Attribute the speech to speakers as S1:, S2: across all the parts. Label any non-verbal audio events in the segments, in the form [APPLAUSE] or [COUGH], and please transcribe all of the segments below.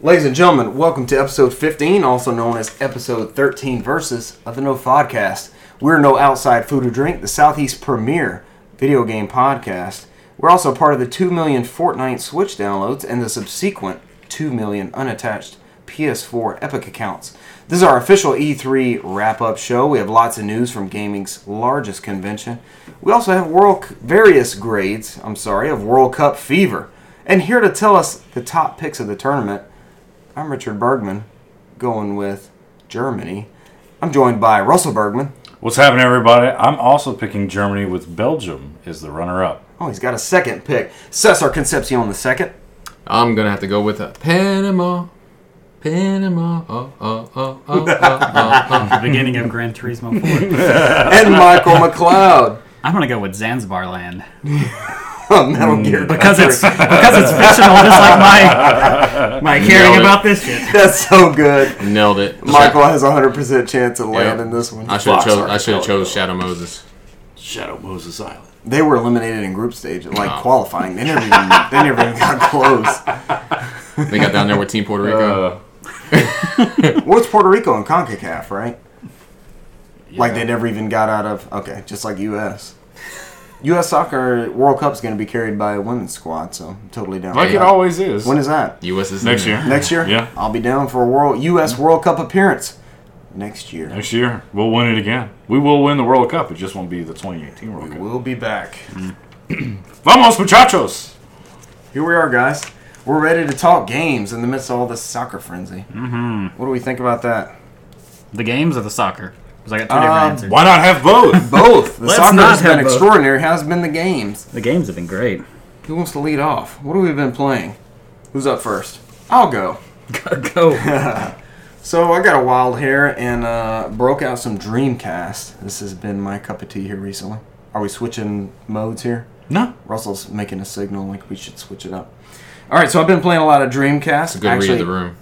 S1: Ladies and gentlemen, welcome to episode 15, also known as episode 13 versus of the No Podcast. We're No Outside Food or Drink, the Southeast premier video game podcast. We're also part of the 2 million Fortnite Switch downloads and the subsequent 2 million unattached PS4 Epic accounts. This is our official E3 wrap up show. We have lots of news from gaming's largest convention. We also have world various grades, I'm sorry, of World Cup fever. And here to tell us the top picks of the tournament, I'm Richard Bergman, going with Germany. I'm joined by Russell Bergman.
S2: What's happening, everybody? I'm also picking Germany with Belgium as the runner-up.
S1: Oh, he's got a second pick. Cesar Concepcion the second.
S3: I'm gonna have to go with uh, Panama. Panama. Oh, oh, oh, oh, oh, oh, oh.
S4: the beginning of Gran Turismo 4.
S1: And
S3: [LAUGHS]
S1: Michael McLeod
S4: [LAUGHS] I'm gonna go with Zanzibar Land
S1: on
S3: Mm.
S1: Metal Gear.
S4: because
S1: Solid.
S4: it's because it's fictional, just like my my caring about this shit.
S1: That's so good.
S3: [LAUGHS] Nailed it.
S1: Michael has a 100% chance of landing this one.
S3: I should have
S2: Fox
S3: chose.
S2: Art
S3: I should have
S2: Color.
S3: chose Shadow Moses.
S2: Shadow Moses Island.
S1: They were eliminated in group stage, like
S3: Oh.
S1: qualifying. They never even, they never even
S3: [LAUGHS]
S1: got close.
S3: They got down there with Team Puerto Rico.
S2: Uh,
S1: What's Puerto Rico and CONCACAF, right? Like they never even got out of. Okay, just like U.S. U.S. Soccer World Cup's going to be carried by a women's squad, so I'm totally down.
S2: like
S1: with
S2: it
S1: that.
S2: always is.
S1: When is that?
S3: U.S. is in
S2: Next
S3: there.
S2: year.
S1: Next year?
S2: Yeah.
S1: I'll be down for a world U.S. World Cup appearance next year.
S2: Next year, we'll win it again. We will win the World Cup. It just won't be the 2018 World Cup.
S1: We'll be back.
S2: Vamos, muchachos!
S1: Here we are, guys. We're ready to talk games in the midst of all this soccer frenzy. Mm-hmm. What do we think about that?
S4: The games or the soccer? Because I got two
S1: Um,
S4: different answers.
S2: Why not have both?
S1: Both. The
S4: Let's
S1: soccer
S4: not
S1: has been
S4: have both.
S1: extraordinary. How's been the games?
S4: The games have been great.
S1: Who wants to lead off? What have we been playing? Who's up first? I'll go.
S4: [LAUGHS] go.
S1: So I got a wild hair and uh, broke out some Dreamcast. This has been my cup of tea here recently. Are we switching modes here?
S2: no.
S1: Russell's making a signal like we should switch it up. All right, so I've been playing a lot of Dreamcast.
S3: Good
S1: Actually,
S3: read of the room.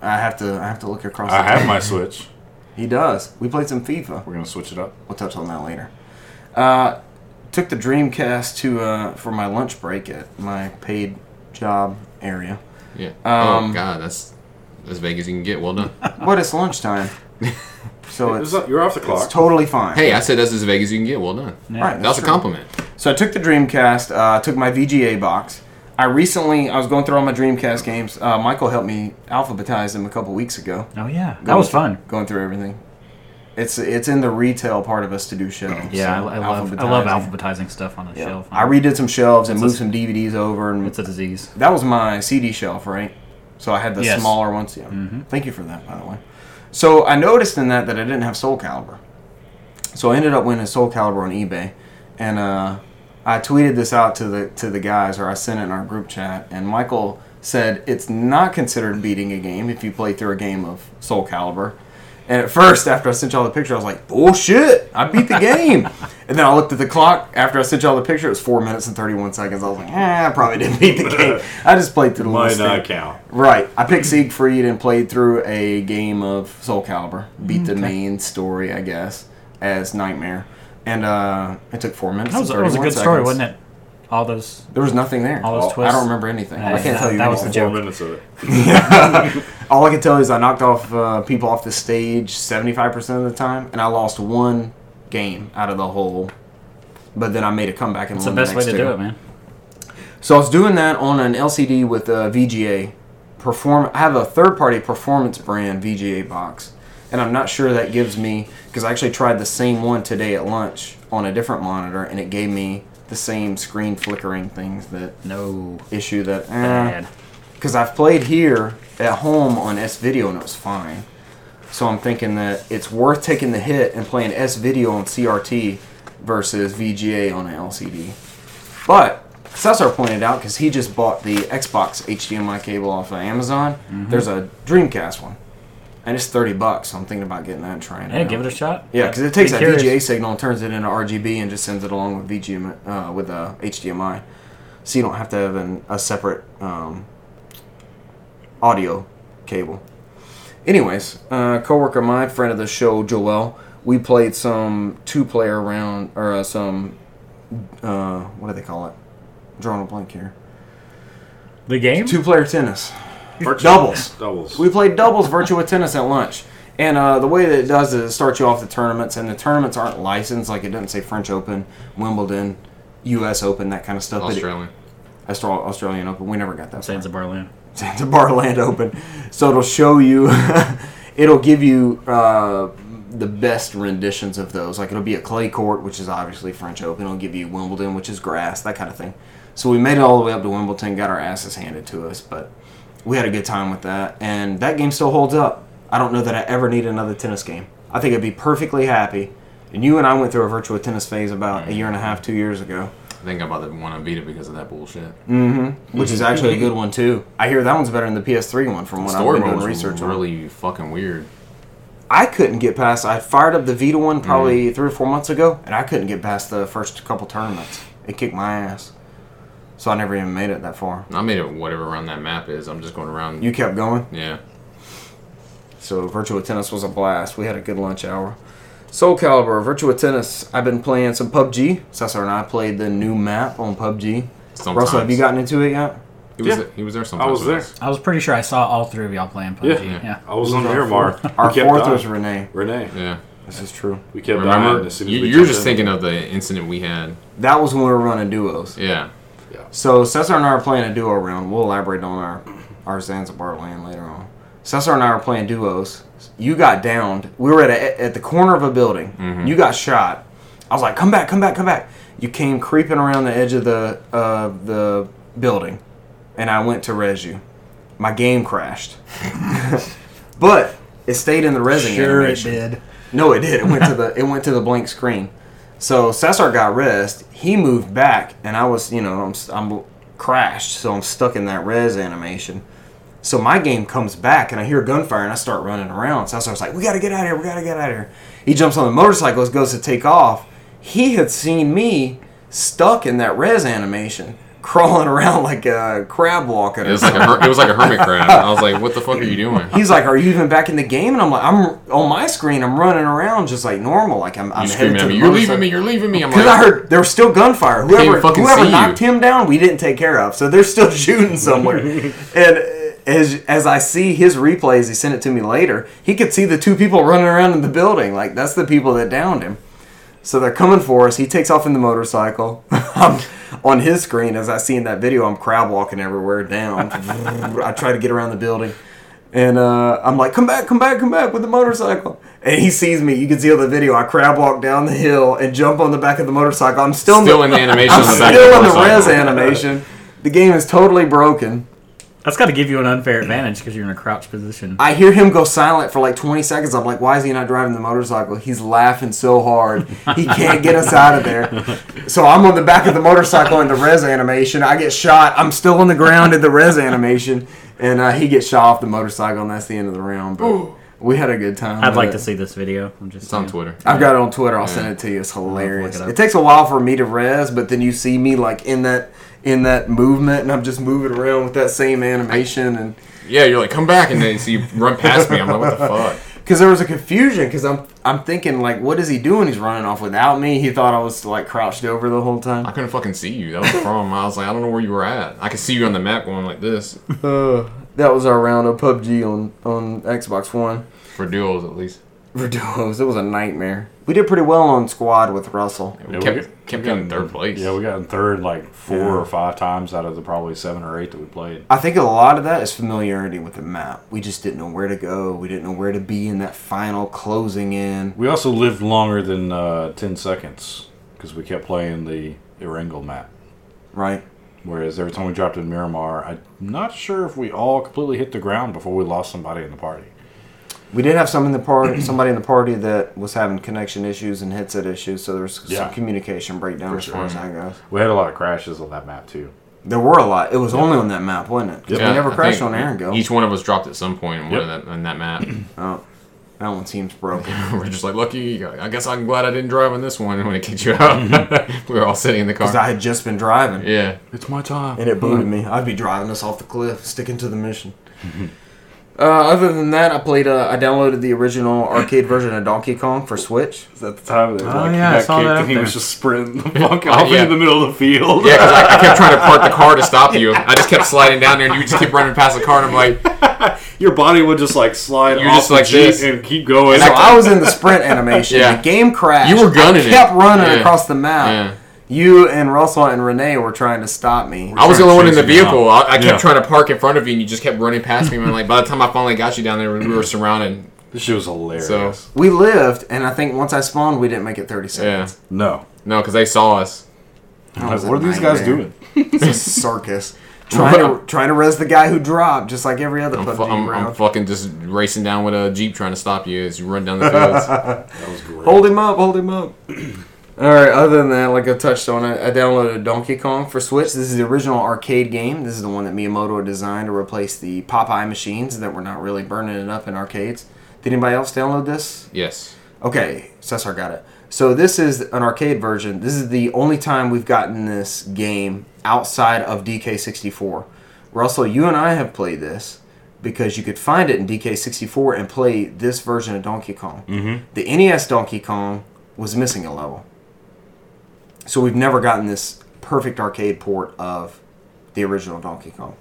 S1: I have to. I have to look across.
S2: I
S1: the
S2: have
S1: table.
S2: my Switch.
S1: He does. We played some FIFA.
S2: We're gonna switch it up.
S1: We'll touch on that later. Uh, took the Dreamcast to uh, for my lunch break at my paid job area.
S3: Yeah.
S1: Um,
S3: oh God, that's as vague as you can get. Well done.
S1: But it's lunchtime, so it's,
S2: You're off the
S1: it's totally fine.
S3: hey, I said that's as vague as you can get. Well done.
S1: All right,
S3: That was a
S1: true.
S3: compliment.
S1: So I took the Dreamcast. Uh, took my VGA box. I recently I was going through all my Dreamcast games. Uh, Michael helped me alphabetize them a couple weeks ago.
S4: Oh yeah, that was fun.
S1: Going through everything. It's it's in the retail part of us to do shelves.
S4: Yeah,
S1: so
S4: I, I love I love
S1: alphabetizing.
S4: alphabetizing stuff on the
S1: Yeah.
S4: shelf.
S1: I redid some shelves and moved
S4: a-
S1: some DVDs over, and
S4: It's a disease.
S1: that was my CD shelf, right? So I had the
S4: Yes. Mm-hmm.
S1: smaller ones. Yeah. Thank you for that, by the way. So I noticed in that that I didn't have Soul Calibur, so I ended up winning Soul Calibur on eBay, and uh, I tweeted this out to the to the guys, or I sent it in our group chat, and Michael said it's not considered beating a game if you play through a game of Soul Calibur. And at first, after I sent y'all the picture, I was like, "Bullshit! I beat the game." [LAUGHS] and then I looked at the clock. After I sent y'all the picture, it was four minutes and thirty-one seconds. I was like, "Ah, I probably didn't beat
S2: [LAUGHS]
S1: the game. I just played through the
S2: Might
S1: list."
S2: not count.
S1: Right. I picked Siegfried and played through a game of Soul Calibur. Beat
S4: Mm,
S1: the main story, I guess, as Nightmare. And uh, it took four minutes.
S4: That was,
S1: and
S4: that was a
S1: 31
S4: good story,
S1: seconds.
S4: wasn't it? All those.
S1: There was nothing there.
S4: All those
S1: I
S4: twists?
S1: don't remember anything.
S4: Yeah,
S1: I can't
S4: that-
S1: tell you
S4: that was
S1: anything.
S4: the joke.
S2: Four minutes of it.
S1: All I can tell you is I knocked off uh, people off the stage 75% of the time, and I lost one game out of the whole. But then I made a comeback and
S4: It's the
S1: won
S4: best way
S1: next
S4: to
S1: two.
S4: do it, man.
S1: So I was doing that on an LCD with a VGA perform. I have a third-party performance brand VGA box, and I'm not sure that gives me because I actually tried the same one today at lunch on a different monitor, and it gave me the same screen flickering things that
S4: No.
S1: issue that. eh,
S4: Bad.
S1: Because I've played here at home on S Video and it was fine, so I'm thinking that it's worth taking the hit and playing S Video on CRT versus VGA on an LCD. But Cesar pointed out because he just bought the Xbox HDMI cable off of Amazon. There's a Dreamcast one, and it's thirty bucks. So I'm thinking about getting that and trying it.
S4: Hey,
S1: out.
S4: give it a shot.
S1: yeah, because it
S4: Be
S1: takes that
S4: curious.
S1: VGA signal and turns it into RGB and just sends it along with VGM uh, with uh, HDMI, so you don't have to have an, a separate um, audio cable. Anyways, uh, coworker of mine, friend of the show, Joel, we played some two-player round or uh, some uh, what do they call it? Drawing a blank here.
S4: The game.
S1: Two player tennis.
S2: Virtua-
S1: Doubles.
S2: Doubles.
S1: We played doubles Virtua Tennis at lunch. And uh, the way that it does is it starts you off the tournaments, and the tournaments aren't licensed. Like it doesn't say French Open, Wimbledon, U.S. Open, that kind of stuff. But it-
S3: Australian.
S1: Austral- Australian Open. We never got that. far.
S4: Zanzibar land.
S1: [LAUGHS] Zanzibar Land Open. So it'll show you, [LAUGHS] it'll give you uh, the best renditions of those. Like it'll be a clay court, which is obviously French Open. It'll give you Wimbledon, which is grass, that kind of thing. So we made it all the way up to Wimbledon, got our asses handed to us, but we had a good time with that. And that game still holds up. I don't know that I ever need another tennis game. I think I'd be perfectly happy. And you and I went through a virtual tennis phase about a year and a half, two years ago
S3: I think I'm about to want to beat it because of that bullshit.
S1: Mm, which
S3: Mm-hmm.
S1: is actually a good one too. I hear that one's better than the PS3 one from what I've
S3: Story
S1: been
S3: mode
S1: doing
S3: was
S1: research on.
S3: really fucking weird.
S1: I couldn't get past. I fired up the Vita one probably three or four months ago, and I couldn't get past the first couple tournaments. It kicked my ass, so I never even made it that far.
S3: I made it whatever around that map is. I'm just going around.
S1: You kept going,
S3: yeah.
S1: so Virtua Tennis was a blast. We had a good lunch hour. Soul Calibur, Virtua Tennis. I've been playing some PUBG. Cesar and I played the new map on PUBG. Russell, have you
S3: Sometimes.
S1: gotten into it yet?
S3: He was,
S2: Yeah.
S3: he was there sometimes.
S2: I was
S3: with
S2: there.
S3: us.
S4: I was pretty sure I saw all three of y'all playing
S2: Yeah.
S4: PUBG. Yeah.
S2: I was on Miramar. We
S1: Our
S2: kept
S1: fourth
S2: on.
S1: was Renee.
S2: Renee.
S3: Yeah.
S1: This is true.
S2: We kept on.
S3: Remember?
S2: and as soon as
S3: You,
S2: we
S3: you're
S2: jumped
S3: just
S2: in-
S3: thinking of the incident we had.
S1: That was when we were running duos.
S3: Yeah.
S1: So Cesar and I are playing a duo round. We'll elaborate on our our Zanzibar land later on. Cesar and I are playing duos. You got downed. We were at a, at the corner of a building.
S4: Mm-hmm.
S1: You got shot. I was like, "Come back, come back, come back." You came creeping around the edge of the uh, the building, and I went to res you. My game crashed, [LAUGHS] but it stayed in the resing
S4: Sure, it
S1: animation.
S4: did.
S1: No, it did. It went to the it went to the blank screen. So Cesar got rest. He moved back, and I was you know I'm I'm crashed, so I'm stuck in that res animation. So my game comes back, and I hear gunfire, and I start running around. Cesar's like, "We gotta get out of here! We gotta get out of here!" He jumps on the motorcycle, goes to take off. He had seen me stuck in that res animation, [LAUGHS] crawling around like a crab walking.
S3: It
S1: or
S3: was like a her- it was like a hermit crab. I was like, "What the fuck are you doing?"
S1: He's like, "Are you even back in the game?" And I'm like, "I'm on my screen. I'm running around just like normal. Like I'm, I'm
S3: You
S1: headed
S3: screaming
S1: to
S3: at
S1: the
S3: me. You're
S1: motorcycle."
S3: leaving me. You're leaving me. I'm
S1: Because I
S3: like,
S1: heard there was still gunfire. Whoever
S3: even fucking
S1: whoever
S3: see
S1: knocked
S3: you.
S1: him down, we didn't take care of. So they're still [LAUGHS] shooting
S3: [LAUGHS]
S1: somewhere. and uh, as as I see his replays, he sent it to me later. He could see the two people running around in the building. Like that's the people that downed him. So they're coming for us. He takes off in the motorcycle. [LAUGHS] I'm on his screen as I see in that video. I'm crab walking everywhere down. [LAUGHS] I try to get around the building. And uh, I'm like, come back, come back, come back with the motorcycle. And he sees me. You can see on the video. I crab walk down the hill and jump on the back of the motorcycle. I'm still,
S3: still in the animation.
S1: [LAUGHS]
S3: on
S1: I'm
S3: the back
S1: still in
S3: of
S1: the
S3: motorcycle.
S1: res animation. The game is totally broken.
S4: That's got to give you an unfair advantage because you're in a crouch position.
S1: I hear him go silent for like 20 seconds. I'm like, why is he not driving the motorcycle? He's laughing so hard. He can't get us out of there. So I'm on the back of the motorcycle in the res animation. I get shot. I'm still on the ground in the res animation. And uh, he gets shot off the motorcycle, and that's the end of the round. But we had a good time.
S4: I'd
S1: with
S4: like
S1: it.
S4: to see this video. I'm just
S3: It's on
S4: saying.
S3: Twitter.
S1: I've got it on Twitter. I'll send it to you. It's hilarious.
S4: it
S1: It,
S4: up.
S1: takes a while for me to res, but then you see me like in that in that movement, and I'm just moving around with that same animation and.
S3: Yeah, you're like, "Come back," and then so you run past me. I'm like, "What the fuck?"
S1: because there was a confusion because I'm I'm thinking like what is he doing? He's running off without me. He thought I was like crouched over the whole
S3: I
S1: time.
S3: couldn't fucking see you. That was the problem. I was like, I don't know where you were at. I could see you on the map going like this
S1: Uh, that was our round of PUBG on on Xbox One [LAUGHS]
S3: for duels at least.
S1: for duos. It was a nightmare. We did pretty well on squad with Russell.
S3: We
S2: Yeah, we
S3: kept
S2: got-
S3: kept
S2: we got
S3: getting third place.
S2: Yeah, we got in third like four
S1: Yeah.
S2: or five times out of the probably seven or eight that we played.
S1: I think a lot of that is familiarity with the map. We just didn't know where to go. We didn't know where to be in that final closing in.
S2: We also lived longer than uh, ten seconds because we kept playing the Erangel map.
S1: Right.
S2: Whereas every time we dropped in Miramar, I'm not sure if we all completely hit the ground before we lost somebody in the party.
S1: We did have some in the party, somebody in the party that was having connection issues and headset issues, so there was
S2: Yeah.
S1: some communication breakdown as far as that goes.
S2: We had a lot of crashes on that map too.
S1: There were a lot. It was only on that map, wasn't it? 'Cause
S3: Yeah,
S1: we never
S3: I
S1: crashed
S3: think
S1: on Erangel.
S3: Each one of us dropped at some point in one
S2: Yep.
S3: of that, on that map.
S1: that one seems broken.
S3: [LAUGHS] we're just like, lucky. I guess I'm glad I didn't drive on this one when it kicked you out. [LAUGHS] we were all sitting in the car.
S1: Because I had just been driving,
S3: yeah.
S2: Mm-hmm. It's my time.
S1: and it booted me. I'd be driving us off the cliff, sticking to the mission. [LAUGHS] Uh, other than that, I played. Uh, I downloaded the original arcade version of Donkey Kong for Switch.
S2: At the time, they
S4: Oh,
S2: like,
S4: yeah, I
S2: he got
S4: saw
S2: kicked
S4: that
S2: and he
S4: out
S2: was
S4: there.
S2: just sprinting
S3: [LAUGHS]
S2: the fuck off
S3: Oh, yeah.
S2: into the middle of the field.
S3: Yeah, because I, I kept trying to park the car to stop you. I just kept sliding down there, and you just kept running past the car, and I'm like,
S2: [LAUGHS] [LAUGHS] Your body would just like slide
S3: You're
S2: off
S3: just
S2: the
S3: like
S2: Jeep
S3: this.
S2: and keep going.
S1: So I was in the sprint
S3: [LAUGHS]
S1: animation.
S3: Yeah.
S1: The game crashed.
S3: You were gunning
S1: I
S3: it.
S1: kept running
S3: Yeah.
S1: across the map.
S3: Yeah.
S1: You and Russell and Renee were trying to stop me.
S3: I was the only one in the
S2: Chasing you
S3: vehicle. I, I kept
S2: Yeah.
S3: trying to park in front of you, and you just kept running past me. And like, by the time I finally got you down there, we were surrounded.
S2: This shit was hilarious.
S3: So
S1: We lived, and I think once I spawned, we didn't make it 30
S3: yeah,
S1: seconds.
S2: no.
S3: no, because they saw us.
S1: That
S2: Like,
S1: was a
S2: what are these guys
S1: nightmare.
S2: doing?
S1: It's a [LAUGHS] circus. trying to trying to res the guy who dropped, just like every other
S3: I'm,
S1: PUBG
S3: fu- I'm,
S1: round.
S3: I'm fucking just racing down with a jeep trying to stop you as you run down
S2: [LAUGHS]
S3: the fields.
S2: That was great.
S1: Hold him up, hold him up. [CLEARS THROAT] All right, other than that, like I touched on, I, I downloaded Donkey Kong for Switch. This is the original arcade game. This is the one that Miyamoto designed to replace the Popeye machines that were not really burning it up in arcades. Did anybody else download this?
S3: yes,
S1: Okay, Cesar got it. So this is an arcade version. This is the only time we've gotten this game outside of DK64. Russell, you and I have played this because you could find it in DK64 and play this version of Donkey Kong. Mm-hmm. The NES Donkey Kong was missing a level. So we've never gotten this perfect arcade port of the original Donkey Kong.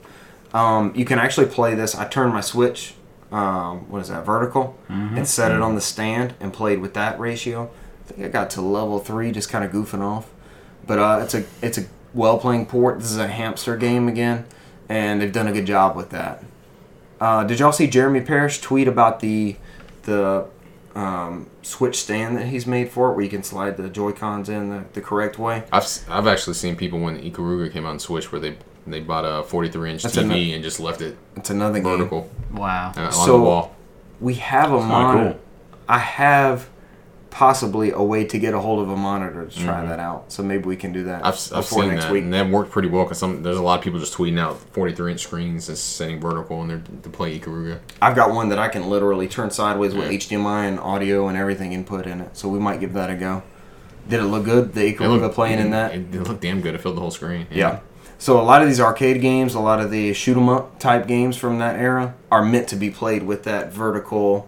S1: Um, you can actually play this. I turned my Switch, um, what is that, vertical, and set it on the stand and played with that ratio. I think I got to level three, just kind of goofing off. But uh, it's a it's a well playing port. This is a hamster game again, and they've done a good job with that. Uh, did y'all see Jeremy Parrish tweet about the the um, Switch stand that he's made for it, where you can slide the Joy Cons in the, the correct way?
S3: I've s- I've actually seen people when Ikaruga came out on Switch where they they bought a 43 inch
S1: That's
S3: TV
S1: enough.
S3: and just left it
S1: It's another game.
S3: vertical
S4: Wow.
S3: uh, on
S1: So-
S3: the wall.
S1: we have a
S2: kinda
S1: monitor.
S2: cool.
S1: I have possibly a way to get a hold of a monitor to try that out. So maybe we can do that
S3: Mm-hmm. I've, I've seen that, and that worked pretty well because there's a lot of people just tweeting out 43 inch screens and sitting vertical and they're to play Ikaruga.
S1: I've got one that I can literally turn sideways with HDMI and audio and everything input in it. So we might give that a go. Did it look good? The
S3: It
S1: Ikaruga playing in that?
S3: It, it looked damn good. It filled the whole screen.
S1: Yeah. So a lot of these arcade games, a lot of the shoot 'em up type games from that era are meant to be played with that vertical.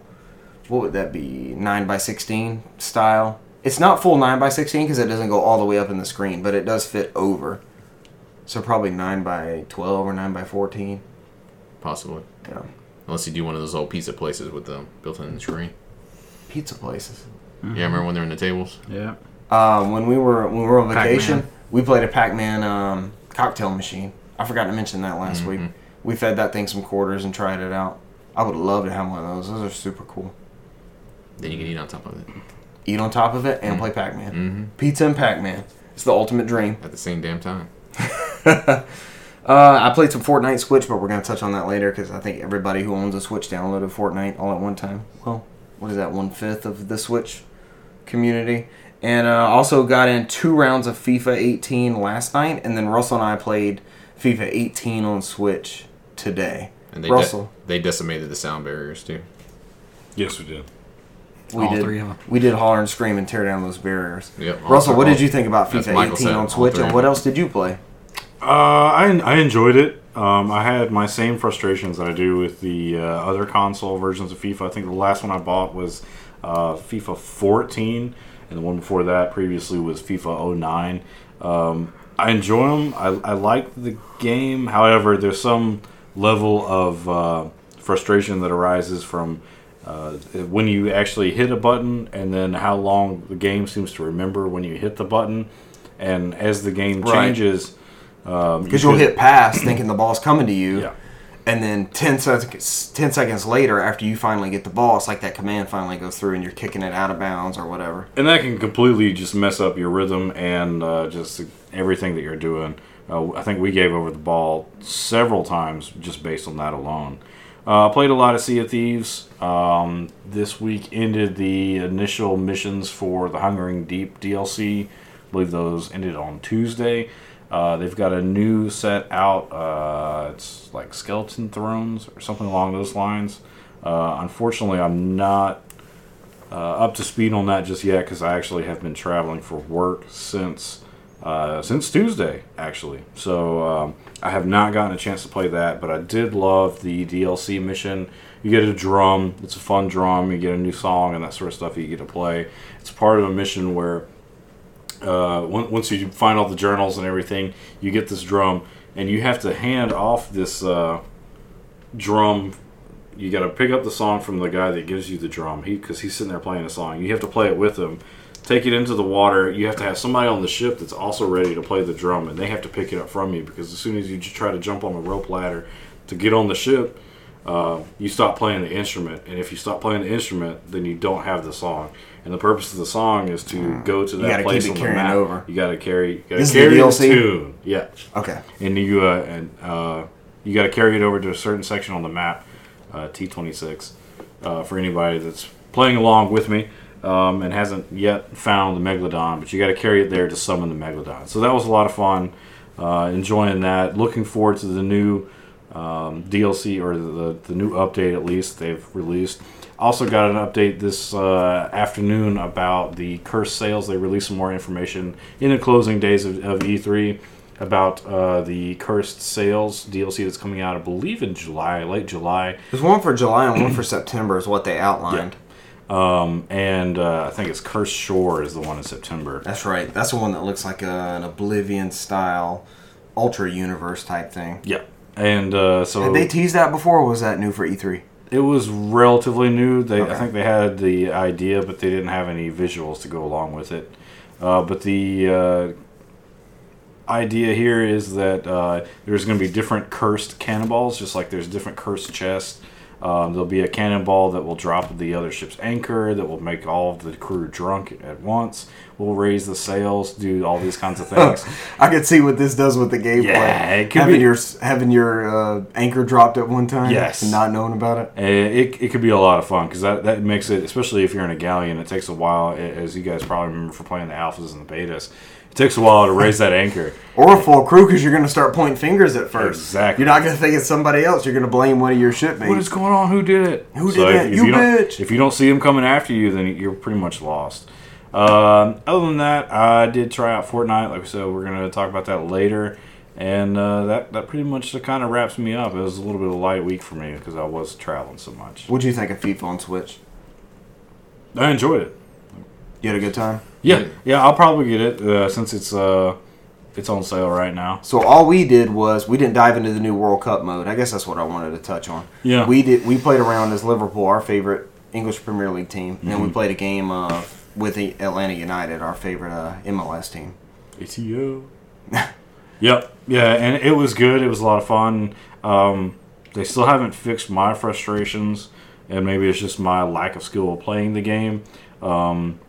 S1: What would that be? Nine by sixteen style. It's not full nine by sixteen because it doesn't go all the way up in the screen, but it does fit over. So probably nine by twelve or nine by fourteen.
S3: Possibly.
S1: Yeah.
S3: Unless you do one of those old pizza places with the built in screen.
S1: Pizza places.
S3: Yeah, remember when they're in the tables?
S4: Yeah.
S1: Um, when we were when we were on
S4: Pac-Man.
S1: vacation, we played a Pac-Man um, cocktail machine. I forgot to mention that last week. We fed that thing some quarters and tried it out. I would love to have one of those. Those are super cool.
S3: Then you can eat on top of it
S1: Eat on top of it and play Pac-Man. Pizza and Pac-Man. Mm-hmm. It's the ultimate dream.
S3: at the same damn time.
S1: Uh, I played some Fortnite Switch, but we're gonna touch on that later because I think everybody who owns a Switch downloaded Fortnite all at one time. Well, what is that? One fifth of the Switch community, and uh, also got in two rounds of FIFA 18 last night, and then Russell and I played FIFA 18 on Switch today.
S3: And they de-
S1: Russell,
S3: they decimated the sound barriers too.
S2: Yes, we did.
S1: we
S4: All
S1: did
S4: three of 'em.
S1: we did holler and scream and tear down those barriers.
S3: Yep, all
S1: Russell,
S3: three-
S1: what
S3: all-
S1: did you think about
S3: that's
S1: FIFA
S3: Michael
S1: 18
S3: said,
S1: on
S3: all
S1: Switch,
S3: three
S1: and
S3: of
S1: what
S3: them.
S1: else did you play?
S2: Uh, I, I enjoyed it. Um, I had my same frustrations that I do with the uh, other console versions of FIFA. I think the last one I bought was uh, FIFA 14, and the one before that previously was FIFA 09. Um, I enjoy them. I, I like the game. However, there's some level of uh, frustration that arises from uh, when you actually hit a button and then how long the game seems to remember when you hit the button. And as the game
S1: Right.
S2: changes, um,
S1: because you'll hit pass thinking the ball's coming to you,
S2: Yeah.
S1: and then 10 seconds, 10 seconds later, after you finally get the ball, it's like that command finally goes through and you're kicking it out of bounds or whatever.
S2: and that can completely just mess up your rhythm and uh, just everything that you're doing. Uh, I think we gave over the ball several times just based on that alone. Uh, I played a lot of Sea of Thieves. Um, this week ended the initial missions for the Hungering Deep DLC. I believe those ended on Tuesday. Uh, they've got a new set out. Uh, it's like Skeleton Thrones or something along those lines. Uh, unfortunately, I'm not uh, up to speed on that just yet because I actually have been traveling for work since uh, since Tuesday, actually. So um, I have not gotten a chance to play that, but I did love the DLC mission. You get a drum, it's a fun drum, you get a new song, and that sort of stuff that you get to play. It's part of a mission where uh, on- once you find all the journals and everything, you get this drum, and you have to hand off this uh, drum. You got to pick up the song from the guy that gives you the drum, he because he's sitting there playing a song. You have to play it with him. Take it into the water. You have to have somebody on the ship that's also ready to play the drum, and they have to pick it up from you because as soon as you j- try to jump on the rope ladder to get on the ship, uh, you stop playing the instrument. And if you stop playing the instrument, then you don't have the song. And the purpose of the song is to go to that
S1: Mm. gotta keep
S2: place
S1: it
S2: on the
S1: carrying
S2: map.
S1: over.
S2: You got to carry. You gotta
S1: This is the
S2: carry the
S1: DLC?
S2: tune. Yeah,
S1: Okay.
S2: and you uh, and uh, you got to carry it over to a certain section on the map, uh, T twenty six, for anybody that's playing along with me um, and hasn't yet found the megalodon. But you got to carry it there to summon the megalodon. So that was a lot of fun. Uh, enjoying that. Looking forward to the new um, DLC or the, the new update at least they've released. Also got an update this uh, afternoon about the cursed sales. They released some more information in the closing days of, of E3 about uh, the cursed sales DLC that's coming out. I believe in July, late July,
S1: There's one for July and one for September is what they outlined.
S2: um, and uh, I think it's Cursed Shore is the one in September.
S1: That's right. That's the one that looks like a, an Oblivion style Ultra Universe type thing.
S2: Yeah, and uh, so
S1: Did they tease that before or was that new for E E3?
S2: It was relatively new. They, I
S1: Okay.
S2: think they had the idea, but they didn't have any visuals to go along with it. Uh, but the uh, idea here is that uh, there's going to be different cursed cannonballs, just like there's different cursed chests. Um, there'll be a cannonball that will drop the other ship's anchor, that will make all of the crew drunk at once, will raise the sails, do all these kinds of things.
S1: I could see what this does with the gameplay.
S2: Yeah, it could
S1: having
S2: be-
S1: your having your uh, anchor dropped at one time.
S2: Yes.
S1: and not knowing about it.
S2: Uh, It, it could be a lot of fun because that, that makes it, especially if you're in a galleon, it takes a while, a- as you guys probably remember from playing the alphas and the betas, it takes a while to raise
S1: [LAUGHS]
S2: that anchor.
S1: Or a full crew because you're going to start pointing fingers at first.
S2: Exactly.
S1: You're not going to think it's somebody else. You're going to blame one of your shipmates.
S2: What is going on? Who did it?
S1: Who did that? You
S2: don't-
S1: bitch.
S2: If you don't see them coming after you, then you're pretty much lost. Um, other than that, I did try out Fortnite. Like I said, we're going to talk about that later. And uh, that, that pretty much kind of wraps me up. It was a little bit of a light week for me because I was traveling so much.
S1: What'd you think of FIFA on Switch?
S2: I enjoyed it.
S1: You had a good time.
S2: Yeah, yeah, I'll probably get it uh, since it's uh, it's on sale right now.
S1: So all we did was we didn't dive into the new World Cup mode. I guess that's what I wanted to touch on.
S2: Yeah.
S1: we did. We played around as Liverpool, our favorite English Premier League team, and then we played a game uh, with the Atlanta United, our favorite uh, MLS team.
S2: ATO. [LAUGHS] yep. Yeah, and it was good. It was a lot of fun. Um, they still haven't fixed my frustrations, and maybe it's just my lack of skill of playing the game.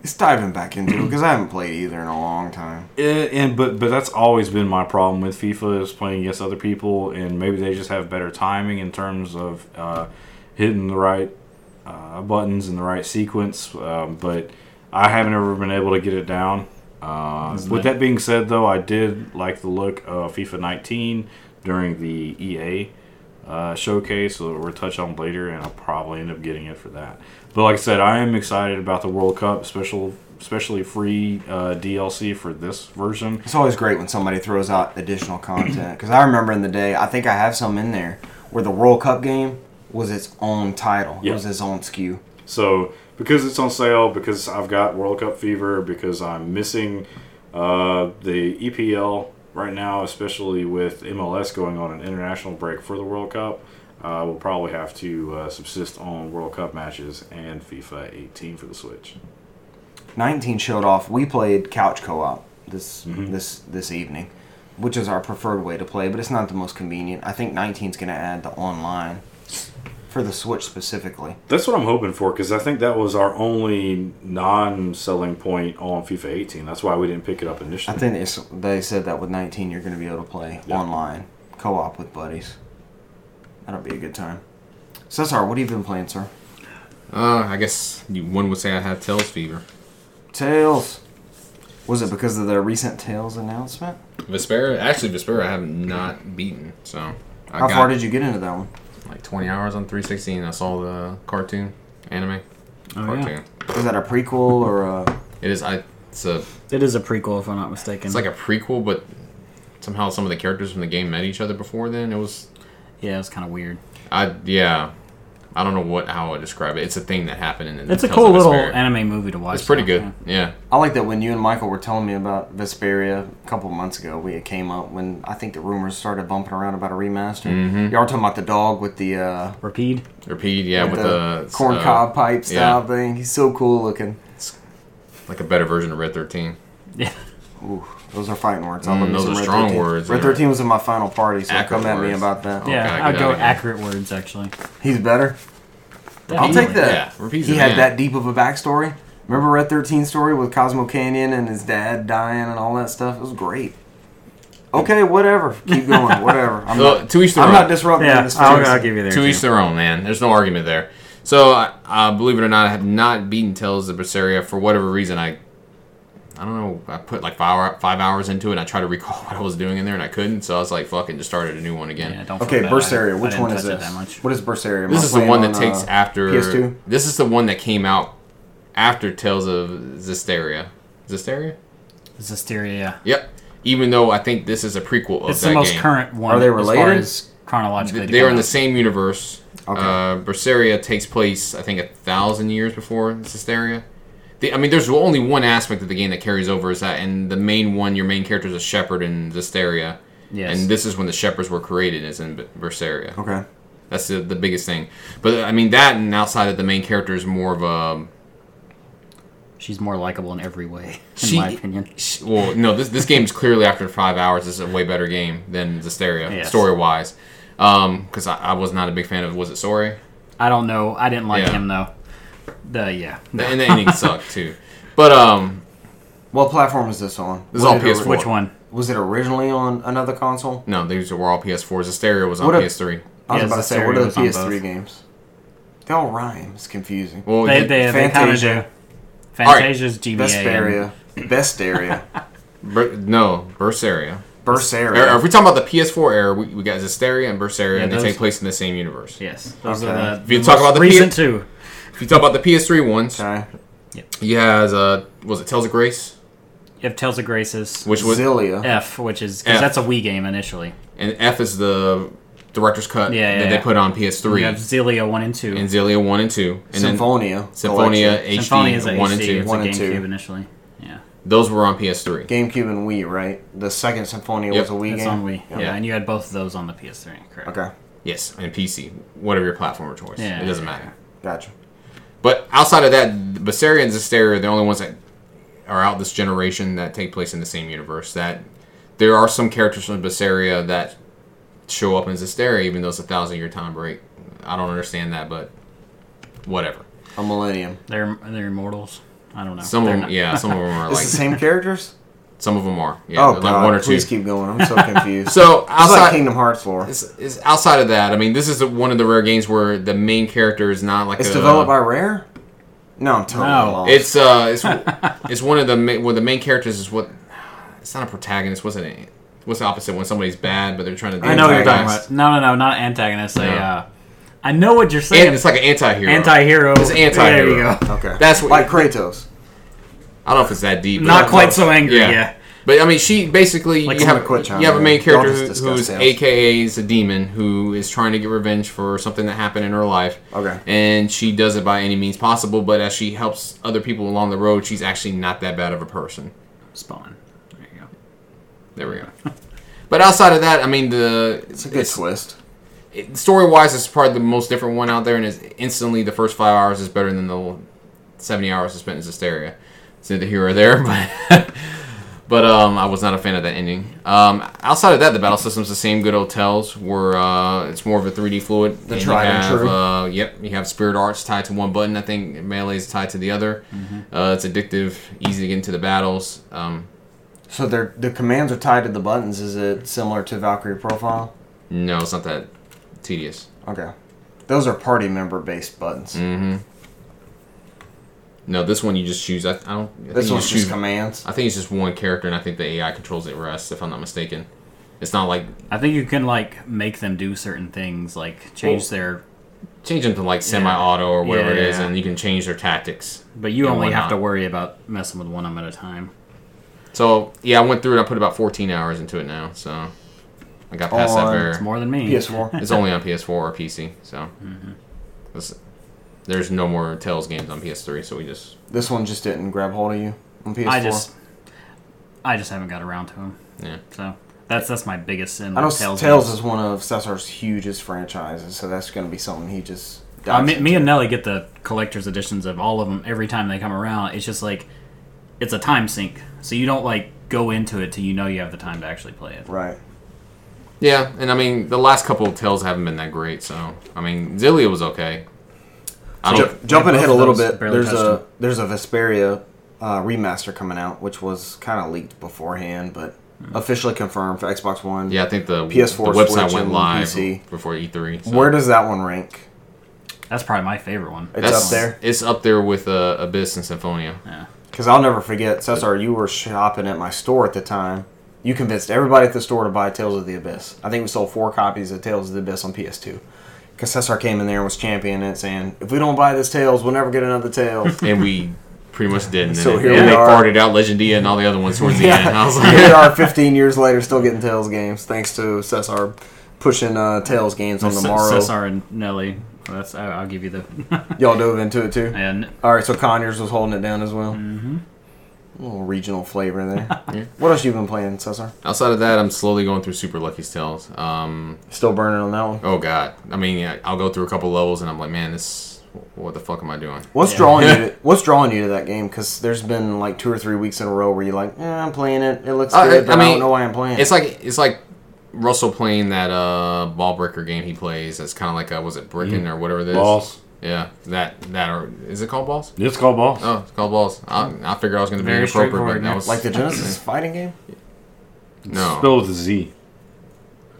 S1: It's diving back into it because I haven't played either in a long time.
S2: Eh, and but but that's always been my problem with FIFA is playing against other people, and maybe they just have better timing in terms of uh, hitting the right uh, buttons in the right sequence. Um, but I haven't ever been able to get it down. Uh, with that being said, though, I did like the look of FIFA 19 during the E EA uh, showcase that we'll touch on later, and I'll probably end up getting it for that. But like I said, I am excited about the World Cup special, especially free uh, DLC for this version.
S1: It's always great when somebody throws out additional content because I remember in the day, I think I have some in there where the World Cup game was its own title.
S2: Yeah.
S1: It was its own SKU.
S2: So because it's on sale, because I've got World Cup fever, because I'm missing uh, the EPL right now, especially with MLS going on an international break for the World Cup, uh, we'll probably have to uh, subsist on World Cup matches and FIFA 18 for the Switch.
S1: 19 showed off. We played couch co-op this
S2: Mm-hmm.
S1: this this evening, which is our preferred way to play, but it's not the most convenient. I think 19's going to add the online for the Switch specifically.
S2: That's what I'm hoping for because I think that was our only non-selling point on FIFA 18. That's why we didn't pick it up
S1: I
S2: initially.
S1: think it's, they said that with 19 you're going to be able to play
S2: Yeah.
S1: online co-op with buddies. That'll be a good time. Cesar, what have you been playing, sir?
S3: Uh, I guess you, one would say I have Tails fever.
S1: Tails. Was it because of the recent Tails announcement?
S3: Vespera, actually Vespera, I have not beaten. So I
S1: How
S3: got
S1: far did you get into that one?
S3: like 20 hours on 316. I saw the cartoon anime.
S2: Oh, yeah.
S3: cartoon.
S1: Was that a prequel or a
S3: It is. I It's a
S4: It is a prequel, if I'm not mistaken.
S3: it's like a prequel, but somehow some of the characters from the game met each other before then. It was
S4: yeah, it's kind of weird.
S3: I yeah. I don't know what how I describe it. It's a thing that happened in.
S4: It's a
S3: Tales
S4: cool
S3: of
S4: little
S3: Vesperia.
S4: anime movie to watch.
S3: It's pretty
S4: though,
S3: good.
S4: yeah.
S3: Yeah.
S1: I like that when you and Michael were telling me about Vesperia a couple months ago, we it came up when I think the rumors started bumping around about a remaster.
S3: Mm-hmm.
S1: Y'all were talking about the dog with the uh,
S4: Repeat.
S3: Repeat. Yeah, with
S1: the,
S3: the,
S1: corn
S3: uh,
S1: cob pipe style
S3: yeah.
S1: thing. He's so cool looking.
S3: like a better version of Red Thirteen.
S4: Yeah.
S1: Ooh, those are fighting words. I love me
S3: Mm, those
S1: some
S3: are
S1: Red
S3: strong
S1: 13.
S3: words,
S1: Red
S3: yeah.
S1: 13 was in my final party, so
S3: Accurate
S1: come at me
S3: words.
S1: about that.
S4: [LAUGHS]
S3: Oh.
S4: yeah,
S3: Okay,
S4: I'd
S3: good
S4: go
S3: idea.
S4: accurate words actually.
S1: He's better. I'll
S4: Definitely.
S1: take that.
S3: Yeah, repeats
S1: he
S3: it,
S1: had
S3: yeah.
S1: that deep of a backstory. Remember Red 13 story with Cosmo Canyon and his dad dying and all that stuff? It was great. Okay, whatever.
S4: [LAUGHS]
S1: Keep going. whatever. I'm,
S3: Well,
S1: not,
S3: Uh, to each their
S1: I'm
S3: own.
S1: not disrupting
S4: Yeah,
S1: this.
S4: I'll,
S1: series.
S4: I'll give you there.
S3: to each their own, man. There's no argument there. So, I, uh, believe it or not, I have not beaten Tales of Berseria for whatever reason. I, I don't know. I put like five, hour, five hours into it. and I tried to [LAUGHS] recall what I was doing in there, and I couldn't. So I was like, "Fuck it," just started a new one again.
S4: Yeah, don't feel
S1: Okay,
S4: bad. I-
S1: Berseria.
S4: I
S1: Which
S4: didn't
S1: one is
S4: touch it
S1: this?
S4: That much.
S1: What is Berseria? Am
S3: this
S1: I
S3: is the
S1: playing
S3: one that
S1: on,
S3: takes
S1: uh,
S3: after.
S1: PS2?
S3: This is the one that came out after Tales of Zisteria. Zisteria.
S4: Zisteria.
S3: Yep. Even though I think this is a prequel of
S4: It's
S3: that
S4: the most
S3: game.
S4: current one.
S1: Are they
S4: As far
S1: related?
S4: as chronologically,
S3: They are in
S4: together.
S3: the same universe.
S1: Okay.
S3: Uh, Berseria takes place, I think, a thousand years before Cysteria. The, I mean, there's only one aspect of the game that carries over is that, and the main one, your main character is a shepherd in Cysteria.
S4: Yes.
S3: And this is when the shepherds were created, is in B- Berseria.
S1: Okay.
S3: That's the, the biggest thing. But, I mean, that and outside of the main character is more of a.
S4: She's more likable in every way, in
S3: She-
S4: my opinion.
S3: sh- Well, no, this, this game is clearly after five hours. This is a way better game than Cysteria,
S4: Yes.
S3: story wise. Because I, I was not a big fan of, was it Sori?
S4: I don't know. I didn't like
S3: Yeah.
S4: him though. The yeah.
S3: And the ending sucked, too. But, um,
S1: What platform is this on?
S3: This
S1: Was
S3: is all
S1: it ori-
S3: PS4.
S4: Which one?
S1: Was it originally on another console?
S3: No, these were all PS4s. The stereo was on
S1: What a-
S3: PS3.
S1: I was
S4: Yeah,
S1: about to say,
S4: Berseria
S1: what are the
S4: was on
S1: PS3
S4: both.
S1: games? They all rhyme. It's confusing.
S3: Well,
S4: They
S3: the-
S4: they, they kind of do.
S1: Fantasia.
S3: right.
S4: Fantasia's GBA.
S1: Vesperia. Best
S3: [LAUGHS]
S1: area.
S3: Ber- no, Berseria. Or- or if
S1: Berseria.
S3: we're talking about the PS4 era, we, we got Zesteria and Berseria,
S4: Yeah,
S3: and they
S4: those-
S3: take place in the same universe.
S4: Yes, those
S1: Okay.
S4: are the.
S3: If you
S4: the
S3: talk
S4: most
S3: about the
S4: recent
S3: PS
S4: two,
S3: If you talk about the PS3 ones,
S1: Okay.
S3: he has uh, was it Tales of Grace,
S4: you have Tales of Graces
S3: which was
S1: Zillia.
S4: F, which is because
S3: F.
S4: that's a Wii game initially.
S3: and F is the director's cut
S4: Yeah, yeah,
S3: that they
S4: yeah.
S3: put on
S4: You have
S3: PS3
S4: Zillia one and two.
S3: and Zillia one and two, and
S1: Symphonia.
S3: then Symphonia
S1: Collection.
S3: HD
S4: Symphony is a
S3: one
S4: HD.
S3: and
S4: It's
S3: two.
S1: One
S4: a
S1: and two.
S4: GameCube initially. Yeah,
S3: Those were on PS3.
S1: GameCube and Wii, right? The second Symphonia
S3: Yep.
S1: was a Wii
S4: it's
S1: game.
S4: on Wii. Yeah.
S3: Yeah.
S4: and you had both of those on the PS3. Correct.
S1: Okay.
S3: Yes, and PC, whatever your platform of choice.
S4: Yeah.
S3: it doesn't matter.
S1: Gotcha.
S3: But outside of that, Basaria and Zisteria are the only ones that are out this generation that take place in the same universe. That there are some characters from Basaria that show up in Zisteria, even though it's a thousand year time break. I don't understand that, but whatever.
S1: A Millennium.
S4: They're they're immortals. I don't know.
S3: Some
S4: They're
S3: of them,
S4: not-
S3: yeah, some of
S1: [LAUGHS]
S3: them are
S1: It's
S3: like
S1: the same characters?
S3: some of them are, yeah,
S1: Oh,
S3: like
S1: God.
S3: one or two.
S1: Please keep going. I'm [LAUGHS] so confused.
S3: So
S1: it's like
S3: outside.
S1: Kingdom Hearts lore. It's,
S3: It's, it's outside of that. I mean, this is one of the rare games where the main character is not like a,
S1: developed by Rare? No, I'm totally
S4: No.
S1: lost.
S3: It's uh,
S4: [LAUGHS]
S3: it's it's one of the ma- well, the main characters is what it's not a protagonist. What's it? What's the opposite when somebody's bad but they're trying to?
S4: I know what you're talking
S1: Antagonist.
S4: about. No, no, no, not antagonist.
S3: No.
S4: A, uh, I know what you're saying.
S3: And it's like an anti-hero.
S4: anti-hero.
S3: It's anti-hero.
S4: There you go.
S1: okay.
S3: that's what-
S1: like Kratos.
S3: I don't know if it's that deep. but-
S4: Not quite so angry. Yeah.
S3: But I mean, she basically
S1: Like
S3: you
S1: some
S3: have
S1: of the Quitch
S3: you have a
S1: Hunter.
S3: main character
S1: Y'all
S3: who,
S1: just
S3: who's
S1: discussed those.
S3: AKA is a demon who is trying to get revenge for something that happened in her life.
S1: Okay.
S3: And she does it by any means possible. But as she helps other people along the road, she's actually not that bad of a person.
S4: Spawn. There you go.
S3: There we
S4: [LAUGHS]
S3: go. But outside of that, I mean, the
S1: It's a good twist.
S3: story wise, it's probably the most different one out there, and it's instantly the first five hours is better than the seventy hours I spent in Zisteria. It's neither here or there, [LAUGHS] but but um, I was not a fan of that ending. Um, outside of that, the battle system's the same good old tells. Where uh, it's more of a three D fluid. The
S1: tried
S3: you
S1: and
S3: have,
S1: true.
S3: Uh, yep, you have spirit arts tied to one button. I think melee is tied to the other.
S1: Mm-hmm.
S3: Uh, it's addictive, easy to get into the battles. Um,
S1: So their the commands are tied to the buttons. Is it similar to Valkyrie Profile?
S3: no, it's not that tedious.
S1: Okay. Those are party member based buttons.
S3: No, this one you just choose. I, I don't. I think
S1: This
S3: you
S1: one's just
S3: choose-
S1: commands.
S3: I think it's just one character, and I think the AI controls it rest, if I'm not mistaken. It's not like
S4: I think you can like make them do certain things, like change their
S3: change them to like semi-auto or whatever
S4: Yeah,
S3: it is,
S4: yeah.
S3: and you can change their tactics.
S4: But you
S3: Yeah,
S4: only
S3: why
S4: have to
S3: not?
S4: worry about messing with one of them at a time.
S3: So yeah, I went through it. I put about 14 hours into it now, so I got past
S1: On-
S3: that
S4: It's
S3: barrier.
S4: more than me.
S1: [LAUGHS] PS4.
S3: It's only on PS4 or PC, so This- there's no more Tails games on PS3. So we just
S1: This one just didn't grab hold of you on PS4.
S4: I just, I just haven't got around to them.
S3: yeah.
S4: So that's that's my biggest sin.
S1: I know
S4: with
S1: Tails,
S4: games.
S1: is one of Cesar's hugest franchises, so that's going to be something he just.
S4: Uh,
S1: dives
S4: me,
S1: into.
S4: me and Nelly get the collector's editions of all of them every time they come around. It's just like it's a time sink, so you don't like go into it till you know you have the time to actually play it.
S1: Right.
S3: Yeah, and I mean the last couple of Tails haven't been that great, so I mean Zillia was okay. I
S1: Ju-
S3: don't.
S1: jumping
S4: both
S1: ahead a
S4: of
S1: little
S4: those
S1: bit,
S4: barely
S1: there's
S4: touched
S1: a
S4: them.
S1: there's a Vesperia uh, remaster coming out, which was kind of leaked beforehand, but
S4: Hmm.
S1: officially confirmed for Xbox One.
S3: Yeah, I think the
S1: PS4
S3: the
S1: Switch
S3: website went
S1: and
S3: live
S1: PC.
S3: before E3. so-
S1: Where does that one rank?
S4: That's probably my favorite one.
S1: It's up there
S3: It's up there with uh, Abyss and Symphonia.
S4: Yeah.
S1: because I'll never forget. Cesar, you were shopping at my store at the time. You convinced everybody at the store to buy Tales of the Abyss. I think we sold four copies of Tales of the Abyss on PS2. Because Cesar came in there and was championing it, saying, "If we don't buy this Tales, we'll never get another
S3: [LAUGHS]
S1: Tales."
S3: And we pretty much did. And then
S1: So
S3: it-
S1: here
S3: and
S1: we
S3: they
S1: are.
S3: farted out Legendia and all the other ones towards the end. I was like, [LAUGHS]
S1: Here we are 15 years later, still getting Tails games, thanks to Cesar pushing uh, Tails games on tomorrow.
S4: Cesar and Nelly. That's I, I'll give you the. [LAUGHS]
S1: Y'all dove into it too.
S4: and
S1: All right, so Conyers was holding it down as well. Mm-hmm. A little regional flavor there. What else you been playing, Cesar?
S3: Outside of that, I'm slowly going through Super Lucky's Tales. Um,
S1: Still burning on that one.
S3: oh god, I mean, yeah, I'll go through a couple levels and I'm like, man, this, what the fuck am I doing?
S1: What's
S3: [LAUGHS]
S1: drawing you? To, what's drawing you to that game? Because there's been like two or three weeks in a row where you're like, eh, I'm playing it. It looks
S3: Uh,
S1: good,
S3: I-
S1: but I,
S3: I
S1: don't
S3: mean,
S1: know why I'm playing.
S3: It's
S1: it.
S3: like it's like Russell playing that uh ball breaker game he plays. That's kind of like a, was it Bricken
S1: Mm.
S3: or whatever it is.
S2: Balls.
S3: Yeah, that that or is it called balls?
S2: It's called balls.
S3: Oh, it's called balls. I, I figured I was going to be
S4: Very
S3: inappropriate, but
S4: straightforward,
S3: that
S4: yeah.
S3: was
S1: like
S3: [COUGHS]
S1: the Genesis fighting game.
S3: no
S2: Spelled with a Z.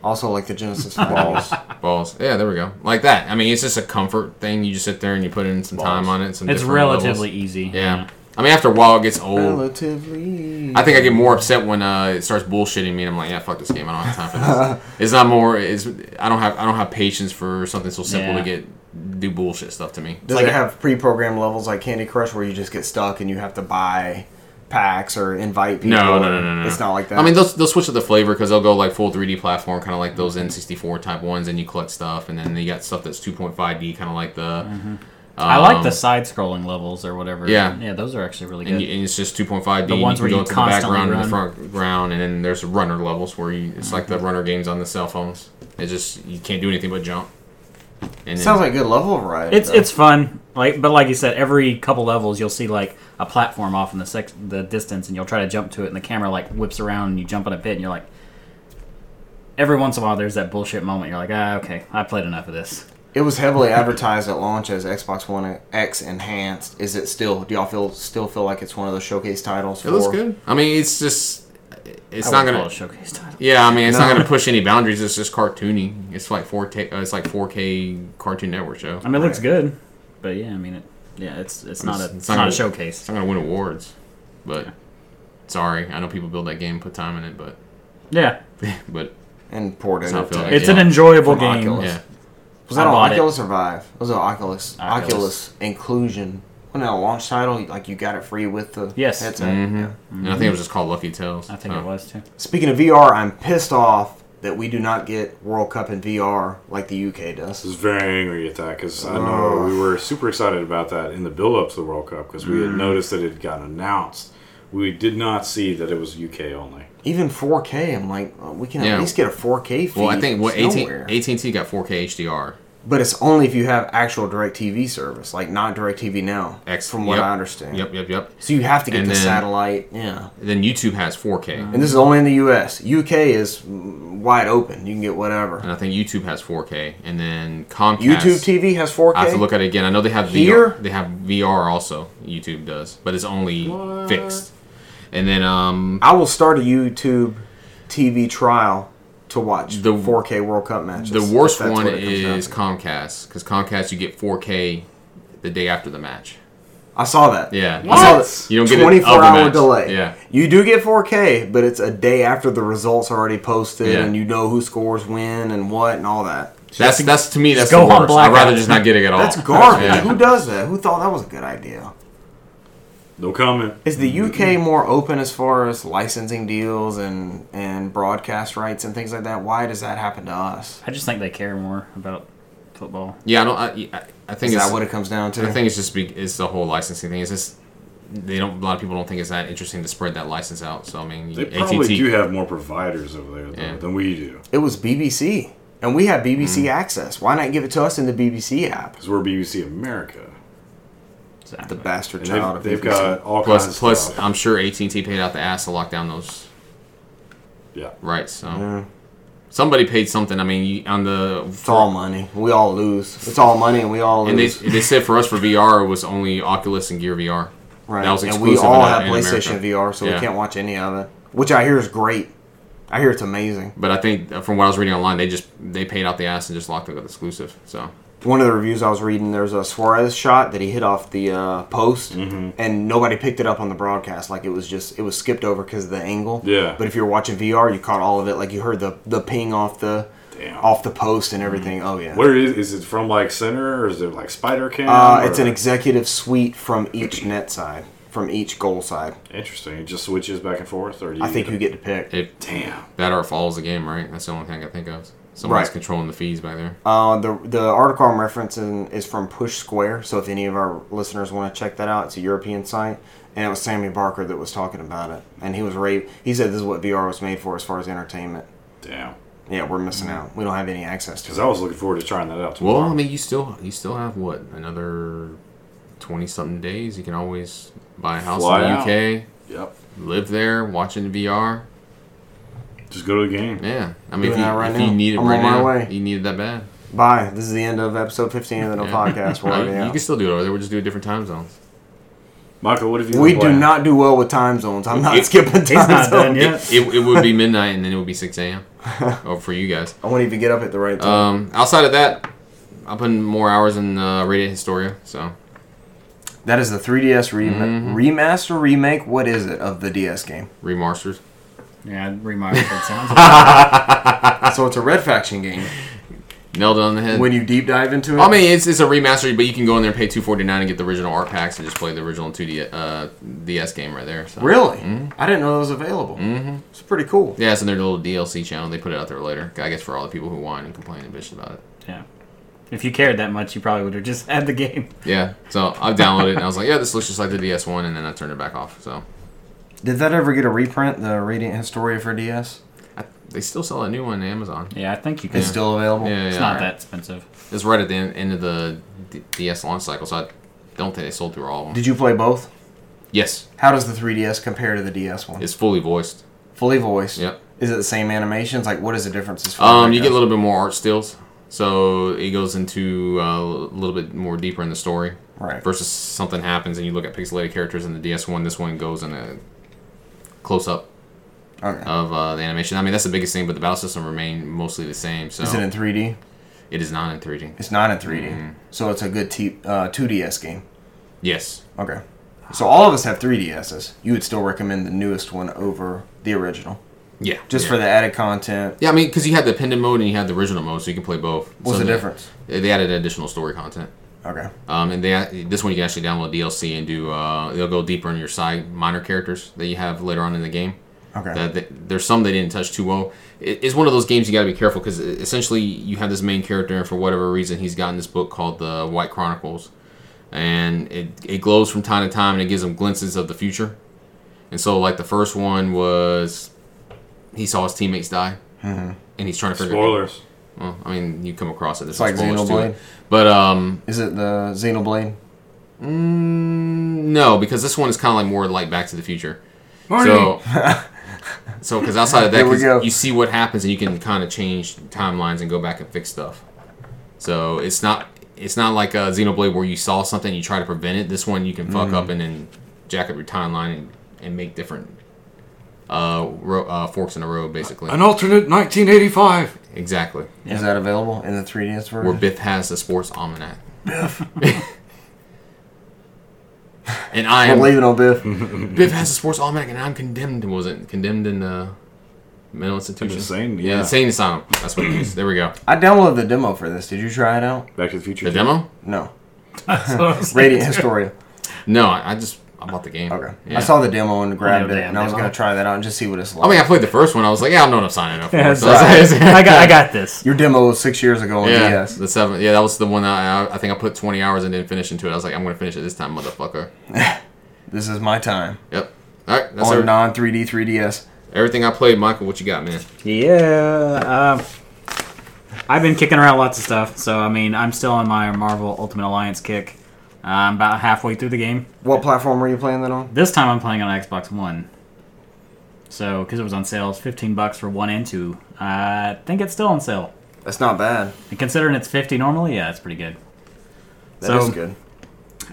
S1: Also like the
S3: [LAUGHS]
S1: Genesis fighting
S2: Balls.
S1: game.
S3: balls. Yeah, there we go. Like that. I mean, it's just a comfort thing. You just sit there and you put in some time on it. Some
S4: it's
S3: different
S4: relatively
S3: levels.
S4: easy.
S3: Yeah. I mean, after a while, it gets old.
S1: Relatively.
S3: I think I get more upset when uh, it starts bullshitting me, and I'm like, yeah, fuck this game. I don't have time for
S4: [LAUGHS]
S3: this. it's not more. It's I don't have I don't have patience for something so simple
S4: Yeah.
S3: to get do bullshit stuff to me.
S1: Does
S3: like
S1: it have pre-programmed levels like Candy Crush where you just get stuck and you have to buy packs or invite people?
S3: no, no, no, no, no.
S1: It's not like that.
S3: I mean, they'll, they'll switch up the flavor because they'll go like full 3D platform, kind of like those N64 type ones, and you collect stuff, and then you got stuff that's 2.5D, kind of like the.
S4: Mm-hmm. I like the
S3: um,
S4: side-scrolling levels or whatever.
S3: Yeah.
S4: yeah, those are actually really
S3: and,
S4: good.
S3: you, and it's just 2.5D.
S4: The
S3: and
S4: ones
S3: you
S4: where
S3: can go
S4: you
S3: into the
S4: constantly
S3: background and the
S4: run. Mm-hmm.
S3: front ground, and then there's runner levels where you, it's like the runner games on the cell phones. It's just you can't do anything but jump. And
S1: it
S3: then-
S1: sounds like a good level variety.
S4: It's
S1: though.
S4: it's fun, like but like you said, every couple levels you'll see like a platform off in the sec- the distance, and you'll try to jump to it, and the camera like whips around, and you jump on a pit, and you're like, every once in a while there's that bullshit moment. You're like, ah, okay, I played enough of this.
S1: It was heavily advertised at launch as Xbox One X enhanced. Is it still? Do y'all feel still feel like it's one of those showcase titles?
S3: it looks good. I mean, it's just it's
S4: I wouldn't
S3: not gonna.
S4: call it showcase title.
S3: Yeah, I mean, it's
S1: No.
S3: not gonna push any boundaries. It's just cartoony. It's like 4K. Uh, it's like 4K Cartoon Network show.
S4: I mean, it looks good, but yeah, I mean, it, yeah, it's it's not a
S3: It's- it's
S4: it's
S3: not
S4: not a
S3: gonna- It's
S4: showcase.
S3: not gonna win awards, but sorry, I know people build that game, put time in it, but [LAUGHS]
S4: Yeah,
S3: but
S1: and poured
S3: It's
S1: in.
S3: not feeling
S1: Was
S3: it.
S4: it's
S3: yeah.
S4: an enjoyable
S1: From
S4: game.
S1: Oculus.
S3: yeah,
S1: that
S4: I
S1: on
S4: bought it.
S1: Oculus or Vive? It was on Oculus. Oculus,
S4: Oculus.
S1: inclusion. When that launch title, like you got it free with the
S4: Yes.
S1: headset.
S3: Mm-hmm.
S1: Yeah.
S3: and I think it was just called Lucky Tales.
S4: Mm-hmm. I think
S3: so.
S4: it was too.
S1: Speaking of VR, I'm pissed off that we do not get World Cup in VR like the UK does.
S2: I was very angry at that because I know we were super excited about that in the build-up to the World Cup because we had
S1: Mm.
S2: noticed that it got announced. We did not see that it was UK only.
S1: Even 4K, I'm like, oh, we can
S3: Yeah.
S1: at least get a 4K feed.
S3: Well, I think what
S1: It's
S3: AT
S1: nowhere.
S3: and T got 4K HDR.
S1: But it's only if you have actual DirecTV service, like not DirecTV now,
S3: X,
S1: from what
S3: yep.
S1: I understand.
S3: Yep, yep, yep.
S1: So you have to get
S3: And
S1: the
S3: then-
S1: satellite. Yeah.
S3: Then YouTube has 4K,
S1: And this is only in the U.S. UK is mm, wide open. You can get whatever.
S3: and I think YouTube has 4K, and then Comcast.
S1: YouTube TV has 4K.
S3: I have to look at it again. I know they have
S1: Here?
S3: VR. They have VR also. YouTube does, but it's only fixed. And then um,
S1: I will start a YouTube TV trial to watch
S3: The-
S1: the 4K World Cup matches.
S3: the
S1: if
S3: worst
S1: that's
S3: one
S1: what it comes down
S3: is
S1: to.
S3: Comcast because Comcast you get 4K the day after the match.
S1: I saw that.
S3: Yeah.
S1: I saw
S2: What?
S1: that.
S3: You don't get it of the
S1: 24 hour
S3: match.
S1: delay.
S3: Yeah.
S1: You do get 4K, but it's a day after the results are already posted
S3: Yeah.
S1: and you know who scores when and what and all that.
S3: That's that's to me.
S4: just
S3: That's the
S4: go on
S3: worst. I'd rather
S4: blackout.
S3: just not get it at all.
S1: That's garbage.
S3: [LAUGHS] Yeah.
S1: Who does that? Who thought that was a good idea?
S2: No comment.
S1: Is the UK more open as far as licensing deals and and broadcast rights and things like that? Why does that happen to us?
S4: I just think they care more about football.
S3: Yeah, I don't. I, I- I think
S1: Is
S3: it's.
S1: that what it comes down to?
S3: I think it's just be, it's the whole licensing thing. It's just they don't. A lot of people don't think it's that interesting to spread that license out. So I mean,
S2: They probably
S3: ATT.
S2: do have more providers over there though,
S3: Yeah.
S2: than we do
S1: it was BBC, and we have BBC
S3: Hmm.
S1: access. Why not give it to us in the BBC app?
S2: because we're BBC America.
S1: The
S4: Exactly.
S1: bastard
S2: And
S1: child
S2: they've,
S1: of
S2: they've
S1: BBC.
S2: got all kinds
S3: plus,
S2: of
S3: plus, uh,
S2: stuff.
S3: I'm sure AT&T paid out the ass to lock down those
S2: Yeah,
S3: rights. So somebody paid something. I mean, you- on the
S1: It's all money. We all lose. It's all money, and we all
S3: and they
S1: lose.
S3: they said for us for VR it was only Oculus and Gear VR.
S1: right.
S3: that was
S1: and we
S3: exclusive
S1: all
S3: in-
S1: have
S3: in
S1: PlayStation
S3: America.
S1: VR, so
S3: Yeah.
S1: we can't watch any of it, which I hear is great. I hear it's amazing.
S3: But I think uh, from what I was reading online, they just they paid out the ass and just locked it with exclusive. So
S1: one of the reviews I was reading, there's a Suarez shot that he hit off the uh, post,
S2: Mm-hmm.
S1: and nobody picked it up on the broadcast. Like it was just it was skipped over because of the angle.
S2: Yeah.
S1: But if you're watching VR, you caught all of it. Like you heard the the ping off the
S2: damn.
S1: off the post and everything. Oh yeah.
S2: Where is is it from? Like center or is it like Spider Cam?
S1: uh, it's an
S2: or-
S1: executive suite from each net side, from each goal side.
S2: interesting. It just switches back and forth, or do you
S1: I think you get to pick.
S3: it
S2: Damn.
S3: that or it follows the game, right? That's the only thing I can think of. Someone's
S1: Right.
S3: controlling the fees back there.
S1: Uh, the the article I'm referencing is from Push Square, so if any of our listeners want to check that out, it's a European site, and it was Sammy Barker that was talking about it, and he was rave. He said this is what VR was made for as far as entertainment.
S2: Damn.
S1: Yeah, we're missing out. We don't have any access
S2: Because
S1: to
S2: I
S1: it.
S2: was looking forward to trying that out
S3: Well,
S2: tomorrow.
S3: I mean, you still you still have what another twenty something days. You can always buy a house
S2: Fly
S3: in the
S2: out.
S3: UK,
S2: yep.
S3: live there, watch it in VR.
S2: Just go to the game.
S3: Yeah, I
S1: Doing
S3: mean, if, you,
S1: that right
S3: if you
S1: now.
S3: need it
S1: I'm
S3: right
S1: on my
S3: now,
S1: way.
S3: you need it that bad.
S1: Bye. This is the end of episode 15 of the No
S3: Yeah.
S1: Podcast. We're
S3: No,
S1: already
S3: [LAUGHS] you, you
S1: out.
S3: can still do it over there. We'll just do a different time zone.
S2: Michael, what have you? been
S1: We do
S2: playing?
S1: not do well with time zones. I'm not
S3: It-
S1: skipping time
S4: He's [LAUGHS] not done
S1: zones.
S4: yet.
S3: It, it would be midnight, and then it would be six a.m.
S1: [LAUGHS]
S3: Oh, for you guys.
S1: I won't even get up at the right time.
S3: Um, outside of that, I put in more hours in uh, Radiant Historia. So
S1: that is the 3DS rem-
S3: Mm-hmm.
S1: remaster remake. What is it of the DS game?
S3: remasters.
S4: Yeah, remark. It [LAUGHS] sounds. Like
S1: so it's a Red Faction game.
S3: Nailed it on the head.
S1: When you deep dive into it,
S3: I mean, it's, it's a remaster, but you can go in there and pay two forty nine and get the original art packs and just play the original two D uh, DS game right there. So.
S1: Really? I didn't know that was available. Mm-hmm. It's pretty cool.
S3: Yeah, it's in their little DLC channel. They put it out there later. I guess for all the people who whine and complain and bitch about it.
S4: yeah. If you cared that much, you probably would have just had the game. [LAUGHS]
S3: Yeah. So I downloaded it and I was like, yeah, this looks just like the DS one, and then I turned it back off. So
S1: Did that ever get a reprint, the Radiant Historia for DS?
S3: I, they still sell that new one on Amazon.
S4: Yeah, I think you can.
S1: It's still available.
S3: Yeah,
S4: it's
S3: yeah,
S4: not
S3: right.
S4: that [LAUGHS] expensive.
S3: It's right at the end, end of the D- DS launch cycle, so I don't think they sold through all of them.
S1: Did you play both?
S3: yes,
S1: How does the 3DS compare to the DS one?
S3: it's fully voiced.
S1: Fully voiced.
S3: Yep.
S1: Is it the same animations? Like, what is the differences? for
S3: Um,
S1: the
S3: you get a
S1: 3DS?
S3: little bit more art stills, so it goes into uh, a little bit more deeper in the story.
S1: Right.
S3: Versus something happens and you look at pixelated characters in the DS one. This one goes in a close up
S1: Okay.
S3: of uh, the animation. I mean, that's the biggest thing, but the battle system remained mostly the same. So
S1: is it in 3D?
S3: it is not in 3D.
S1: It's not in 3D.
S3: Mm-hmm.
S1: So it's a good t- uh, 2DS game.
S3: Yes.
S1: Okay. So all of us have 3DSs. You would still recommend the newest one over the original,
S3: Yeah.
S1: just
S3: yeah.
S1: for the added content.
S3: Yeah, I mean, because you had the pendant mode and you had the original mode, so you can play both.
S1: What's
S3: So
S1: the
S3: they-
S1: difference?
S3: They, added additional story content.
S1: Okay.
S3: Um, and they this one you can actually download DLC and do. Uh, they'll go deeper in your side minor characters that you have later on in the game.
S1: Okay.
S3: That, Uh, that- there's some they didn't touch too well. It, it's one of those games you got to be careful because essentially you have this main character, and for whatever reason, he's gotten this book called the White Chronicles, and it it glows from time to time, and it gives him glimpses of the future. And so, like the first one was, he saw his teammates die,
S1: Mm-hmm.
S3: and he's trying to figure.
S2: Spoilers.
S3: Well, I mean, you come across it. There's
S1: It's like
S3: spoilers to
S1: Xenoblade.
S3: it. But um,
S1: Is it the Xenoblade?
S3: mm, no, because this one is kind of like more like Back to the Future. So, [LAUGHS] so because outside of that,
S1: Here we
S3: 'cause
S1: go.
S3: you see what happens, and you can kind of change timelines and go back and fix stuff. So it's not it's not like a Xenoblade where you saw something you try to prevent it. This one you can fuck
S1: Mm-hmm.
S3: up and then jack up your timeline and, and make different uh, ro- uh, forks in the road, basically.
S2: alternate 1985.
S3: Exactly.
S1: Is that available in the 3DS version?
S3: Where Biff has the sports almanac. Biff. [LAUGHS] and I
S1: I'm
S3: am Mm-hmm.
S1: leaving on Biff.
S3: Biff has a sports almanac, and I'm condemned. Was it condemned in uh, mental institution.
S2: Insane,
S3: yeah.
S2: yeah.
S3: insane asylum. That's what it is. There we go.
S1: I downloaded the demo for this. Did you try it out?
S2: Back to the Future.
S3: The demo?
S1: No.
S4: That's what I'm saying.
S3: [LAUGHS]
S1: Radiant Historia.
S3: No, I, I just I bought the game.
S1: Okay.
S3: Yeah. Oh,
S1: I saw the demo and grabbed it,
S4: damn
S1: and I was
S4: demo.
S1: gonna try that out and just see what it's like.
S3: I mean, I played the first one. I was like, yeah, I know what I'm signing up
S4: [LAUGHS]
S3: for.
S4: Yeah,
S3: So
S4: that's
S3: I was-
S4: I got, I got this.
S1: Your demo was six years ago on
S3: [LAUGHS] Yeah,
S1: DS.
S3: the seven. Yeah, that was the one that I, I think I put 20 hours and didn't finish into it. I was like, I'm gonna finish it this time, motherfucker.
S1: This is my time
S3: Yep. All right, that's
S1: on
S3: every-
S1: non 3D 3DS.
S3: everything I played. Michael, what you got, man?
S4: Yeah. Um, I've been kicking around lots of stuff, so I mean, I'm still on my Marvel Ultimate Alliance kick. Uh, I'm about halfway through the game.
S1: What platform were you playing that on?
S4: This time I'm playing on Xbox One. So, because it was on sale, it's 15 bucks for one and two. I think it's still on sale.
S1: That's not bad.
S4: And considering it's 50 normally, yeah, it's pretty good.
S1: That is
S4: So-
S1: good.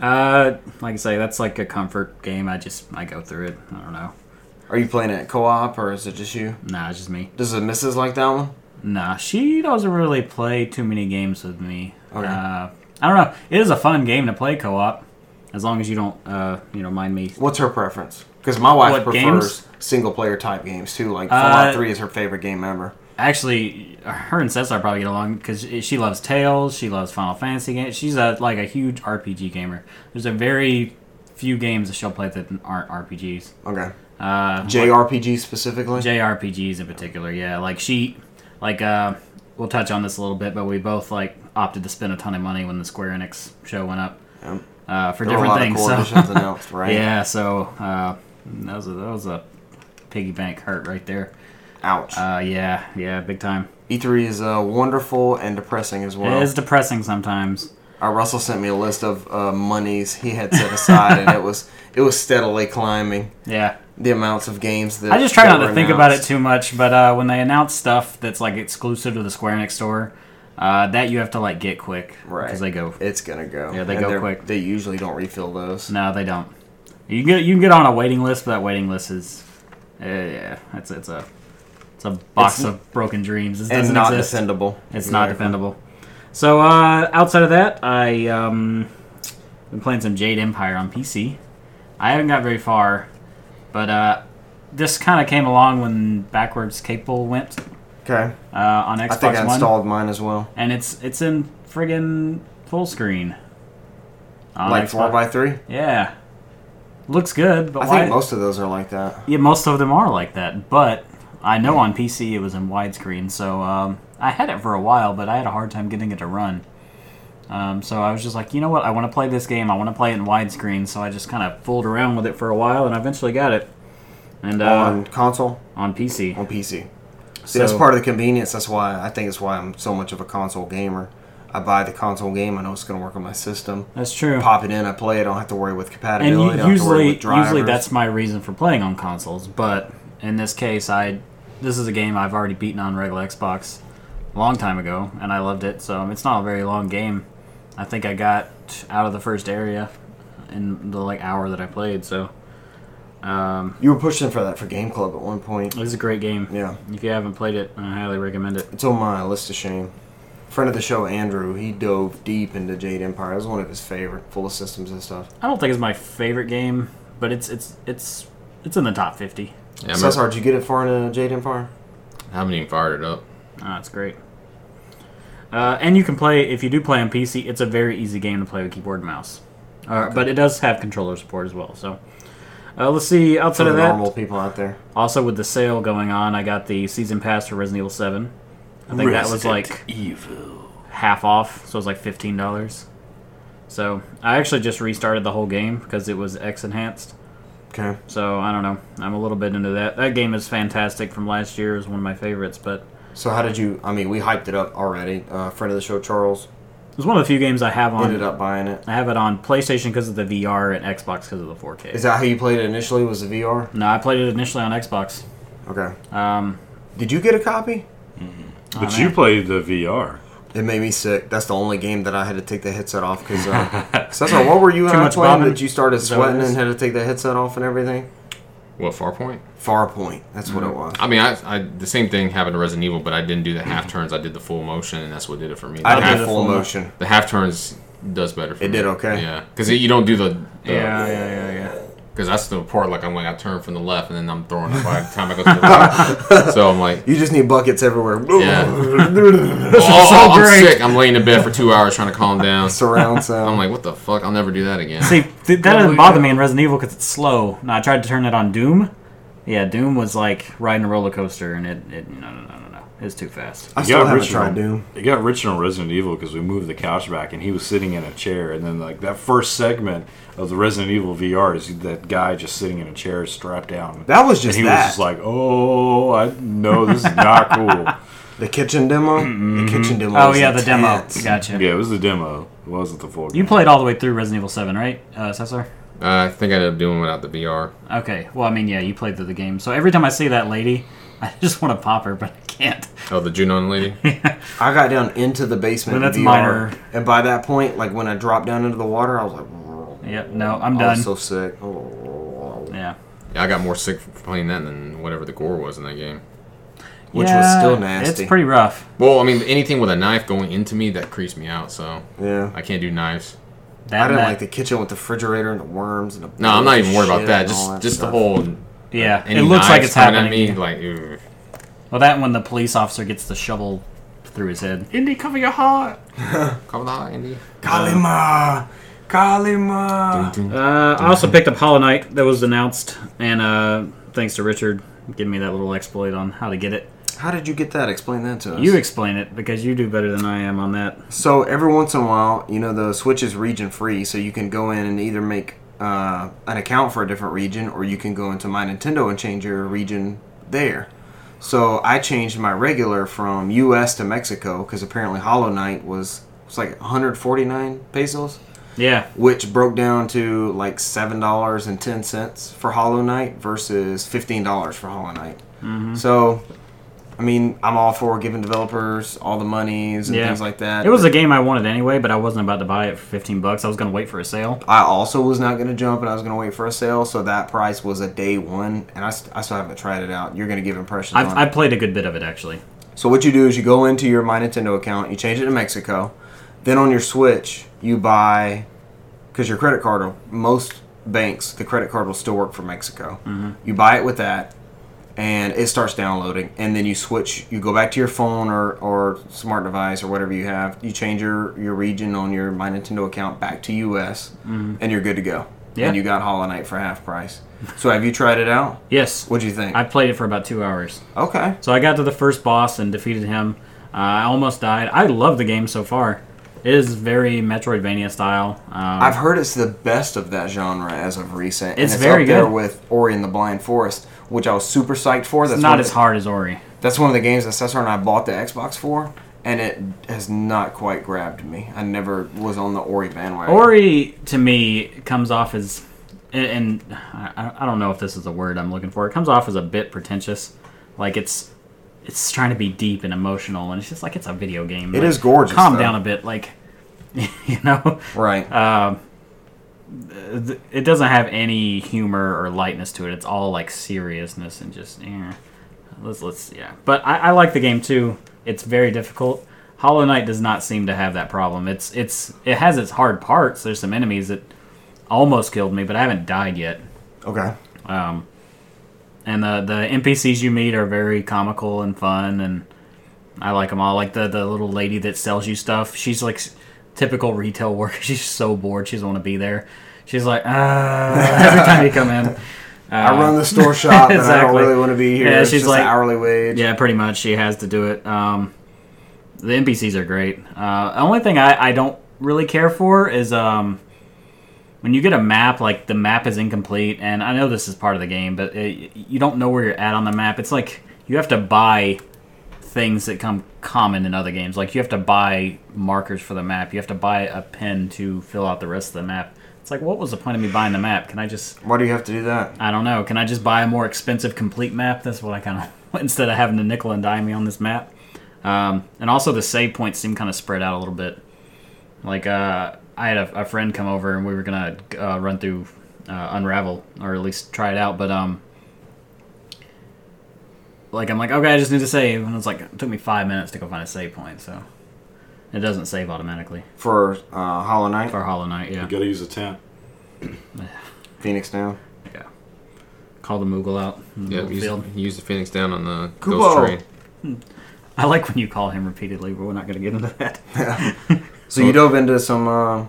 S4: Uh, like I say, that's like a comfort game. I just I go through it. I don't know.
S1: Are you playing it co-op or is it just you?
S4: Nah, it's just me.
S1: Does the missus like that one?
S4: Nah, she doesn't really play too many games with me.
S1: Okay.
S4: Uh, I don't know. It is a fun game to play co-op, as long as you don't, uh, you know, mind me.
S1: What's her preference? Because my
S4: What,
S1: wife prefers
S4: games?
S1: single-player type games too. Like
S4: Uh,
S1: Fallout Three is her favorite game ever.
S4: Actually, her and Cesar probably get along because she loves Tales. She loves Final Fantasy games. She's a like a huge RPG gamer. There's a very few games that she'll play that aren't RPGs.
S1: Okay.
S4: Uh,
S1: JRPG specifically.
S4: JRPGs in particular, yeah. Like she, like uh, we'll touch on this a little bit, but we both like opted to spend a ton of money when the Square Enix show went up
S1: Yep.
S4: uh, for
S1: There were
S4: different
S1: a lot of
S4: things.
S1: cool
S4: so- [LAUGHS]
S1: additions announced, right?
S4: yeah, so uh, that was a, that was a piggy bank hurt right there.
S1: Ouch.
S4: Uh, yeah, yeah, big time.
S1: E3 is uh, wonderful and depressing as well.
S4: it is depressing sometimes.
S1: Uh, Russell sent me a list of uh, monies he had set aside, and it was it was steadily climbing.
S4: Yeah,
S1: The amounts of games that
S4: I just try
S1: that
S4: not to
S1: were
S4: think about it
S1: announced.
S4: too much, but uh, when they announce stuff that's like exclusive to the Square Enix store, uh, that you have to like get quick
S1: Right.
S4: because they go
S1: It's gonna go.
S4: Yeah, they
S1: And
S4: go
S1: they're-
S4: quick.
S1: They usually don't refill those.
S4: No, they don't. You can get you can get on a waiting list, but that waiting list is uh, yeah, it's it's a it's a box
S1: It's-
S4: of broken dreams. It
S1: and
S4: doesn't
S1: not
S4: exist.
S1: defendable.
S4: It's
S1: Exactly.
S4: not defendable. So uh, outside of that, I um, been playing some Jade Empire on PC. I haven't got very far, but uh, this kind of came along when backwards capable went
S1: Okay,
S4: uh, on Xbox
S1: I think I
S4: One,
S1: installed mine as well.
S4: and it's it's in friggin' full screen. On
S1: like
S4: Xbox-
S1: four by three.
S4: yeah. Looks good, but
S1: I
S4: why?
S1: think most of those are like that.
S4: yeah, most of them are like that. But I know on PC it was in widescreen, so um, I had it for a while, but I had a hard time getting it to run. Um, so I was just like, you know what? I want to play this game. I want to play it in widescreen. So I just kind of fooled around with it for a while, and I eventually got it. And uh,
S1: on console,
S4: on PC,
S1: on PC. See, that's
S4: So-
S1: part of the convenience. That's why I think it's why I'm so much of a console gamer. I buy the console game. I know it's gonna work on my system.
S4: that's true.
S1: Pop it in. I play. I don't have to worry with
S4: and
S1: compatibility. I
S4: u-
S1: don't have to worry
S4: usually
S1: with drivers.
S4: usually that's my reason for playing on consoles but in this case i this is a game i've already beaten on regular xbox a long time ago and i loved it so it's not a very long game i think i got out of the first area in the like hour that i played so um,
S1: You were pushing for that for Game Club at one point.
S4: it was a great game
S1: Yeah.
S4: if you haven't played it i highly recommend it
S1: It's on my list of shame. Friend of the show, Andrew, he dove deep into Jade Empire. It was one of his favorite, full of systems and stuff.
S4: i don't think it's my favorite game but it's it's it's it's in the top 50
S3: Yeah, I remember-
S1: Cesar, did you get it far into Jade Empire?
S3: I haven't even fired it up.
S4: Oh, that's great. Uh, and you can play if you do play on PC. It's a very easy game to play with keyboard and mouse, uh, but it does have controller support as well. So uh, let's see.
S1: For
S4: Outside
S1: the
S4: of that,
S1: normal people out there.
S4: also with the sale going on, I got the season pass for Resident Evil Seven. I think that was like
S2: evil.
S4: half off, so it was like fifteen dollars. So I actually just restarted the whole game because it was X enhanced.
S1: Okay.
S4: So I don't know. I'm a little bit into that. That game is fantastic from last year. It was one of my favorites, but
S1: So how did you? I mean, we hyped it up already. Uh, friend of the show, Charles,
S4: it was one of the few games I have on
S1: ended up buying it.
S4: I have it on PlayStation because of the VR and Xbox because of the 4K.
S1: Is that how you played it initially? Was the VR?
S4: no, I played it initially on Xbox.
S1: Okay.
S4: Um,
S1: Did you get a copy?
S2: But
S4: man.
S2: you played the VR.
S1: It made me sick. That's the only game that I had to take the headset off because
S4: [LAUGHS]
S1: uh, Cesar, what were you and I
S4: much
S1: playing
S4: bobbing?
S1: that you started
S4: Is that what it
S1: sweating
S4: is?
S1: and had to take the headset off and everything?
S3: What Farpoint?
S1: Farpoint. That's what
S4: Mm-hmm.
S1: it was.
S3: I mean, I, I the same thing happened to Resident Evil, but I didn't do the half turns. I did the full motion, and that's what did it for me. The
S1: I
S4: did
S1: did
S4: the
S3: half,
S1: full
S4: full mo-
S1: motion.
S3: the half turns does better. for
S1: It
S3: me.
S1: did okay. Oh.
S3: Yeah, because you don't do the, the
S4: yeah, yeah, yeah, yeah.
S3: because that's the part like I'm like I turn from the left and then I'm throwing it by the time I go to the
S1: [LAUGHS]
S3: right. So I'm like,
S1: You just need buckets everywhere.
S3: Yeah. oh, I'm sick. I'm laying in bed for two hours trying to calm
S1: [LAUGHS]
S2: [LAUGHS]
S3: down.
S1: Surround sound.
S3: I'm like, what the fuck? I'll never do that again.
S4: See, th- that doesn't bother me in Resident Evil because it's slow. No, I tried to turn it on Doom. Yeah, Doom was like riding a roller coaster, and it, it no, no, no, no, no, it's too fast.
S1: I
S2: It
S1: still
S2: got
S1: haven't
S2: rich
S1: tried
S2: on
S1: Doom.
S2: It got rich on Resident Evil because we moved the couch back and he was sitting in a chair. And then like that first segment of the Resident Evil VR is that guy just sitting in a chair strapped down.
S1: That was just
S2: and he
S1: that.
S2: was just like, oh, I no, this
S4: [LAUGHS]
S2: is not cool.
S1: the kitchen demo. The kitchen demo.
S4: Oh
S1: was
S4: yeah, the demo.
S1: intense.
S4: Gotcha.
S2: Yeah, it was the demo. It wasn't the full.
S4: You
S2: game.
S4: played all the way through Resident Evil Seven, right, uh, Cesar?
S3: I think I ended up doing without the VR.
S4: Okay. Well, I mean, yeah, you played through the game. So every time I see that lady, [LAUGHS] I just want to pop her, but I can't. [LAUGHS]
S3: Oh, the Junon lady.
S1: I got down into the basement.
S4: Well, that's
S1: in VR,
S4: minor.
S1: And by that point, like when I dropped down into the water, I was like,
S4: Yep. No, I'm
S1: I
S4: done.
S1: was Oh, so sick.
S4: yeah.
S3: Yeah, I got more sick from playing that than whatever the gore was in that game.
S1: Which was
S4: Yeah,
S1: still nasty.
S4: It's pretty rough.
S3: Well, I mean, anything with a knife going into me that creeps me out. So
S1: Yeah.
S3: I can't do knives.
S4: That,
S1: I didn't
S4: that-
S1: like the kitchen with the refrigerator and the worms and the.
S3: No, I'm not even worried about
S1: shit
S3: that.
S1: and
S3: Just
S1: all that
S3: just the
S1: stuff.
S3: whole.
S4: Yeah,
S3: any
S4: it looks like
S3: knives
S4: it's
S3: coming
S4: happening.
S3: At me, like, ew.
S4: Well, that and when the police officer gets the shovel through his head. Indy, cover your heart.
S3: cover the eye, Andy.
S1: Kalima, Kalima.
S4: Uh, I also picked up Hollow Knight that was announced, and uh, thanks to Richard giving me that little exploit on how to get it.
S1: How did you get that? Explain that to us.
S4: You explain it because you do better than I am on that.
S1: So every once in a while, you know, the Switch is region free, so you can go in and either make uh, an account for a different region, or you can go into My Nintendo and change your region there. So I changed my regular from U.S. to Mexico because apparently Hollow Knight was was like 149 pesos,
S4: Yeah,
S1: which broke down to like seven dollars and ten cents for Hollow Knight versus fifteen dollars for Hollow Knight.
S4: Mm-hmm.
S1: So. I mean, I'm all for giving developers all the monies and
S4: Yeah.
S1: things like that.
S4: it was a game I wanted anyway, but I wasn't about to buy it for 15 bucks. I was going to wait for a sale.
S1: I also was not going to jump and I was going to wait for a sale, so that price was a day one, and I, st- I still haven't tried it out. You're going to give impressions
S4: I've,
S1: on
S4: I
S1: it.
S4: played a good bit of it actually.
S1: So what you do is you go into your My Nintendo account, you change it to Mexico, then on your Switch you buy because your credit card will, most banks the credit card will still work for Mexico.
S4: Mm-hmm.
S1: You buy it with that, and it starts downloading, and then you switch. You go back to your phone or, or smart device or whatever you have. You change your your region on your My Nintendo account back to U.S. and you're good to go.
S4: Mm-hmm. Yeah.
S1: And you got Hollow Knight for half price. So have you tried it out?
S4: Yes,
S1: What'd you think?
S4: I played it for about two hours.
S1: okay.
S4: So I got to the first boss and defeated him. Uh, I almost died. I love the game so far. It is very Metroidvania style. Um,
S1: I've heard it's the best of that genre as of recent.
S4: It's
S1: and it's
S4: very
S1: up there
S4: good.
S1: with Ori and the Blind Forest, which I was super psyched for. That's
S4: it's
S1: one
S4: not
S1: of
S4: as
S1: the-
S4: hard as Ori.
S1: That's one of the games that Cesar and I bought the Xbox for, and it has not quite grabbed me. I never was on the Ori bandwagon.
S4: Ori to me comes off as, and, and I, I don't know if this is the word I'm looking for. It comes off as a bit pretentious, like it's it's trying to be deep and emotional, and it's just like it's a video game.
S1: It
S4: It
S1: is
S4: is
S1: gorgeous,
S4: Calm
S1: though.
S4: down a bit, like [LAUGHS] you know,
S1: right?
S4: Uh, th- it doesn't have any humor or lightness to it. It's all like seriousness and just eh. let's let's yeah. But I, I like the game too. It's very difficult. Hollow Knight does not seem to have that problem. It's it's it has its hard parts. There's some enemies that almost killed me, but I haven't died yet.
S1: okay.
S4: Um, and the the NPCs you meet are very comical and fun, and I like them all. Like the the little lady that sells you stuff, she's like s- typical retail [LAUGHS] worker. She's so bored, she doesn't want to be there. She's like, ah, [LAUGHS] every time you come in.
S1: I run
S4: [LAUGHS]
S1: the store shop,
S4: uh,
S1: and I don't
S4: Exactly.
S1: really want to be here.
S4: Yeah,
S1: it's
S4: she's
S1: just
S4: like-
S1: an hourly wage.
S4: Yeah, pretty much. She has to do it. Um, the NPCs are great. Uh, the only thing I, I don't really care for is um, when you get a map, like the map is incomplete, and I know this is part of the game, but it, you don't know where you're at on the map. It's like you have to buy things that come common in other games. Like you have to buy markers for the map. You have to buy a pen to fill out the rest of the map. It's like, what was the point of me buying the map? Can I just
S1: Why do you have to do that?
S4: I don't know. Can I just buy a more expensive complete map? That's what I kind of [LAUGHS] instead of having to nickel and dime me on this map. Um, and also the save points seem kind of spread out a little bit. Like uh, I had a, a friend come over and we were gonna uh, run through uh, Unravel or at least try it out, but um, like I'm like okay, I just need to save, and it's like it took me five minutes to go find a save point, so it doesn't save automatically
S1: For uh, Hollow Knight,
S4: for Hollow Knight. Yeah,
S2: You gotta use a tent.
S1: Phoenix Down.
S4: Yeah. Call the Moogle out. in the
S3: Yeah,
S4: middle
S3: use,
S4: field.
S3: use the Phoenix down on the
S1: Kubo.
S3: Ghost Train.
S4: I like when you call him repeatedly, but we're not going to get into that.
S1: So you dove into some. Um,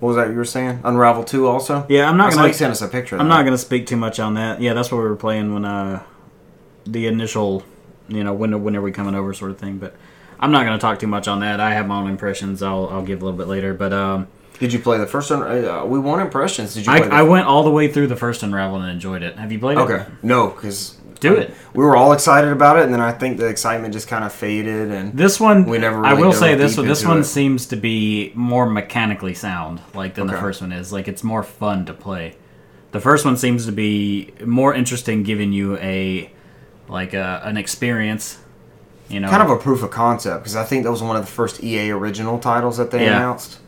S1: what was that you were saying? Unravel two also.
S4: Yeah, I'm not
S1: I saw
S4: gonna-
S1: you sent us a picture. of
S4: I'm
S1: that.
S4: not going to speak too much on that. Yeah, that's what we were playing when uh, the initial, you know, when when are we coming over sort of thing. But I'm not going to talk too much on that. I have my own impressions. I'll I'll give a little bit later. But um,
S1: Did you play the first one? Uh, we won impressions. Did you?
S4: I,
S1: play the
S4: I went all the way through the first Unravel and enjoyed it. Have you played it?
S1: Okay. No, because
S4: do it.
S1: we were all excited about it, and then I think the excitement just kind of faded. And
S4: This one,
S1: We never
S4: I
S1: really
S4: will
S1: dove
S4: say this
S1: deep
S4: one. This
S1: into
S4: one
S1: it.
S4: seems to be more mechanically sound, like than the
S1: Okay.
S4: first one is. Like it's more fun to play. The first one seems to be more interesting, giving you a like a, an experience. You know,
S1: kind of a proof of concept because I think that was one of the first EA original titles that they
S4: Yeah.
S1: announced.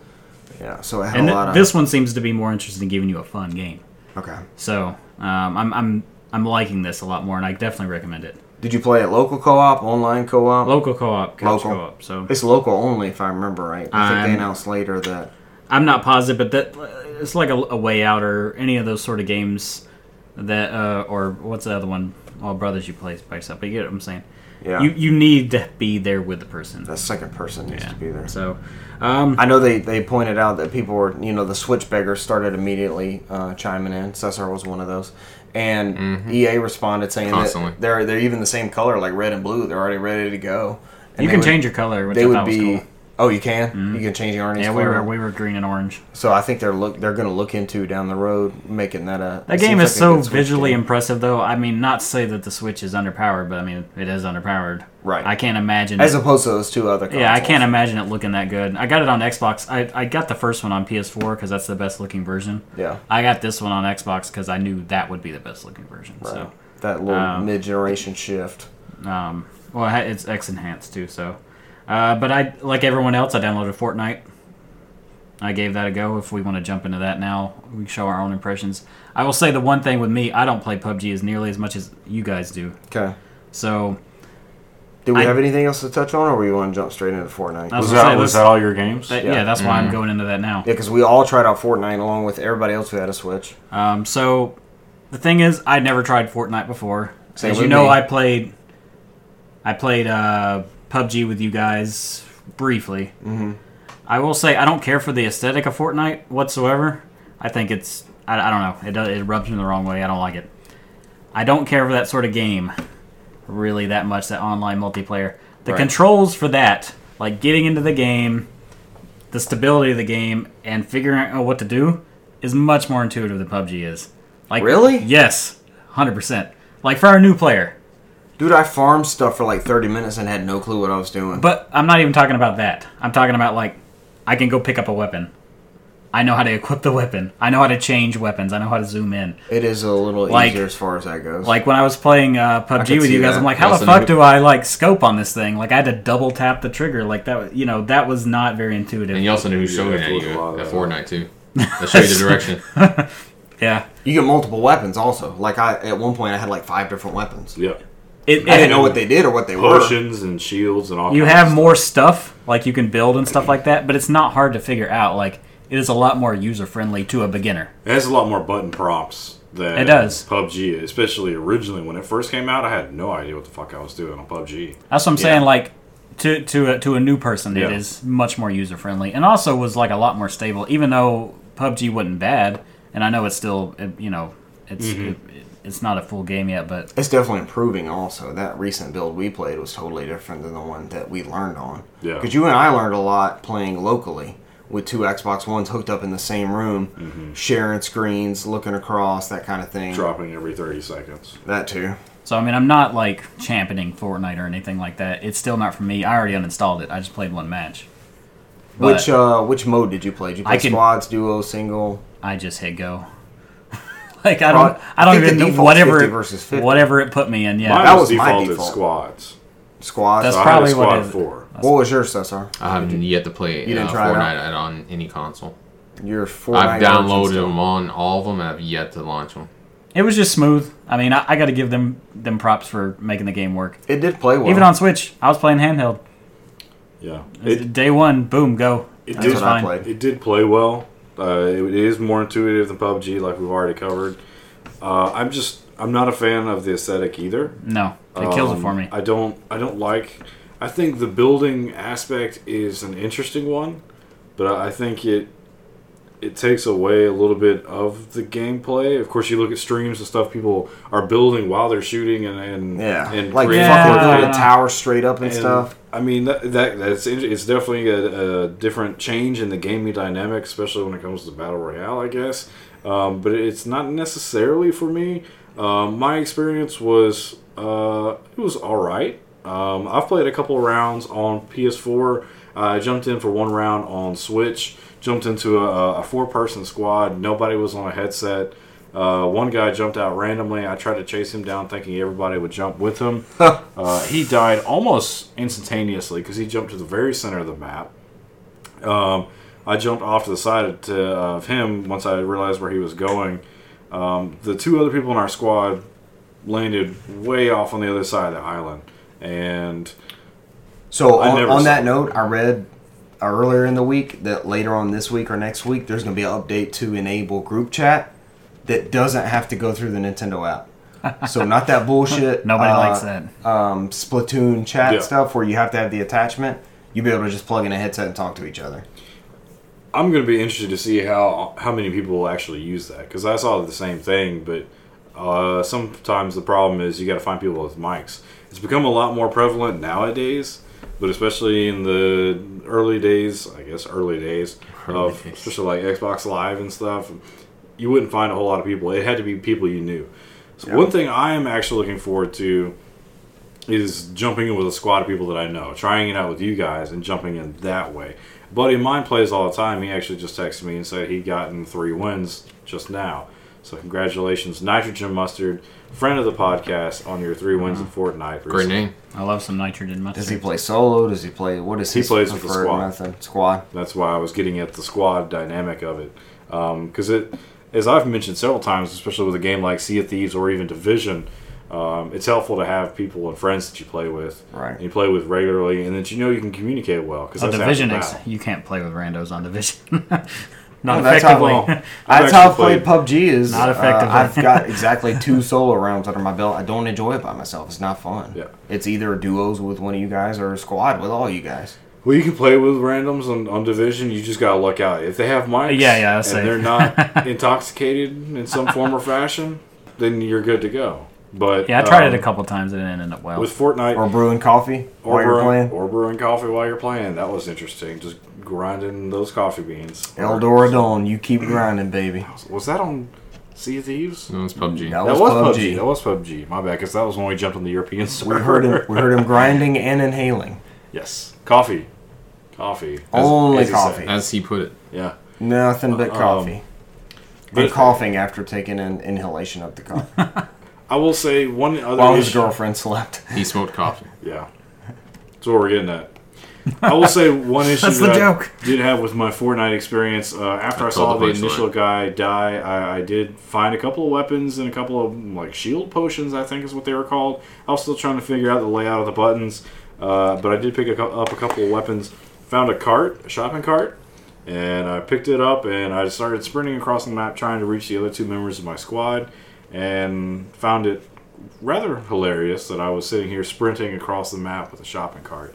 S1: Yeah. So it had
S4: and
S1: a
S4: th-
S1: lot of
S4: this one seems to be more interested in giving you a fun game.
S1: Okay.
S4: So um, I'm I'm I'm liking this a lot more, and I definitely recommend it.
S1: Did you play it local co-op, online co-op?
S4: Local co-op, couch
S1: Local.
S4: co-op. So
S1: It's local only, if I remember right. I think
S4: I'm-
S1: they announced later that.
S4: I'm not positive, but that it's like a, a way out or any of those sort of games that uh, or what's the other one? All brothers you play by yourself, but you get what I'm saying.
S1: Yeah.
S4: You you need to be there with the person.
S1: the second person needs
S4: Yeah.
S1: to be there.
S4: So, um,
S1: I know they, they pointed out that people were, you know, the switchbeggars started immediately uh, chiming in. Cesar was one of those. And EA responded saying
S3: Constantly.
S1: that they're, they're even the same color, like red and blue. They're already ready to go. And
S4: you
S1: they
S4: can
S1: would-
S4: change your color, which
S1: They
S4: I
S1: would
S4: thought was
S1: be.
S4: cool. Mm-hmm.
S1: Oh, you can. You can change the orange.
S4: Yeah, we were
S1: color.
S4: we were green and orange.
S1: So I think they're look they're going to look into down the road making that a.
S4: That
S1: it
S4: game
S1: seems
S4: is
S1: like a
S4: so
S1: good Switch
S4: visually
S1: game.
S4: impressive, though. I mean, not to say that the Switch is underpowered, but I mean it is underpowered.
S1: Right.
S4: I can't imagine.
S1: as opposed to those two other. Consoles.
S4: yeah, I can't imagine it looking that good. I got it on Xbox. I, I got the first one on PS4 because that's the best looking version.
S1: Yeah.
S4: I got this one on Xbox because I knew that would be the best looking version.
S1: So that little
S4: um,
S1: mid generation shift.
S4: So, um, well, it ha- it's X enhanced too. So, uh, but I like everyone else, I downloaded Fortnite. I gave that a go. If we want to jump into that now, we can show our own impressions. I will say the one thing with me, I don't play PUBG as nearly as much as you guys do.
S1: Okay.
S4: So
S1: Do we
S4: I-
S1: have anything else to touch on, or we want to jump straight into Fortnite?
S4: I
S2: Was
S4: was gonna
S2: that
S4: say,
S2: was
S4: let's-
S2: that all your games?
S4: that,
S1: Yeah.
S4: yeah. that's why I'm going into that now.
S1: Yeah, because we all tried out Fortnite along with everybody else who had a Switch.
S4: Um, so the thing is, I never tried Fortnite before.
S1: Same
S4: As you
S1: with
S4: know,
S1: me.
S4: I played, I played uh, PUBG with you guys briefly. Mm-hmm. I will say I don't care for the aesthetic of Fortnite whatsoever. I think it's I, I don't know it does, it rubs me the wrong way. I don't like it. I don't care for that sort of game really that much. That online multiplayer. The
S1: Right.
S4: controls for that, like getting into the game, the stability of the game and figuring out what to do is much more intuitive than PUBG is. Like
S1: Really?
S4: Yes, hundred percent. Like for our new player,
S1: Dude, I farmed stuff for like 30 minutes and had no clue what I was doing.
S4: but I'm not even talking about that. I'm talking about like I can go pick up a weapon. I know how to equip the weapon. I know how to change weapons. I know how to zoom in.
S1: it is a little
S4: Like-
S1: easier as far as that goes.
S4: Like when I was playing uh, PUBG with
S1: see
S4: you guys,
S1: that.
S4: I'm like, how
S3: Yes,
S4: the
S3: and
S4: fuck
S3: who-
S4: do I like scope on this thing? Like I had to double tap the trigger. Like that, was- you know, that was not very intuitive.
S3: And you also knew who's
S2: Yeah,
S3: showing
S2: that
S3: at
S2: was
S3: you
S2: a lot
S3: at
S2: of-
S3: Fortnite too. They
S1: [LAUGHS]
S3: show you the direction.
S4: yeah,
S1: you get multiple weapons also. Like I, at one point, I had like five different weapons.
S2: Yep.
S4: it,
S1: I
S4: it-
S1: didn't know what they did or what they were.
S2: Potions and shields and all.
S4: you
S2: kinds
S4: have
S2: of
S4: more stuff like you can build and stuff like that but it's not hard to figure out like it is a lot more user friendly to a beginner
S2: It has a lot more button prompts than
S4: It does.
S2: PUBG, is, especially originally when it first came out. I had no idea what the fuck I was doing on PUBG.
S4: that's what i'm saying like to to a, to a new person
S2: Yeah.
S4: it is much more user friendly and also was like a lot more stable even though pubg wasn't bad and i know it's still it, you know it's it, it's not a full game yet but
S1: It's definitely improving also. That recent build we played was totally different than the one that we learned on.
S2: Yeah.
S1: Because you and I learned a lot playing locally with two Xbox Ones hooked up in the same room, sharing screens, looking across, that kind of thing.
S2: Dropping every thirty seconds.
S1: That too.
S4: so i mean i'm not like championing fortnite or anything like that it's still not for me i already uninstalled it i just played one match But-
S1: Which uh, which mode did you play? Did you play
S4: I can-
S1: squads, duo, single?
S4: I just hit go. [LAUGHS] like I don't,
S1: Right.
S4: I don't
S1: I think the
S4: even know
S1: default's
S4: whatever
S1: 50 versus 50.
S4: whatever it put me in. Yeah,
S2: Mine
S1: that
S2: was
S1: was my
S2: defaulted
S1: default.
S2: squads.
S1: Squads.
S4: That's
S2: So I had
S4: probably
S2: a
S4: what
S2: squad
S4: it is.
S2: four.
S1: Uh, what was yours, Cesar?
S3: I haven't yet to play
S1: didn't
S3: uh,
S1: try it out?
S3: Fortnite at- on any console.
S1: Your Fortnite.
S3: I've downloaded
S1: origin
S3: them on all of them. and I've yet to launch them.
S4: it was just smooth. I mean, I, I got to give them them props for making the game work.
S1: story. It did play well.
S4: Even on Switch, I was playing handheld.
S2: Yeah, it
S4: Day one, boom, go.
S2: It
S4: That
S2: did-
S4: was
S1: That's what I
S4: fine.
S1: played.
S2: it did play well. Uh, it is more intuitive than PUBG, like we've already covered. Uh, I'm just I'm not a fan of the aesthetic either.
S4: No, it kills it
S2: Um,
S4: for me.
S2: I don't I don't like I think the building aspect is an interesting one, but I I think it it takes away a little bit of the gameplay. Of course you look at streams and stuff people are building while they're shooting and and,
S1: Yeah,
S2: and
S1: like
S2: creating
S4: Yeah.
S1: fucking
S2: content.
S1: building a tower straight up and,
S2: And,
S1: stuff.
S2: I mean that, that that's int- it's definitely a, a different change in the gaming dynamic, especially when it comes to battle royale, I guess. Um, but it's not necessarily for me. Um, my experience was uh, it was all right. Um, I've played a couple of rounds on PS4. I jumped in for one round on Switch. Jumped into a, a four-person squad. Nobody was on a headset. Uh, one guy jumped out randomly. I tried to chase him down, thinking everybody would jump with him. Uh, he died almost instantaneously because he jumped to the very center of the map. Um, I jumped off to the side to, of him once I realized where he was going. Um, the two other people in our squad landed way off on the other side of the island, and
S1: So
S2: I
S1: on,
S2: never
S1: on
S2: saw
S1: that
S2: it.
S1: note, I read earlier in the week that later on this week or next week there's going to be an update to enable group chat that doesn't have to go through the Nintendo
S4: [LAUGHS]
S1: app. so not that bullshit.
S4: Nobody
S1: uh,
S4: likes that.
S1: Um, Splatoon chat
S2: Yeah.
S1: stuff where you have to have the attachment. You'll be able to just plug in a headset and talk to each other.
S2: I'm going to be interested to see how how many people will actually use that because I saw the same thing, but uh, sometimes the problem is you got to find people with mics. It's become a lot more prevalent nowadays, but especially in the early days, I guess early days of
S3: days.
S2: especially like Xbox Live and stuff, you wouldn't find a whole lot of people. It had to be people you knew. So one thing I am actually looking forward to is jumping in with a squad of people that I know, trying it out with you guys and jumping in that way. A buddy of mine plays all the time. He actually just texted me and said he'd gotten three wins just now. So congratulations, Nitrogen Mustard, friend of the podcast, on your three wins in Fortnite.
S3: Mm-hmm. Great
S2: recently.
S3: name.
S4: I love some nitrogen mustard.
S1: Does he play solo? Does he play? What is
S2: He
S1: his
S2: plays with the
S1: preferred
S2: squad.
S1: method? Squad.
S2: That's why I was getting at the squad dynamic of it, because it, as I've mentioned several times, especially with a game like Sea of Thieves or even Division, um, it's helpful to have people and friends that you play with,
S1: Right.
S2: and you play with regularly, and that you know you can communicate well. Because
S4: On
S2: that's half the
S4: Oh, division,
S2: battle.
S4: ex- you can't play with randos on division. [LAUGHS] Not
S1: No, that's how
S4: [LAUGHS] effectively.
S1: well-
S2: I've
S1: That's how I
S2: actually
S1: played PUBG. Is
S4: Not
S1: uh,
S4: effectively.
S1: I've got exactly two solo rounds under my belt. I don't enjoy it by myself. It's not fun.
S2: Yeah.
S1: It's either duos with one of you guys or a squad with all you guys.
S2: Well, you can play with randoms on, on division. You just gotta luck out if they have mics.
S4: Yeah, yeah,
S2: and
S4: that's safe. [LAUGHS]
S2: they're not intoxicated in some form or fashion, then you're good to go. But
S4: yeah, I tried
S2: um,
S4: it a couple times and it ended up well.
S2: with Fortnite
S1: Or brewing coffee while you're
S2: brewing,
S1: playing.
S2: or brewing coffee while you're playing. That was interesting. Just grinding those coffee beans.
S1: Eldora Dawn, you keep grinding, baby.
S2: Was that on Sea of Thieves?
S3: No, it's PUBG.
S1: No.
S2: That
S1: was
S2: was PUBG.
S1: PUBG.
S2: That was PUBG. My bad, because that was when we jumped on the European [LAUGHS]
S1: We
S2: server.
S1: heard him. We
S2: [LAUGHS]
S1: heard him grinding and inhaling.
S2: yes, coffee, coffee,
S1: Only
S2: he said.
S1: coffee.
S3: As he put it.
S2: Yeah,
S1: Nothing but coffee.
S2: but
S1: and
S2: if-
S1: coughing after taking an inhalation of the
S2: [LAUGHS]
S1: coffee
S2: I will say one other.
S1: while his
S2: issue-
S1: girlfriend slept.
S3: He smoked coffee.
S2: Yeah. That's what we're getting at. I will
S4: [LAUGHS]
S2: say one issue
S4: That's the
S2: that
S4: joke.
S2: I did have with my Fortnite experience. Uh, after I,
S3: I
S2: saw
S3: told
S2: the
S3: the
S2: initial
S3: punchline.
S2: guy die, I, I did find a couple of weapons and a couple of like shield potions. I think is what they were called. I was still trying to figure out the layout of the buttons, uh, but I did pick a, cou- up a couple of weapons. Found a cart, a shopping cart, and I picked it up and I started sprinting across the map trying to reach the other two members of my squad, and found it rather hilarious that I was sitting here sprinting across the map with a shopping cart.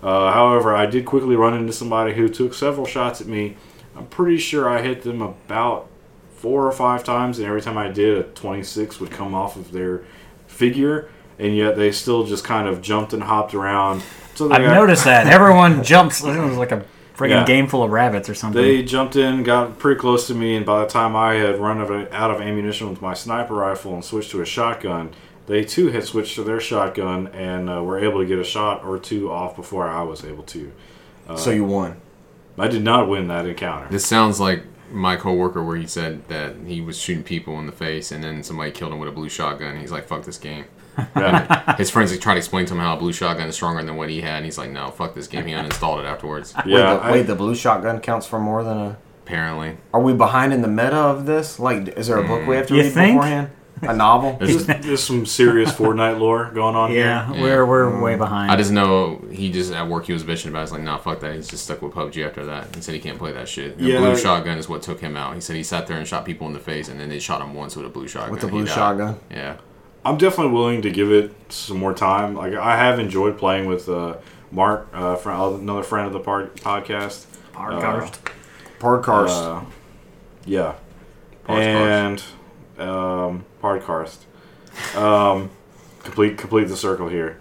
S2: Uh, however, I did quickly run into somebody who took several shots at me. I'm pretty sure I hit them about four or five times, and every time I did, a 26 would come off of their figure, and yet they still just kind of jumped and hopped around. So they
S4: I've
S2: got-
S4: noticed
S2: [LAUGHS]
S4: that everyone jumps. It was like a freaking
S2: Yeah.
S4: game full of rabbits or something.
S1: Mm-hmm.
S2: They jumped in, got pretty close to me, and by the time I had run of- out of ammunition with my sniper rifle and switched to a shotgun, they too had switched to their shotgun and uh, were able to get a shot or two off before I was able to. Uh,
S1: so you won.
S2: I did not win that
S1: [LAUGHS]
S2: encounter.
S3: This sounds like my coworker where he said that he was shooting people in the face and then somebody killed him with a blue shotgun. He's like, fuck
S1: [LAUGHS]
S3: this game.
S2: Yeah.
S3: His friends like, tried to explain to him how a blue shotgun is stronger than what he had, and he's like, no, fuck this game. He uninstalled it afterwards.
S2: Yeah,
S1: wait, the,
S2: I-
S1: wait, the blue shotgun counts for more than a.
S3: Apparently.
S1: Are we behind in the meta of this? Like, is there a book we have to
S4: Mm. You
S1: read
S4: think?
S1: beforehand? A novel?
S3: There's-
S2: There's some serious Fortnite lore going on
S4: Yeah,
S2: here.
S3: Yeah.
S4: we're
S2: Mm.
S4: we're way behind.
S3: I just know he just at work he was bitching about. It. He's like, nah, fuck that. He's just stuck with PUBG after that, and said he can't play that shit. The
S2: Yeah.
S3: blue shotgun is what took him out. He said he sat there and shot people in the face, and then they shot him once with a blue shotgun.
S1: With the
S3: He
S1: blue
S3: died.
S1: shotgun.
S3: Yeah.
S2: I'm definitely willing to give it some more time. Like I have enjoyed playing with uh, Mark, uh, fr- another friend of the par- podcast.
S4: Hard
S2: uh,
S4: cards.
S1: Podcast.
S2: Uh, yeah.
S3: Podcast.
S2: And um, podcast. Um, complete complete the circle here.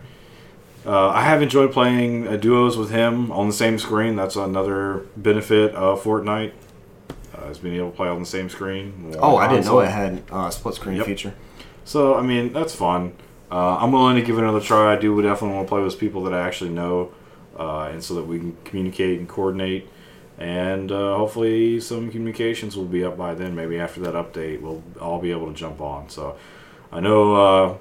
S2: Uh, I have enjoyed playing uh, duos with him on the same screen. That's another benefit of Fortnite. Uh, is being able to play on the same screen.
S1: oh, I didn't know
S2: Console.
S1: it had a uh, split screen
S2: Yep.
S1: feature.
S2: So I mean, that's fun. Uh, I'm willing to give it another try. I do definitely want to play with people that I actually know, uh, and so that we can communicate and coordinate. And uh, hopefully, some communications will be up by then. Maybe after that update, we'll all be able to jump on. So I know uh,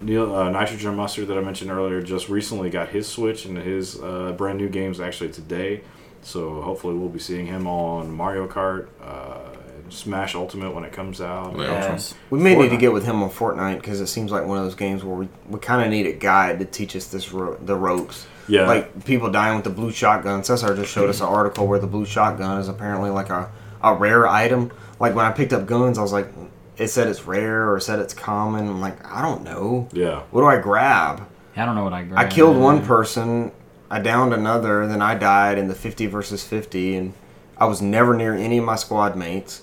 S2: Neil uh, Nitrogen Mustard that I mentioned earlier just recently got his Switch and his uh, brand new games actually today. So hopefully, we'll be seeing him on Mario Kart, uh, and Smash Ultimate when it comes out.
S3: Well,
S4: Yes.
S1: We may need to
S2: Fortnite.
S1: get with him on Fortnite because it seems like one of those games where we, we kind of need a guide to teach us this ro- the ropes.
S2: Yeah.
S1: Like people dying with the blue shotgun. Cesar just showed us an article where the blue shotgun is apparently like a, a rare item. Like when I picked up guns, I was like, it said it's rare or it said it's common. I'm like, I don't know.
S2: Yeah.
S1: What do I grab?
S4: I don't know what I. Grabbed.
S1: I killed one person, I downed another, then I died in the 50 versus 50, and I was never near any of my squad mates.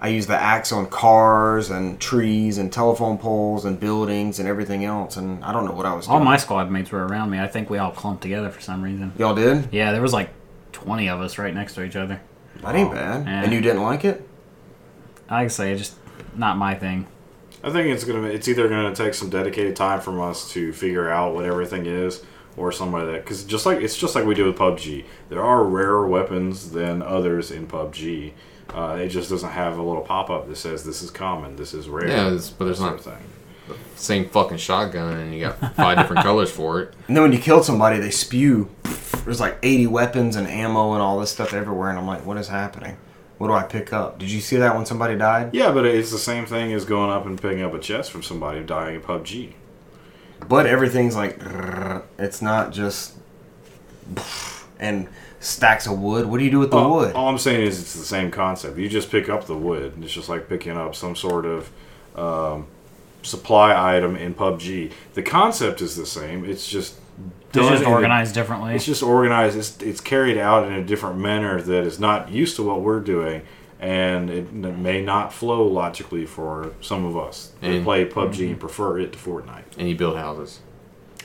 S1: I used the axe on cars and trees and telephone poles and buildings and everything else, and I don't know what I was
S4: All
S1: doing.
S4: Oh my squad mates were around me. I think we all clumped together for some reason.
S1: Y'all did?
S4: Yeah, there was like twenty of us right next to each other.
S1: That ain't bad.
S4: Yeah.
S1: And you didn't like it?
S4: Like I say, it's just not my thing.
S2: I think it's gonna. It's either gonna take some dedicated time from us to figure out what everything is, or somebody that because just like it's just like we do with PUBG. There are rarer weapons than others in PUBG. Uh, it just doesn't have a little pop up that says this is common, this is rare.
S3: Yeah, it's- but there's
S2: sort
S3: not
S2: of thing.
S3: same fucking shotgun, and you got five
S1: [LAUGHS]
S3: different colors for it.
S1: And then when you killed somebody, they spew. There's like 80 weapons and ammo and all this stuff everywhere, and I'm like, what is happening? What do I pick up? Did you see that when somebody died?
S2: Yeah, but it's the same thing as going up and picking up a chest from somebody dying in PUBG.
S1: but everything's like it's not just and stacks of wood what do you do with the
S2: All-
S1: wood
S2: All I'm saying is it's the same concept. You just pick up the wood. and It's just like picking up some sort of um, supply item in PUBG. The concept is the same. It's just
S4: It's
S2: done
S4: just
S2: in a-
S4: organized differently.
S2: it's just organized. It's it's carried out in a different manner that is not used to what we're doing, and it, n- may not flow logically for some of us who
S3: Mm.
S2: play PUBG and prefer it to Fortnite. Mm-hmm.
S3: And you build houses.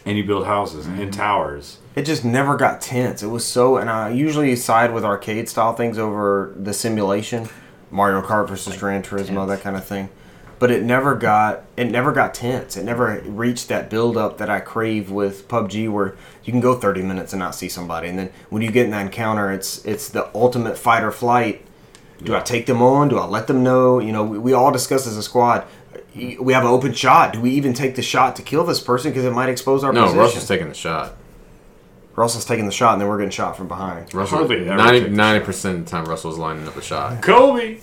S2: And you build houses and towers.
S1: it just never got tense it was so and i usually side with arcade style things over the simulation mario kart versus gran turismo that kind of thing but it never got it never got tense it never reached that build up that i crave with pubg where you can go 30 minutes and not see somebody and then when you get in that encounter it's it's the ultimate fight or flight Do I take them on? Do I let them know? You know, we, we all discuss as a squad. We have an open shot. Do we even take the shot to kill this person because it might expose our
S3: No,
S1: position?
S3: Russell's taking the shot.
S1: Russell's taking the shot, and then we're getting shot from behind.
S3: Russell,
S2: Hardly ever
S3: 90
S2: takes a
S3: 90 percent of the time, Russell's lining up a shot.
S2: Kobe.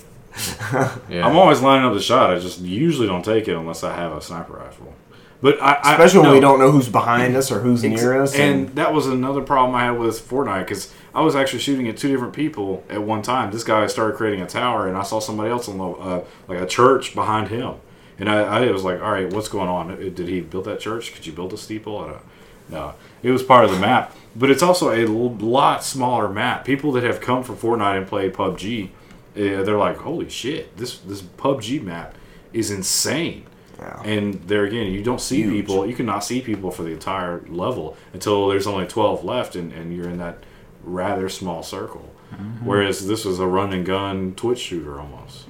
S3: Yeah.
S2: I'm always lining up the shot. I just usually don't take it unless I have a sniper rifle. But I, I-
S1: Especially when
S2: no.
S1: we don't know who's behind us or who's near us.
S2: And that was another problem I had with Fortnite because I was actually shooting at two different people at one time. This guy started creating a tower, and I saw somebody else in the, uh, like a church behind him, and I, I was like, "All right, what's going on? Did he build that church? Could you build a steeple?" I don't, no, it was part of the map, but it's also a l- lot smaller map. People that have come from Fortnite and played PUBG, uh, they're like, "Holy shit, this this PUBG map is insane."
S1: Yeah.
S2: And there again, you don't see
S1: Huge.
S2: people. You cannot see people for the entire level until there's only 12 left, and, and you're in that rather small circle.
S1: Mm-hmm.
S2: Whereas this was a run and gun twitch shooter almost.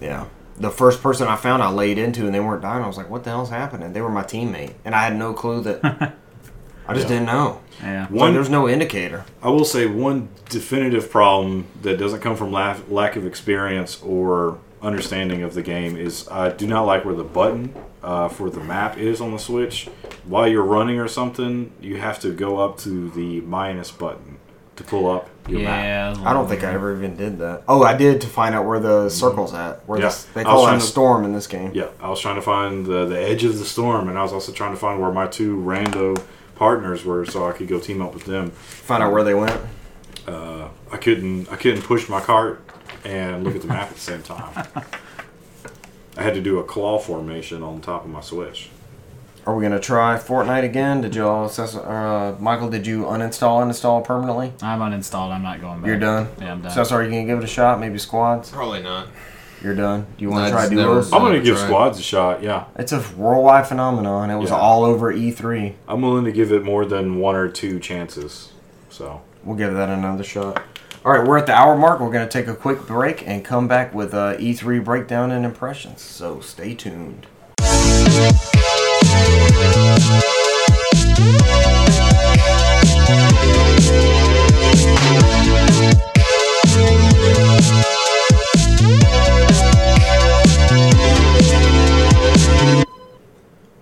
S1: yeah, the first person I found, I laid into, and they weren't dying. I was like, "What the hell's happening?" They were my teammate, and I had no clue
S2: [LAUGHS]
S1: that. I just
S2: Yeah.
S1: didn't know.
S4: yeah.
S1: It's Like,
S2: One-
S1: there's no indicator.
S2: I will say one definitive problem that doesn't come from la- lack of experience or understanding of the game is I do not like where the button uh, for the map is on the Switch. While you're running or something, you have to go up to the minus button to pull up your map.
S4: Yeah.
S1: I don't think I ever even did that. Oh, I did to find out where the circle's at. Where
S2: Mm-hmm. Yeah.
S1: this, they
S2: I
S1: call
S2: was
S1: it
S2: trying
S1: a
S2: to-
S1: storm in this game.
S2: Yeah, I was trying to find the, the edge of the storm, and I was also trying to find where my two rando partners were, so I could go team up with them.
S1: Find out where they went.
S2: I couldn't I couldn't push my cart and look at the map at the same time. I had to do a claw formation on top of my switch.
S1: Are we gonna try Fortnite again? Did you all assess? Uh, Michael, did you uninstall, uninstall permanently?
S4: I'm uninstalled. I'm not going back.
S1: You're done.
S4: Yeah, I'm done.
S1: So sorry, you can give it a shot. Maybe squads.
S3: Probably not.
S1: You're done. Do you want
S3: No,
S1: to try
S3: it's never-
S1: duos?
S2: I'm gonna
S3: Never
S2: give
S3: tried.
S2: squads a shot. Yeah,
S1: It's a worldwide phenomenon. It was
S2: Yeah.
S1: all over E E3.
S2: I'm willing to give it more than one or two chances. So
S1: We'll give that another shot. All right, we're at the hour mark. We're gonna take a quick break and come back with uh, E3 breakdown and impressions. So stay tuned.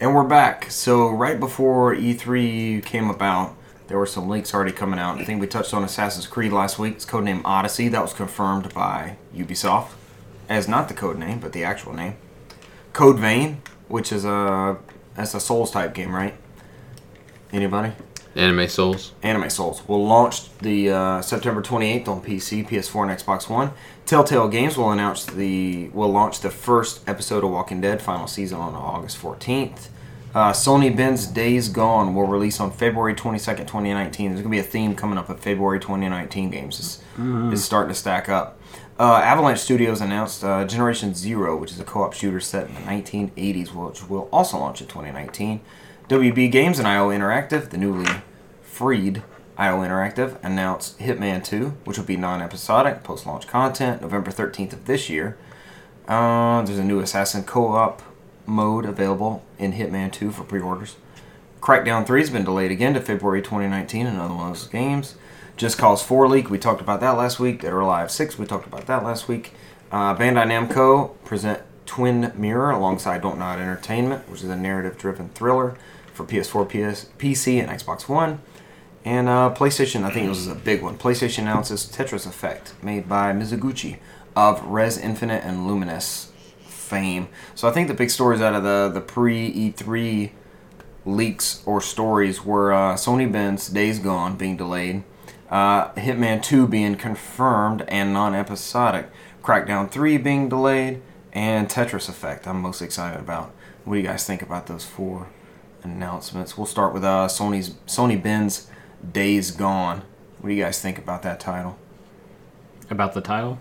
S1: And we're back. So right before E3 came about, there were some leaks already coming out. I think we touched on Assassin's Creed last week. It's codenamed Odyssey. That was confirmed by Ubisoft as not the code name, but the actual name. Code Vein, which is a that's a Souls type game, right? Anybody?
S3: Anime Souls.
S1: Anime Souls will launch the uh, September 28th on PC, PS4, and Xbox One. Telltale Games will announce the will launch the first episode of Walking Dead final season on August 14th. Uh, Sony Ben's Days Gone will release on February 22nd, 2019. There's gonna be a theme coming up of February 2019 games. It's, it's starting to stack up. Uh, Avalanche Studios announced uh, Generation Zero, which is a co-op shooter set in the 1980s, which will also launch in 2019. WB Games and IO Interactive, the newly Freed, IO Interactive, announced Hitman 2, which will be non episodic, post launch content, November 13th of this year. Uh, there's a new Assassin co op mode available in Hitman 2 for pre orders. Crackdown 3 has been delayed again to February 2019, another one of those games. Just Cause 4 leak, we talked about that last week. Dead or Alive 6, we talked about that last week. Uh, Bandai Namco present Twin Mirror alongside Don't Nod Entertainment, which is a narrative driven thriller for PS4, PS, PC, and Xbox One. And uh, PlayStation, I think it was a big one. PlayStation announces Tetris Effect, made by Mizuguchi of Res Infinite and Luminous fame. So I think the big stories out of the, the pre E E3 leaks or stories were uh, Sony Ben's Days Gone being delayed, uh, Hitman 2 being confirmed and non episodic, Crackdown 3 being delayed, and Tetris Effect, I'm most excited about. What do you guys think about those four announcements? We'll start with uh, Sony's Sony Ben's Days Gone. What do you guys think about that title?
S4: About the title,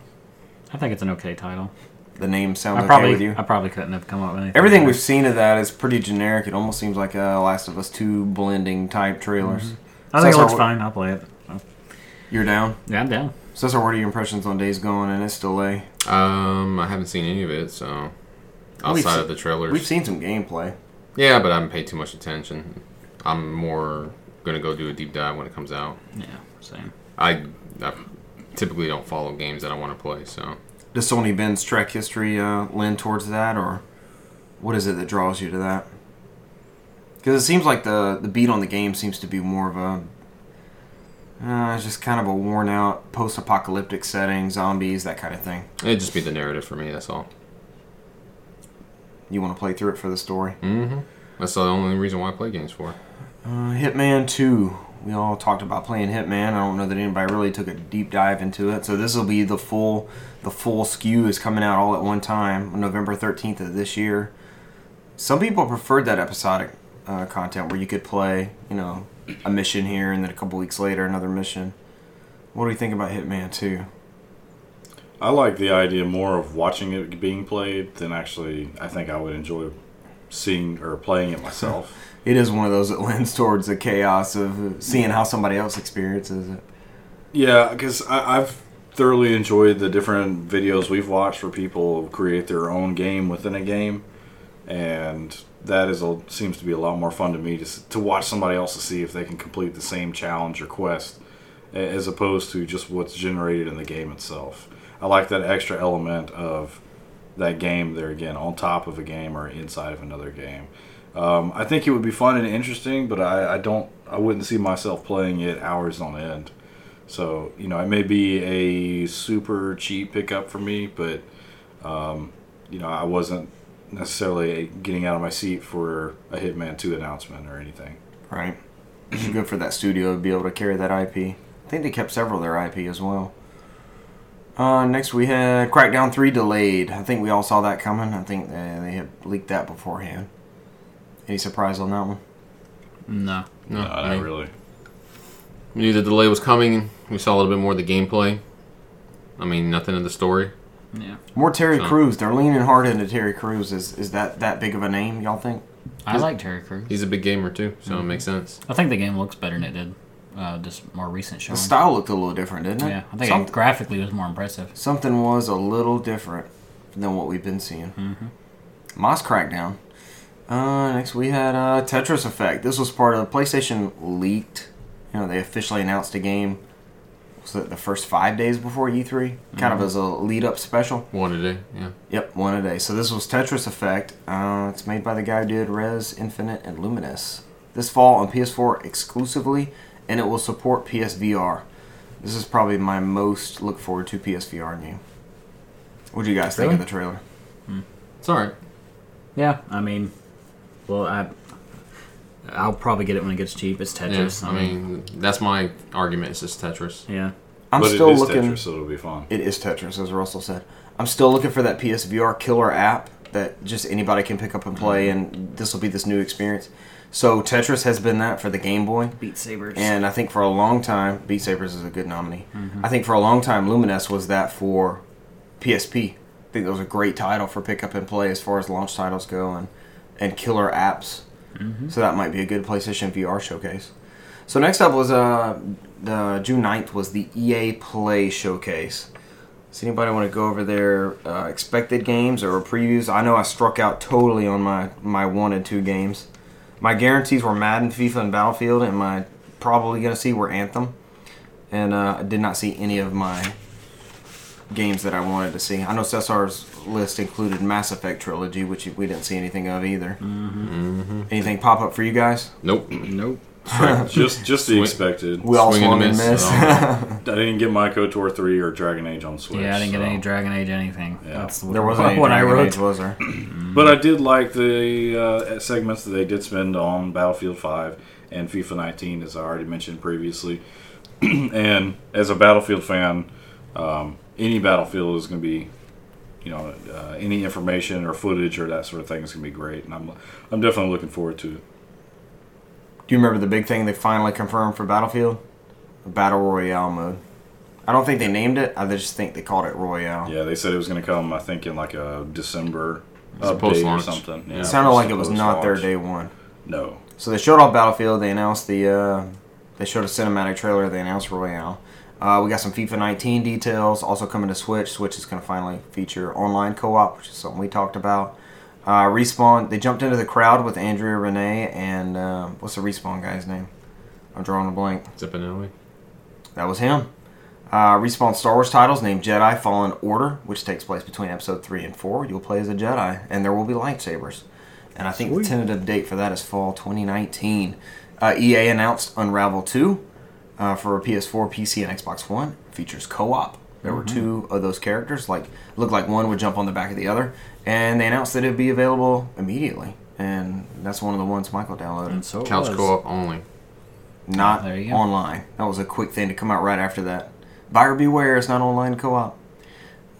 S4: I think it's an okay title.
S1: The name
S4: I
S1: sounds okay
S4: probably,
S1: with you.
S4: I probably couldn't have come up with anything.
S1: Everything
S4: better.
S1: we've seen of that is pretty generic. It almost seems like a Last of Us 2 blending type trailers.
S4: Mm-hmm. I think it
S1: So that's
S4: looks
S1: our-
S4: fine. I'll play it.
S1: You're down?
S4: Yeah, I'm down.
S1: So that's our word of your impressions on Days Gone and its delay.
S3: Um, I haven't seen any of it, so
S1: We've
S3: outside
S1: se-
S3: of the trailers.
S1: We've seen some gameplay.
S3: Yeah, but I haven't paid too much attention. I'm more gonna go do a deep dive when it comes out.
S4: Yeah, same.
S3: I, I typically don't follow games that I want to play, so
S1: Does Sony Ben's track history uh, lend towards that, or what is it that draws you to that? Because it seems like the the beat on the game seems to be more of a uh, it's just kind of a worn out post apocalyptic setting, zombies, that kind of thing.
S3: it'd just be the narrative for me. That's all.
S1: You want to play through it for the story.
S3: Mm-hmm. That's the only reason why I play games for.
S1: Uh, Hitman 2. We all talked about playing Hitman. I don't know that anybody really took a deep dive into it. So this will be the full the full skew is coming out all at one time, on November 13th of this year. Some people preferred that episodic uh, content where you could play, you know, a mission here and then a couple weeks later another mission. What do we think about Hitman 2?
S2: I like the idea more of watching it being played than actually. I think I would enjoy seeing or playing it myself.
S1: It is one of those that [LAUGHS] lends towards the chaos of seeing how somebody else experiences it.
S2: Yeah, because I've thoroughly enjoyed the different videos we've watched where people create their own game within a game, and that is a, seems to be a lot more fun to me to s- to watch somebody else to see if they can complete the same challenge or quest, a- as opposed to just what's generated in the game itself. I like that extra element of that game there again on top of a game or inside of another game. Um, I think it would be fun and interesting, but I, I don't I wouldn't see myself playing it hours on end. So you know, it may be a super cheap pickup for me, but um, you know, I wasn't necessarily getting out of my seat for a Hitman Two announcement or anything.
S1: Right. It's good for that studio to be able to carry that IP. I think they kept several of their IP as well. Uh, next, we had Crackdown 3 delayed. I think we all saw that coming. I think uh, they had leaked that beforehand. Any surprise on that one?
S4: No.
S3: No,
S2: not
S4: Mm-hmm.
S3: I mean,
S2: really.
S3: We knew the delay was coming. We saw a little bit more of the gameplay. I mean, nothing of the story.
S4: Yeah.
S1: More Terry
S3: So-
S1: Crews. They're leaning hard into Terry Crews. Is is that that big of a name? Y'all think?
S4: I like Terry Crews.
S3: He's a big gamer too, so
S1: Mm-hmm.
S3: it makes sense.
S4: I think the game looks better than it did uh, just more recent
S1: The
S4: showing.
S1: style looked a little different, didn't it?
S4: Mm-hmm. Yeah, I think
S1: Some-
S4: it graphically was more impressive.
S1: something was a little different than what we've been seeing. Moss Crackdown. Uh, next we had uh, Tetris Effect. This was part of PlayStation leaked. You know they officially announced a game. Was it the first five days before E3? Kind of as a lead up special.
S3: One a day, yeah.
S1: Yep, one a day. So this was Tetris Effect. Uh, it's made by the guy who did Res Infinite and Luminous. This fall on PS4 exclusively, and it will support PSVR. This is probably my most look forward to PSVR game. What do you guys think
S3: Really?
S1: of the trailer?
S3: It's alright.
S4: Yeah, I mean, well, I, I'll probably get it when it gets cheap. It's
S3: Yeah,
S4: Tetris.
S3: I mean, that's my argument. It's just Tetris.
S4: yeah.
S1: I'm
S2: but
S1: still
S2: it is
S1: looking.
S2: Tetris, so it'll be fun.
S1: It is Tetris, as Russell said. I'm still looking for that PSVR killer app that just anybody can pick up and play,
S2: Mm-hmm.
S1: and this will be this new experience. So Tetris has been that for the Game Boy.
S4: Beat Sabers.
S1: And I think for a long time, Beat Sabers is a good nominee. I think for a long time, Luminous was that for PSP. I think that was a great title for pick up and play as far as launch titles go, and and killer apps. So that might be a good PlayStation VR showcase. So next up was uh the June 9th was the EA Play showcase. Does anybody want to go over their uh, expected games or previews? I know I struck out totally on my my one and two games. My guarantees were Madden, FIFA, and Battlefield, and my probably gonna see were Anthem. And uh, I did not see any of my games that I wanted to see. I know Cesar's list included Mass Effect trilogy, which we didn't see anything of either. Mm-hmm. Anything pop up for you guys?
S3: Nope.
S4: nope.
S2: just just the
S3: Swing-
S2: expected.
S1: We all
S3: Swing and
S1: swung and
S3: miss,
S1: missed. [LAUGHS]
S2: I didn't get my KOTOR three or Dragon Age on Switch.
S4: Yeah, I didn't get
S2: so-
S4: any Dragon Age anything.
S2: Yeah.
S4: That's
S1: there wasn't any
S4: what I
S1: Dragon
S4: wrote.
S1: Age, was there?
S2: But I did like the uh, segments that they did spend on Battlefield 5 and FIFA 19, as I already mentioned previously. [CLEARS THROAT] and as a Battlefield fan, um, any Battlefield is going to be, you know, uh, any information or footage or that sort of thing is going to be great. And I'm, I'm definitely looking forward to it.
S1: Do you remember the big thing they finally confirmed for Battlefield? Battle Royale mode. I don't think they named it. I just think they called it Royale.
S2: Yeah, they said it was going to come, I think, in like a December
S3: a
S2: update or
S3: post-launch.
S2: something. Yeah,
S1: It sounded like it was
S2: post-launch.
S1: not their day one.
S2: No.
S1: So they showed off Battlefield. They announced the. Uh, they showed a cinematic trailer. They announced Royale. Uh, we got some FIFA 19 details also coming to Switch. Switch is going to finally feature online co-op, which is something we talked about. Uh, respawn. They jumped into the crowd with Andrea Renee and uh, what's the respawn guy's name? I'm drawing a blank.
S3: Zippanelli.
S1: That was him. Uh, Respawn Star Wars titles named Jedi Fallen Order, which takes place between episode 3 and 4. You'll play as a Jedi, and there will be lightsabers. And I think
S2: Sweet.
S1: the tentative date for that is fall 2019. Uh, EA announced Unravel 2 uh, for PS4, PC, and Xbox One. Features co op. There were two of those characters, like looked like one would jump on the back of the other, and they announced that it'd be available immediately. And that's one of the ones Michael downloaded
S4: And so it
S3: Couch
S4: was.
S3: co-op only.
S1: not
S4: There you go.
S1: online. That was a quick thing to come out right after that. Buyer beware, it's not online co op.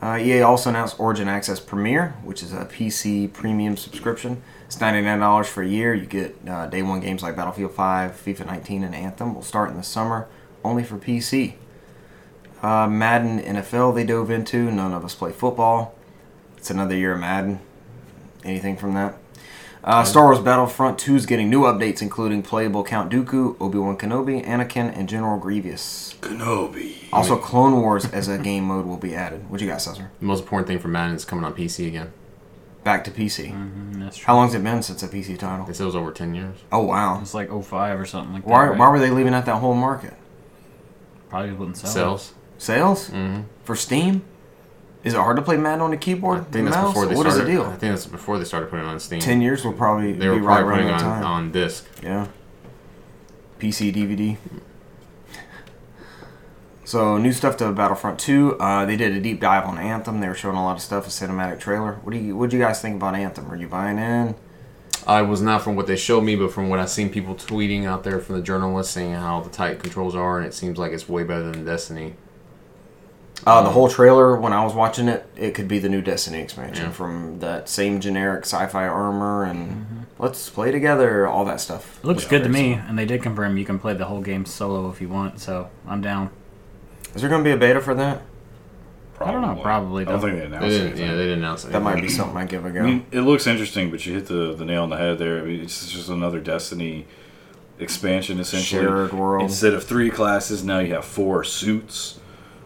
S1: Uh, EA also announced Origin Access Premier, which is a PC premium subscription. It's $99 for a year. You get uh, day one games like Battlefield 5, FIFA 19, and Anthem. will start in the summer, only for PC. Uh, Madden NFL, they dove into. None of us play football. It's another year of Madden. Anything from that? Uh, Star Wars Battlefront 2 is getting new updates, including playable Count Dooku, Obi Wan Kenobi, Anakin, and General Grievous.
S2: Kenobi.
S1: Also, Clone Wars as a game mode will be added. What you got, Cesar?
S3: The most important thing for Madden is coming on PC again.
S1: Back to PC.
S4: Mm, that's true.
S1: How long's it been since a PC title?
S3: They said it was over ten years.
S1: Oh wow!
S4: It's like 05 or something like that.
S1: Why,
S4: right?
S1: why were they leaving out that whole market?
S4: Probably wouldn't
S1: Oh.
S4: sell. it.
S3: Sales.
S1: Sales
S3: Mm-hmm.
S1: for Steam? Is it hard to play Madden on the keyboard?
S3: I think that's
S1: mouse?
S3: before they
S1: what is
S3: started.
S1: the
S3: I
S1: deal?
S3: think that's before they started putting it on Steam.
S1: Ten years will probably
S3: they
S1: be
S3: were
S1: right around
S3: probably putting it
S1: that
S3: on,
S1: time.
S3: on disc.
S1: Yeah. PC DVD. So new stuff to Battlefront 2. Uh, they did a deep dive on Anthem. They were showing a lot of stuff, a cinematic trailer. What do you What do you guys think about Anthem? Are you buying in?
S3: I was not from what they showed me, but from what I've seen people tweeting out there from the journalists saying how the tight controls are, and it seems like it's way better than Destiny.
S1: Uh, the whole trailer, when I was watching it, it could be the new Destiny expansion
S3: Yeah.
S1: from that same generic sci-fi armor and let's play together, all that stuff.
S4: It looks
S1: Yeah.
S4: good to me, and they did confirm you can play the whole game solo if you want. So I'm down.
S1: Is there going to be a beta for that?
S4: I don't know, probably,
S2: I don't
S4: though.
S2: think they announced
S3: They didn't,
S2: anything.
S3: yeah, they didn't announce it.
S1: That might be something I give a go.
S2: I mean,
S4: Oh.
S2: it looks interesting, but you hit the, the nail on the head there. I mean, it's just another Destiny expansion, essentially.
S1: Shared world.
S2: Instead of three classes, now you have four suits.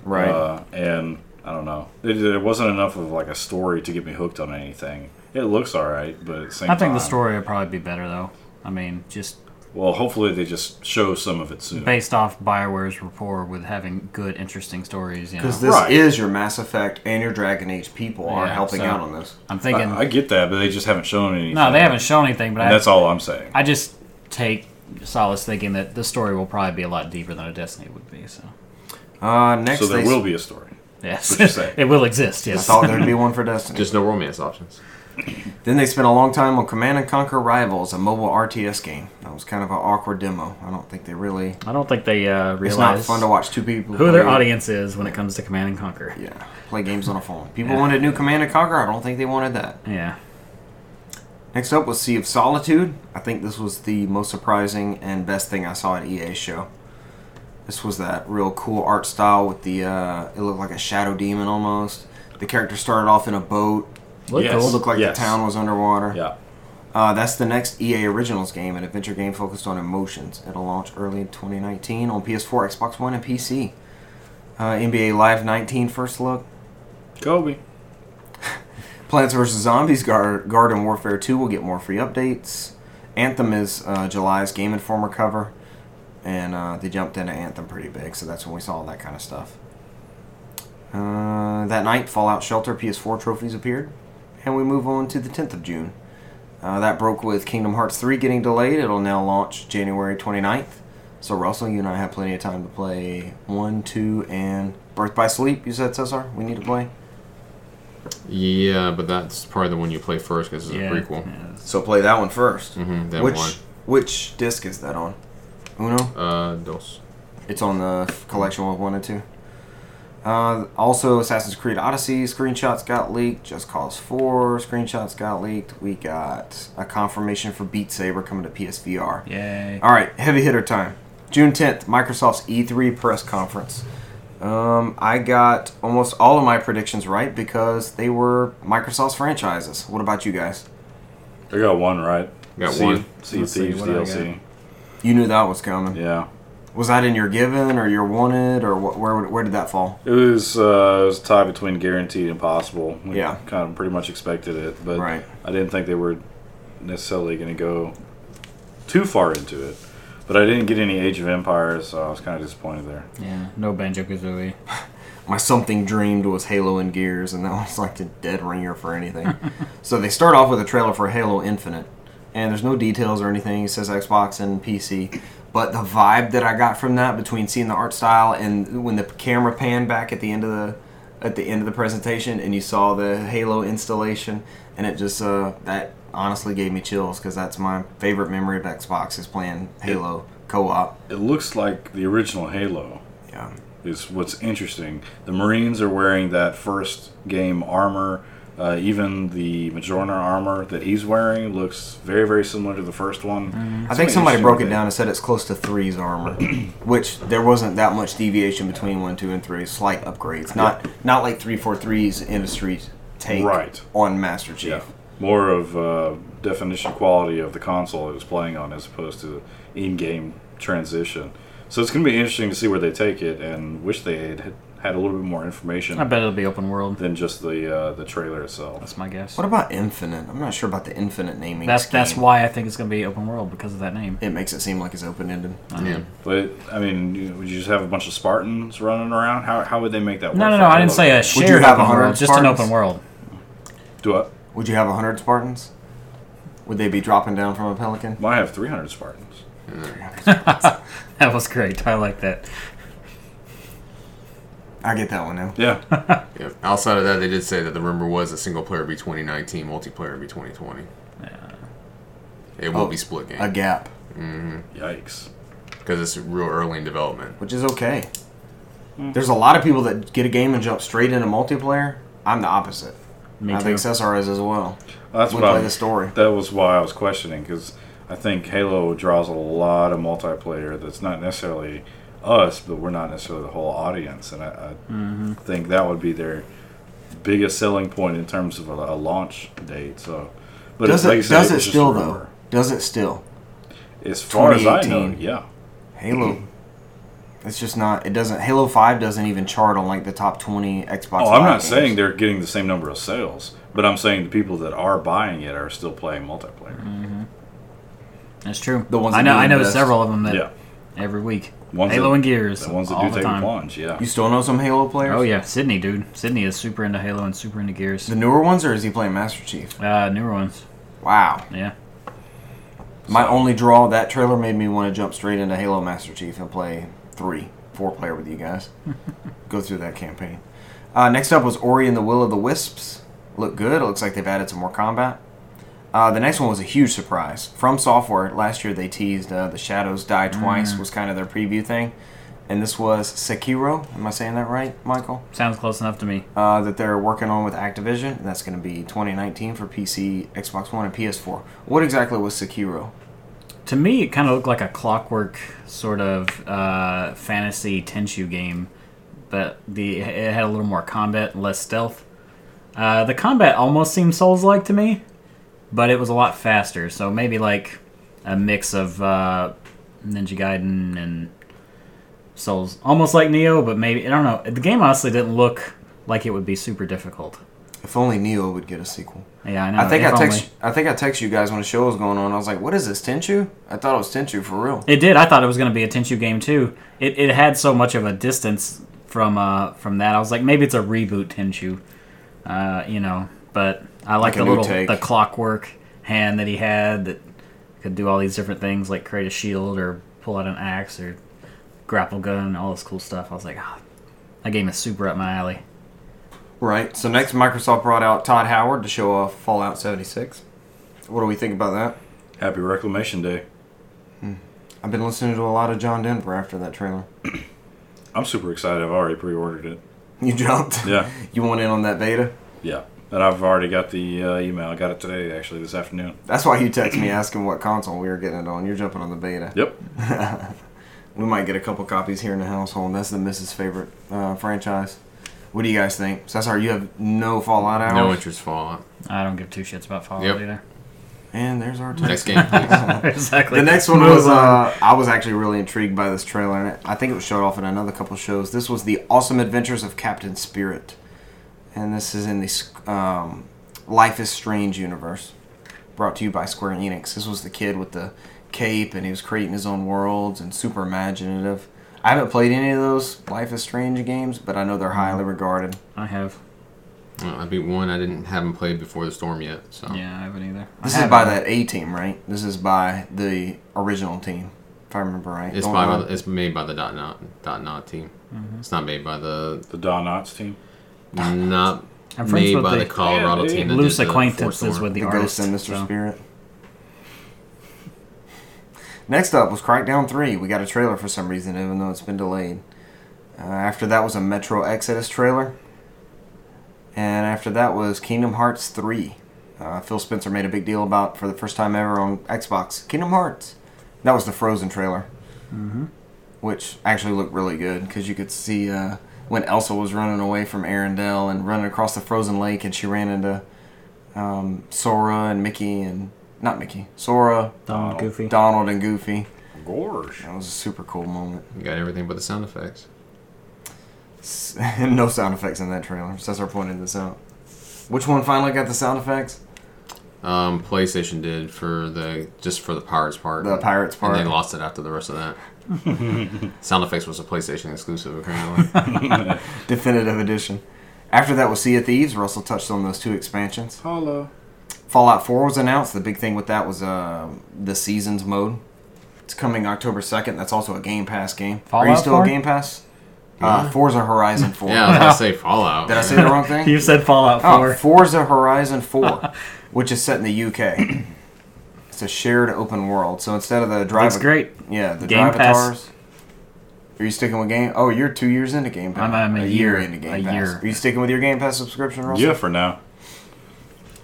S1: right.
S2: Uh, and I don't know. There- There wasn't enough of like a story to get me hooked on anything. It looks all right, but at the same
S4: I think the
S2: time-
S4: story would probably be better though. I mean, just
S2: Well, hopefully they just show some of it soon.
S4: based off Bioware's rapport with having good, interesting stories. You know,
S1: Because this
S2: Right.
S1: is your Mass Effect and your Dragon Age people are
S4: Yeah,
S1: helping
S4: so-
S1: out on this.
S4: I'm
S2: I,
S4: thinking.
S2: I get that, but they just haven't shown anything.
S4: no, they haven't shown anything, but
S2: And
S4: I,
S2: that's all I'm saying.
S4: I just take solace thinking that the story will probably be a lot deeper than a Destiny would be. So
S1: Uh, next,
S2: So there
S1: they
S2: will be a story.
S4: yes,
S2: you say?
S4: [LAUGHS] it will exist. Yes. [LAUGHS]
S1: thought there'd be one for Destiny.
S3: Just no romance options.
S1: Then they spent a long time on Command and Conquer Rivals, a mobile RTS game. That was kind of an awkward demo. I don't think they really.
S4: I don't think they uh,
S1: It's not
S4: realize
S1: fun to watch two people.
S4: who their
S1: play-
S4: audience is when it comes to Command and Conquer.
S1: Yeah, play games on a phone. People wanted new Command and Conquer. I don't think they wanted that.
S4: Yeah.
S1: Next up was Sea of Solitude. I think this was the most surprising and best thing I saw at EA show. This was that real cool art style with the uh, it looked like a shadow demon almost. The character started off in a boat.
S4: Look
S2: Yes.
S1: It
S4: cool.
S1: looked like
S2: Yes.
S1: the town was underwater.
S2: Yeah.
S1: Uh, that's the next EA Originals game, an adventure game focused on emotions. It'll launch early in 2019 on PS4, Xbox One, and PC. Uh, NBA Live 19 first look.
S2: Kobe.
S1: Plants vs. Zombies Gar- Garden Warfare 2 will get more free updates. Anthem is uh, July's Game Informer cover. And uh, they jumped into Anthem pretty big, so that's when we saw all that kind of stuff. Uh, that night, Fallout Shelter PS4 trophies appeared. And we move on to the 10th of June. Uh, that broke with Kingdom Hearts 3 getting delayed. It'll now launch January 29th. So, Russell, you and I have plenty of time to play 1, 2, and Birth by Sleep, you said, Cesar? We need to play?
S3: Yeah, but that's probably the one you play first because it's
S4: Yeah,
S3: a prequel.
S4: yeah.
S1: So play that one first.
S3: Mhm, that
S1: which
S3: one.
S1: which disc is that on? Uno.
S3: Uh, dos.
S1: It's on the f- collection with one and two. Uh, also, Assassin's Creed Odyssey screenshots got leaked. Just Cause Four screenshots got leaked. We got a confirmation for Beat Saber coming to PSVR.
S4: Yay.
S1: All right, heavy hitter time. June 10th, Microsoft's E3 press conference. Um, I got almost all of my predictions right because they were Microsoft's franchises. What about you guys?
S2: I got one right.
S3: Got
S2: Sea-
S3: one.
S2: Sea of
S4: Let's see,
S2: Thieves
S4: what do I
S2: DLC.
S1: You knew that was coming.
S2: Yeah.
S1: Was that in your given or your wanted or what, where where did that fall?
S2: It was, uh, it was a tie between guaranteed and possible. We
S1: Yeah.
S2: kind of pretty much expected it, but
S1: Right.
S2: I didn't think they were necessarily going to go too far into it. But I didn't get any Age of Empires, so I was kind of disappointed there.
S4: Yeah. No Banjo Kazooie.
S1: My something dreamed was Halo and Gears, and that [LAUGHS] was like the dead ringer for anything. so they start off with a trailer for Halo Infinite, and there's no details or anything. It says Xbox and PC, but the vibe that I got from that between seeing the art style and when the camera panned back at the end of the at the end of the presentation, and you saw the Halo installation, and it just uh, that honestly gave me chills because that's my favorite memory of Xbox is playing Halo co-op.
S2: It looks like the original Halo
S1: Yeah.
S2: is what's interesting. The Marines are wearing that first game armor. Uh, even the Majorna armor that he's wearing looks very, very similar to the first one.
S1: Mm-hmm. I think somebody broke it down and said it's close to three's
S2: [CLEARS THROAT]
S1: armor, which there wasn't that much deviation between one, two, and three. Slight upgrades, not not like three, four, three's industry take
S2: Right.
S1: on Master Chief.
S2: Yeah, more of uh, definition quality of the console it was playing on as opposed to in-game transition. So it's going to be interesting to see where they take it, and wish they had had a little bit more information
S4: I bet it'll be open world.
S2: than just the uh, the trailer itself.
S4: That's my guess.
S1: What about Infinite? I'm not sure about the Infinite naming.
S4: That's
S1: scheme.
S4: that's why I think it's gonna be open world because of that name.
S1: it makes it seem like it's open ended.
S3: Yeah.
S2: But I mean, you- would you just have a bunch of Spartans running around? How, how would they make that work?
S4: No, no,
S2: for
S4: no. I didn't say a
S2: Halo?
S1: you
S4: shared
S1: have
S4: open
S1: 100
S4: world, just an
S1: Spartans?
S4: open world. [LAUGHS]
S2: Do I?
S1: Would you have hundred Spartans? Would they be dropping down from a pelican?
S2: Well, I have 300 Spartans.
S4: That was great. I like that.
S1: I get that one now.
S2: Yeah. [LAUGHS]
S3: Yeah. Outside of that, they did say that the rumor was a single player be 2019, multiplayer be 2020. It will
S1: Oh,
S3: be split game
S1: A gap,
S2: Yikes.
S3: because it's real early in development.
S1: which is okay.
S4: Hmm.
S1: There's a lot of people that get a game and jump straight into multiplayer. I'm the opposite.
S4: Me
S1: I
S4: too.
S1: think Cesar is as well.
S2: That's
S1: We
S2: what
S1: play
S2: I,
S1: the story.
S2: That was why I was questioning because I think Halo draws a lot of multiplayer that's not necessarily us, but we're not necessarily the whole audience, and I, I
S4: Mm-hmm.
S2: think that would be their biggest selling point in terms of a, a launch date. So, but
S1: Does
S2: it's- like
S1: it?
S2: you said,
S1: Does
S2: it's
S1: it
S2: just
S1: still though?
S2: rumor.
S1: Does it still?
S2: As far as I know,
S1: 2018.
S2: yeah.
S1: Halo.
S2: Mm-hmm.
S1: It's just not. It doesn't. Halo Five doesn't even chart on like the top twenty Xbox.
S2: Oh,
S1: Live
S2: I'm not
S1: games.
S2: saying they're getting the same number of sales, but I'm saying the people that are buying it are still playing multiplayer.
S4: Mm-hmm. That's true.
S1: The ones
S4: I
S1: that
S4: know.
S1: do
S4: I know
S1: invest.
S4: several of them that
S2: Yeah,
S4: every week.
S2: Ones
S4: Halo
S2: that-
S4: and Gears.
S2: the ones that
S4: all
S2: do
S4: the
S2: take
S4: time.
S2: a plunge. Yeah,
S1: You still know some Halo players?
S4: Oh yeah, Sydney, dude. Sydney is super into Halo and super into Gears.
S1: [LAUGHS] The newer ones, or is he playing Master Chief?
S4: Uh, newer ones.
S1: Wow.
S4: Yeah.
S1: My only draw that trailer made me want to jump straight into Halo Master Chief and play three, four player with you guys. Go through that campaign. Uh, next up was Ori and the Will of the Wisps. Look good. It looks like they've added some more combat. Uh, the next one was a huge surprise from Software. Last year they teased uh, the Shadows Die Twice was kind of their preview thing, and this was Sekiro. Am I saying that right, Michael?
S4: Sounds close enough to me.
S1: uh, that they're working on with Activision, and that's going to be 2019 for PC, Xbox One, and PS4. What exactly was Sekiro?
S4: To me, it kind of looked like a clockwork sort of uh, fantasy Tenchu game, but the it had a little more combat, less stealth. Uh, the combat almost seemed Souls-like to me, but it was a lot faster. So maybe like a mix of uh, Ninja Gaiden and Souls, almost like Neo, but maybe I don't know. The game honestly didn't look like it would be super difficult.
S1: If only Neo would get a sequel.
S4: Yeah, I know.
S1: I think I
S4: if
S1: text.
S4: only.
S1: I think I text you guys when the show was going on. I was like, "What is this Tenchu?" I thought it was Tenchu for real.
S4: It did. I thought it was going to be a Tenchu game too. It, it had so much of a distance from uh from that. I was like, maybe it's a reboot Tenchu, uh, you know. But I like,
S1: Like a
S4: the
S1: new
S4: little
S1: take.
S4: the clockwork hand that he had that could do all these different things, like create a shield or pull out an axe or grapple gun, all this cool stuff. I was like, ah, that game is super up my alley.
S1: Right. So next, Microsoft brought out Todd Howard to show off Fallout 76. What do we think about that?
S2: happy Reclamation Day.
S1: I've been listening to a lot of John Denver after that trailer.
S2: I'm super excited. I've already pre-ordered it.
S1: You jumped.
S2: [LAUGHS] Yeah,
S1: You went in on that beta.
S2: yeah. And I've already got the uh, email. I got it today, actually, this afternoon.
S1: That's why you text me asking what console we were getting it on. You're jumping on the beta.
S2: Yep.
S1: We might get a couple copies here in the household. That's the missus' favorite uh, franchise. What do you guys think? Cesar, you have no Fallout hours.
S3: No interest Fallout.
S4: I don't give two shits about Fallout
S3: Yep.
S4: either. [LAUGHS]
S1: and there's our time.
S3: Next game, please.
S4: exactly.
S1: The next one
S4: Move
S1: was
S4: on.
S1: uh, I was actually really intrigued by this trailer, and I think it was showed off in another couple shows. This was the Awesome Adventures of Captain Spirit, and this is in the sc- um, Life is Strange universe, brought to you by Square Enix. This was the kid with the cape, and he was creating his own worlds and super imaginative. I haven't played any of those Life is Strange games, but I know
S4: Mm-hmm.
S1: they're highly regarded.
S4: I have.
S3: Well, I beat one I didn't haven't played before the storm yet. So
S4: Yeah, I haven't either. I
S1: This is
S4: have
S1: by
S4: it.
S1: that A team, right? This is by the original team, if I remember right.
S3: it's
S1: Don't
S3: by
S1: know.
S3: the- it's made by the dot not dot not team.
S4: Mm-hmm.
S3: It's not made by [LAUGHS] the
S2: The Don Knotts team.
S3: not
S4: I'm friends
S3: made
S4: with
S3: by the,
S4: the-
S3: Colorado
S2: Yeah,
S3: team. that
S4: Loose
S3: did the
S4: acquaintances
S3: Forsworn.
S4: with the,
S1: the
S4: artist.
S1: ghost and Mr.
S4: so-
S1: Spirit. Next up was Crackdown 3. We got a trailer for some reason, even though it's been delayed. Uh, after that was a Metro Exodus trailer. And after that was Kingdom Hearts 3. Uh, Phil Spencer made a big deal about for the first time ever on Xbox. Kingdom Hearts. That was the Frozen trailer. Mm-hmm. Which actually looked really good because you could see uh, when Elsa was running away from Arendelle and running across the frozen lake and she ran into um, Sora and Mickey and not Mickey, Sora,
S4: Donald Goofy.
S1: Donald and Goofy.
S2: Gorge.
S1: That was a super cool moment.
S3: You got everything but the sound effects.
S1: S- [LAUGHS] no sound effects in that trailer. Cesar pointed this out. Which one finally got the sound effects?
S3: Um, PlayStation did for the just for the Pirates part.
S1: The Pirates part.
S3: And they lost it after the rest of that.
S4: [LAUGHS]
S3: Sound effects was a PlayStation exclusive, apparently.
S1: Definitive edition. After that was Sea of Thieves. Russell touched on those two expansions.
S2: Hello.
S1: Fallout 4 was announced. The big thing with that was uh, the Seasons mode. It's coming October 2nd. That's also a Game Pass game. Are you
S4: Fallout
S1: still
S4: 4?
S1: a Game Pass? Uh, Forza Horizon 4.
S3: [LAUGHS] Yeah, I was gonna say Fallout.
S1: Did I say the wrong
S4: [LAUGHS]
S1: thing?
S4: You said Fallout
S1: Oh,
S4: 4.
S1: Forza Horizon 4,
S4: [LAUGHS]
S1: which is set in the UK. it's a shared open world. So instead of the drive,
S4: Looks great.
S1: Yeah, the
S4: Game
S1: drive
S4: Pass.
S1: avatars. Are you sticking with game? Oh, you're two years into Game Pass.
S4: I'm- I'm a year-
S1: into Game
S4: a
S1: Pass.
S4: year.
S1: Are you sticking with your Game Pass subscription, Russell?
S2: Yeah, for now.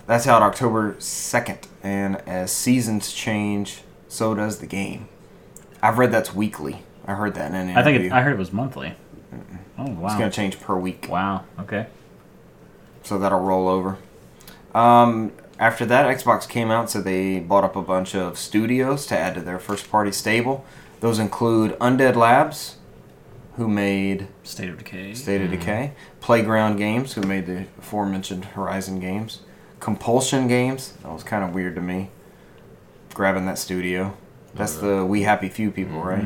S1: That's out October 2nd. And as seasons change, so does the game. I've read that's weekly. I heard that in an interview.
S4: I think it, I heard it was monthly. Oh
S1: it's
S4: wow!
S1: going to change per week.
S4: Wow. Okay.
S1: so that'll roll over. Um, after that, Xbox came out, so they bought up a bunch of studios to add to their first party stable. Those include Undead Labs, who made
S4: State of Decay.
S1: State of Decay, Playground Games, who made the aforementioned Horizon games, Compulsion Games, that was kind of weird to me, grabbing that studio. That's the We Happy Few people, right?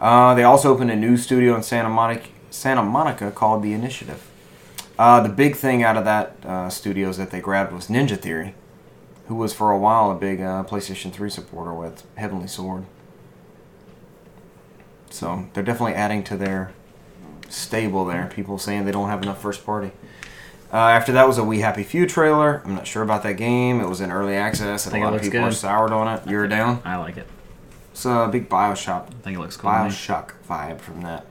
S1: Uh, they also opened a new studio in Santa Monica, Santa Monica called The Initiative. Uh, the big thing out of that uh, studios that they grabbed was Ninja Theory, who was for a while a big uh, PlayStation 3 supporter with Heavenly Sword. So they're definitely adding to their stable there. People saying they don't have enough first party. Uh, after that was a We Happy Few trailer. I'm not sure about that game. It was in early access, and a
S4: Think it
S1: lot of
S4: looks
S1: people are
S4: good.
S1: soured on it. You're down.
S4: I like it.
S1: It's a big Bioshock
S4: I think it looks cool. to me.
S1: Bioshock vibe from that.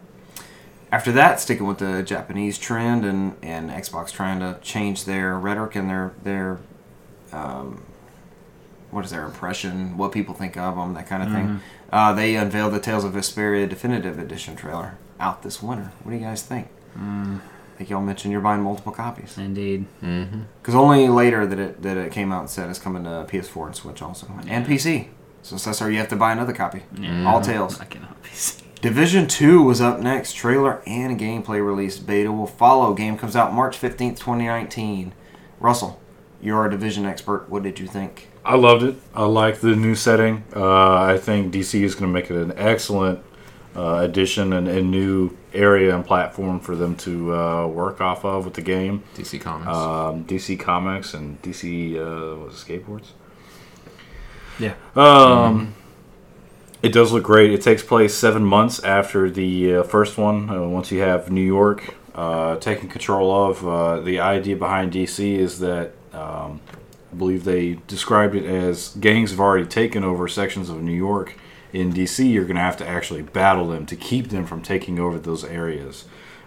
S1: After that, sticking with the Japanese trend and, and Xbox trying to change their rhetoric and their their um, what is their impression, what people think of them, that kind of thing. Uh, they unveiled the Tales of Vesperia Definitive Edition trailer out this winter. What do you guys think? I think y'all mentioned you're buying multiple copies
S4: Indeed.
S1: because only later that it that it came out and said it's coming to PS4 and Switch also and PC. So Cesar, you have to buy another copy. All Tales.
S4: I cannot be seen.
S1: Division 2 was up next. Trailer and gameplay release. Beta will follow. Game comes out March 15th, 2019. Russell, you're a Division expert. What did you think?
S2: I loved it. I like the new setting. Uh, I think DC is going to make it an excellent uh, addition and a new area and platform for them to uh, work off of with the game.
S3: DC Comics.
S1: Uh,
S2: Um, DC Comics and DC uh, what was it, skateboards.
S4: Yeah.
S2: Um, It does look great. It takes place seven months after the uh, first one. Uh, once you have New York uh, taken control of, uh, the idea behind DC is that um, I believe they described it as gangs have already taken over sections of New York. In DC, you're going to have to actually battle them to keep them from taking over those areas.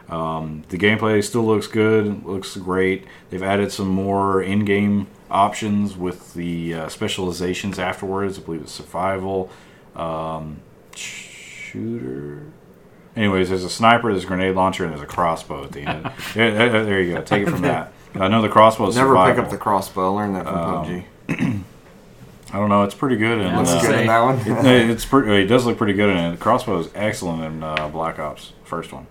S2: Um, the gameplay still looks good, looks great. They've added some more in game options with the uh, specializations afterwards. I believe it's survival, um, shooter. Anyways, there's a sniper, there's a grenade launcher, and there's a crossbow at the end. Yeah, yeah, yeah, there you go. Take it from that. I know the crossbow is
S1: Never
S2: survival.
S1: pick up the crossbow. I learned that from PUBG.
S2: I don't know. It's pretty good. In,
S4: Looks
S2: uh,
S1: That's good
S4: say-
S1: in that one.
S2: it- it's pretty. It does look pretty good in it. The crossbow is excellent in uh, Black Ops first one.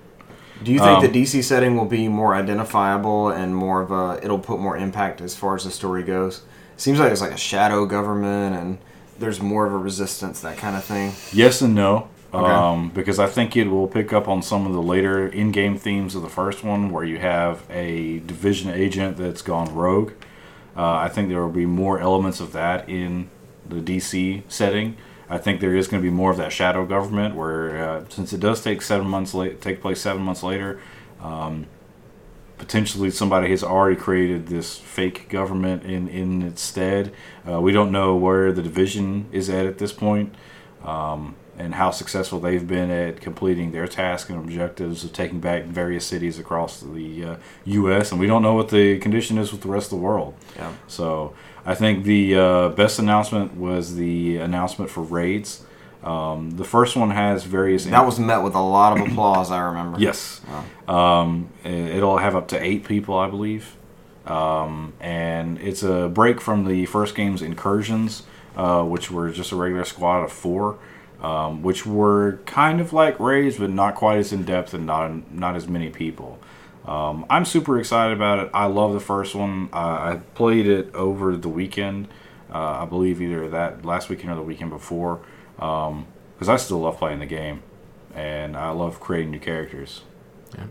S1: Do you think
S2: Um,
S1: the DC setting will be more identifiable and more of a it'll put more impact as far as the story goes? Seems like it's like a shadow government and there's more of a resistance that kind of thing.
S2: Yes and no.
S1: Okay.
S2: Um, because I think it will pick up on some of the later in game themes of the first one where you have a division agent that's gone rogue. Uh, I think there will be more elements of that in the DC setting. I think there is going to be more of that shadow government where, uh, since it does take seven months late, take place seven months later, um, potentially somebody has already created this fake government in, in its stead. Uh, we don't know where the division is at at this point um, and how successful they've been at completing their task and objectives of taking back various cities across the uh, U.S. And we don't know what the condition is with the rest of the world.
S1: Yeah.
S2: So I think the uh, best announcement was the announcement for raids. Um, the first one has various.
S1: That was met with a
S2: [CLEARS THROAT]
S1: lot of applause, I remember.
S2: Yes. Um, i- it'll have up to eight people, I believe. Um, and it's a break from the first game's incursions, uh, which were just a regular squad of four, um, which were kind of like raids, but not quite as in depth and not not as many people. Um, I'm super excited about it. I love the first one. Uh, I played it over the weekend. Uh, I believe either that last weekend or the weekend before, because I still love playing the game, and I love creating new characters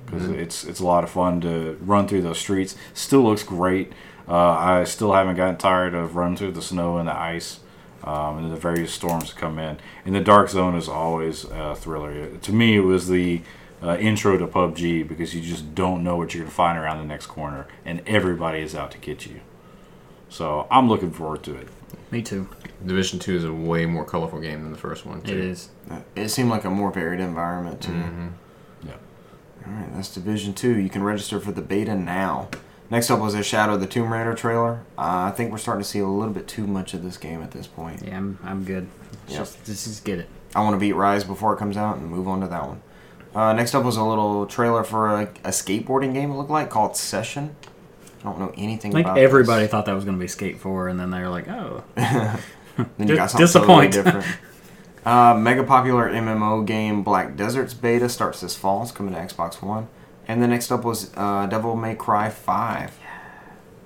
S2: because it's it's a lot of fun to run through those streets. Still looks great. Uh, I still haven't gotten tired of running through the snow and the ice, um, and the various storms that come in. And the dark zone is always a thriller. To me, it was the uh, intro to PUBG because you just don't know what you're going to find around the next corner, and everybody is out to get you. So I'm looking forward to it.
S4: [LAUGHS] Me too.
S3: Division Two is a way more colorful game than the first one. Too.
S4: It is.
S1: It seemed like a more varied environment too.
S2: Mm-hmm. Yeah.
S1: All right, that's Division Two. You can register for the beta now. Next up was a Shadow of the Tomb Raider trailer. Uh, I think we're starting to see a little bit too much of this game at this point.
S4: Yeah, I'm, I'm good. Let's
S1: Yep.
S4: Just, just, just get it.
S1: I want to beat Rise before it comes out and move on to that one. Uh, next up was a little trailer for a, a skateboarding game. It looked like called Session. I don't know anything.
S4: I think
S1: about
S4: everybody
S1: This.
S4: thought that was going to be Skate 4, and then they were like,
S1: [LAUGHS]
S4: oh.
S1: Then you
S4: Dis-
S1: got something totally
S4: disappoint.
S1: different. Uh, mega popular MMO game Black Desert's beta starts this fall. It's coming to Xbox One. And the next up was uh, Devil May Cry 5.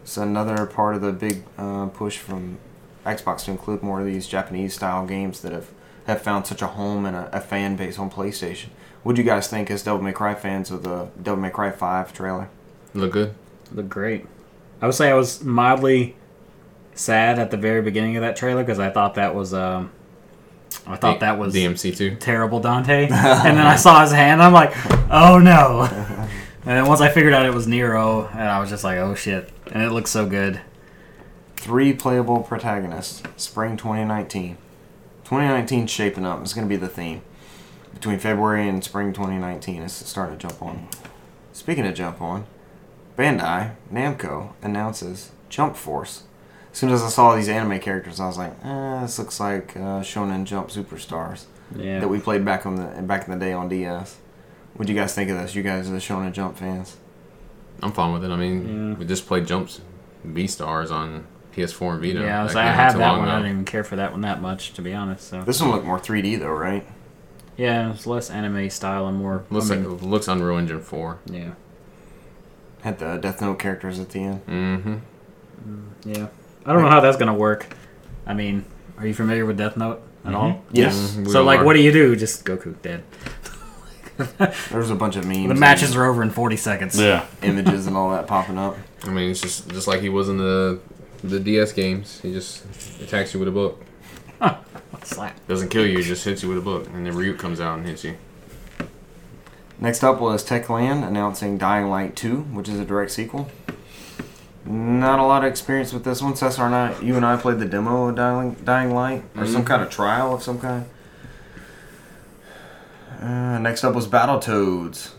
S1: It's another part of the big uh, push from Xbox to include more of these Japanese style games that have, have found such a home and a, a fan base on PlayStation. What do you guys think as Devil May Cry fans of the Devil May Cry 5 trailer?
S3: Look good.
S4: Look great. I would say I was mildly sad at the very beginning of that trailer because I thought that was um, I thought that was
S3: DMC Two.
S4: terrible Dante, and then I saw his hand. I'm like, oh no. and then once I figured out it was Nero, and I was just like, oh shit. And it looks so good.
S1: Three playable protagonists, spring 2019. 2019 shaping up. It's going to be the theme. Between February and spring 2019, it's starting to jump on. Speaking of jump on, Bandai Namco announces Jump Force. As soon as I saw these anime characters, I was like, eh, this looks like uh, Shonen Jump Superstars
S4: Yeah.
S1: that we played back on the back in the day on DS. What do you guys think of this? You guys are the Shonen Jump fans.
S3: I'm fine with it. I mean,
S4: Yeah.
S3: we just played Jumps V Stars on PS4 and Vita.
S4: yeah, I, was,
S3: That
S4: I
S3: came out
S4: have
S3: too
S4: that
S3: long
S4: one. I
S3: ago.
S4: didn't even care for that one that much, to be honest. So
S1: This one looked more 3D though, right?
S4: yeah, it's less anime style and more. I
S3: Looks
S4: mean,
S3: like looks Unreal Engine 4.
S4: yeah,
S1: Had the Death Note characters at the end.
S3: Mm-hmm.
S4: yeah. I don't know how that's gonna work. I mean, are you familiar with Death Note at all?
S1: Yes.
S4: So like, what do you do? Just Goku dead.
S1: There's a bunch of memes.
S4: The
S1: and
S4: matches are over in 40 seconds.
S2: Yeah.
S1: images and all that popping up.
S3: I mean, it's just just like he was in the the DS games. He just attacks you with a book.
S4: Slap.
S3: Doesn't kill you, just hits you with a book, and then Ryuk comes out and hits you.
S1: Next up was Techland announcing Dying Light 2, which is a direct sequel. Not a lot of experience with this one. Cesar and I, you and I played the demo of Dying, Dying Light, or
S4: Mm-hmm.
S1: some kind of trial of some kind. Uh, next up was Battletoads.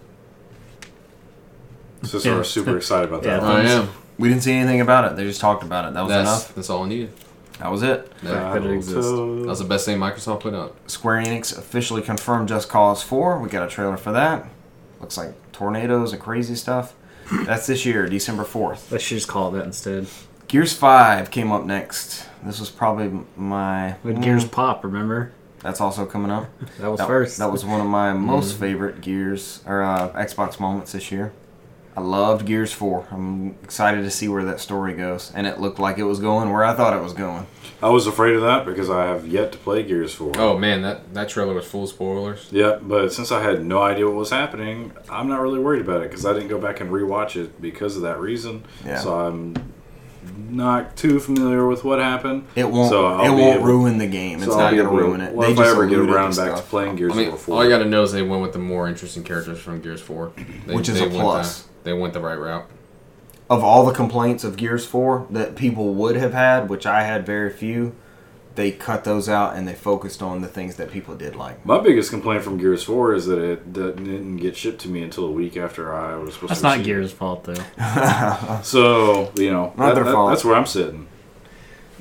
S2: So
S4: Yeah.
S2: we're super excited about
S4: Yeah.
S2: that.
S4: I
S3: am.
S1: We didn't see anything about it. They just talked about it. That was
S3: That's
S1: enough. Uh,
S3: that's all I needed.
S1: That was it.
S3: That,
S4: it exists.
S3: that was the best thing Microsoft put out.
S1: Square Enix officially confirmed Just Cause 4. We got a trailer for that. Looks like tornadoes and crazy stuff. That's this year, December 4th.
S4: Let's just call it that instead.
S1: Gears 5 came up next. This was probably m- my. Mm-hmm.
S4: With Gears Pop, remember?
S1: That's also coming up.
S4: That was
S1: That,
S4: first. Mm-hmm.
S1: that was one of my most favorite Gears or uh, Xbox moments this year. I loved Gears 4. I'm excited to see where that story goes. And it looked like it was going where I thought it was going.
S2: I was afraid of that because I have yet to play Gears 4.
S3: Oh man, that that trailer was full of spoilers.
S2: Yeah, but since I had no idea what was happening, I'm not really worried about it because I didn't go back and rewatch it because of that reason.
S1: Yeah.
S2: So I'm not too familiar with what happened.
S1: It won't,
S2: So I'll
S1: it
S2: be
S1: won't
S2: able-
S1: ruin the game. It's
S2: So I'll
S1: not
S2: be
S1: going to
S2: able
S1: ruin it.
S2: Well,
S1: they
S2: if
S1: just
S2: I ever get
S1: alluded
S2: around
S1: to
S2: back to
S1: stuff.
S2: playing Gears
S3: I mean,
S2: 4,
S3: all I gotta know is they went with the more interesting characters from Gears Four, They-
S1: Which is
S3: they
S1: a
S3: went
S1: plus.
S3: The, they went the right route.
S1: of all the complaints of Gears 4 that people would have had, which I had very few, they cut those out and they focused on the things that people did like.
S2: My biggest complaint from Gears 4 is that it that didn't get shipped to me until a week after I was supposed
S4: That's
S2: to
S4: not
S2: receive
S4: Gears' fault, though.
S2: it. So, you know,
S1: Not
S2: that-
S1: their
S2: that-
S1: fault.
S2: that's where I'm sitting.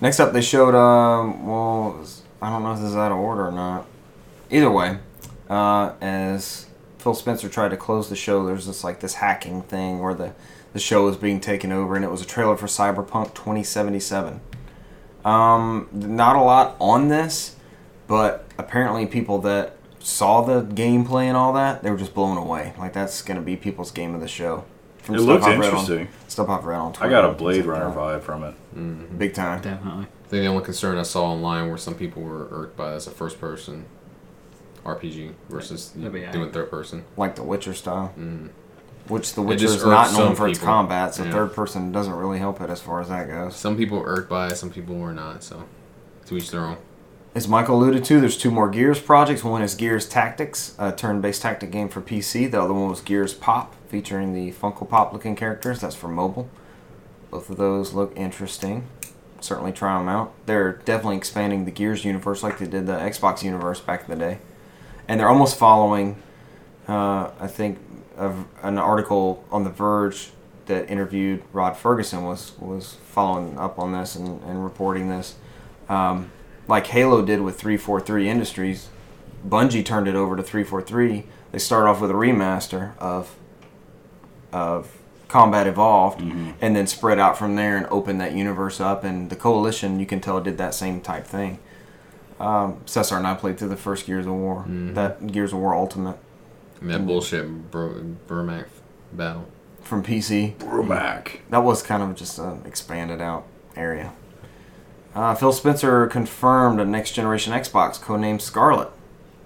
S1: Next up, they showed, um, well, it was- I don't know if this is out of order or not. Either way, uh, as Phil Spencer tried to close the show, there's this like this hacking thing where the, the show is being taken over, and it was a trailer for Cyberpunk 2077. Um, not a lot on this, but apparently people that saw the gameplay and all that, they were just blown away. Like that's gonna be people's game of the show. From
S2: It looked
S1: I've read on-
S2: interesting.
S1: stuff I've read on
S2: I
S1: Twitter.
S2: got a Blade Runner vibe from it.
S1: Big time.
S4: Definitely.
S3: I think the only concern I saw online where some people were irked by that's a first person RPG versus
S4: That'd be
S3: doing
S4: aight.
S3: third person.
S1: like the Witcher style, which the
S3: Mm. It
S1: Witcher
S3: just
S1: is not
S3: irks
S1: known
S3: some
S1: for its
S3: people.
S1: combat, so
S3: Yeah.
S1: third person doesn't really help it as far as that goes.
S3: Some people were irked by it, some people were not. So to each their own.
S1: As Michael alluded to, there's two more Gears projects. One is Gears Tactics, a turn-based tactic game for PC. The other one was Gears Pop, featuring the Funko Pop-looking characters. That's for mobile. Both of those look interesting. Certainly try them out. They're definitely expanding the Gears universe like they did the Xbox universe back in the day, and they're almost following. Uh, I think of an article on The Verge that interviewed Rod Ferguson was was following up on this and, and reporting this um, like Halo did with 343 Industries, Bungie turned it over to 343. They start off with a remaster of of Combat Evolved, and then spread out from there and open that universe up. And the Coalition, you can tell, did that same type thing. Um, Cesar and I played through the first Gears of War, that Gears of War Ultimate
S3: I mean, that bullshit Bur- Burmac battle.
S1: from PC.
S2: We're back.
S1: that was kind of just an expanded out area. Uh, Phil Spencer confirmed a next generation Xbox codenamed Scarlet.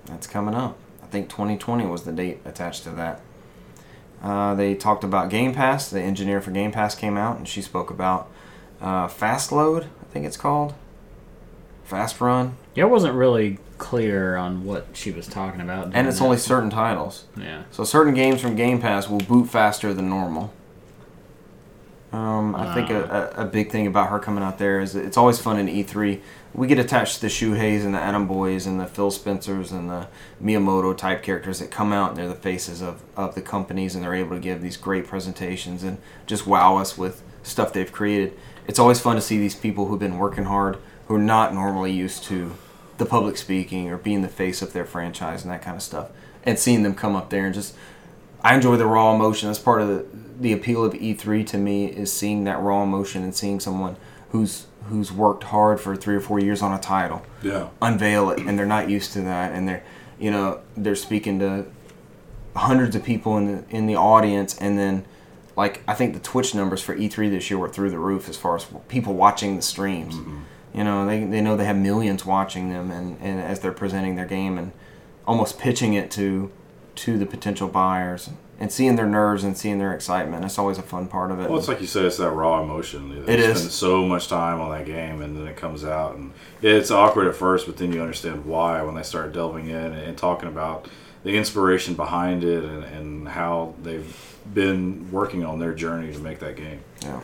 S1: That's coming up. I think 2020 was the date attached to that. Uh, they talked about Game Pass. The engineer for Game Pass came out and she spoke about uh, Fast Load, I think it's called. Fast Run.
S4: Yeah, it wasn't really clear on what she was talking about.
S1: And it's only certain titles.
S4: yeah.
S1: So certain games from Game Pass will boot faster than normal. Um, I think a, a, a big thing about her coming out there is that it's always fun in E3. We get attached to the Shuheis and the Adam Boys and the Phil Spencers and the Miyamoto type characters that come out and they're the faces of, of the companies and they're able to give these great presentations and just wow us with stuff they've created. It's always fun to see these people who've been working hard who are not normally used to the public speaking or being the face of their franchise and that kind of stuff and seeing them come up there and just I enjoy the raw emotion. That's part of the, the appeal of E3 to me is seeing that raw emotion and seeing someone who's who's worked hard for three or four years on a title
S2: Yeah.
S1: unveil it, and they're not used to that, and they're you know they're speaking to hundreds of people in the in the audience, and then like I think the Twitch numbers for E3 this year were through the roof as far as people watching the streams.
S2: Mm-hmm.
S1: You know they they know they have millions watching them, and and as they're presenting their game and almost pitching it to to the potential buyers and seeing their nerves and seeing their excitement. That's always a fun part of it.
S2: Well, it's like you said, it's that raw emotion. They
S1: It is.
S2: spend so much time on that game, and then it comes out, and yeah, it's awkward at first, but then you understand why when they start delving in and, and talking about the inspiration behind it and, and how they've been working on their journey to make that game.
S1: Yeah.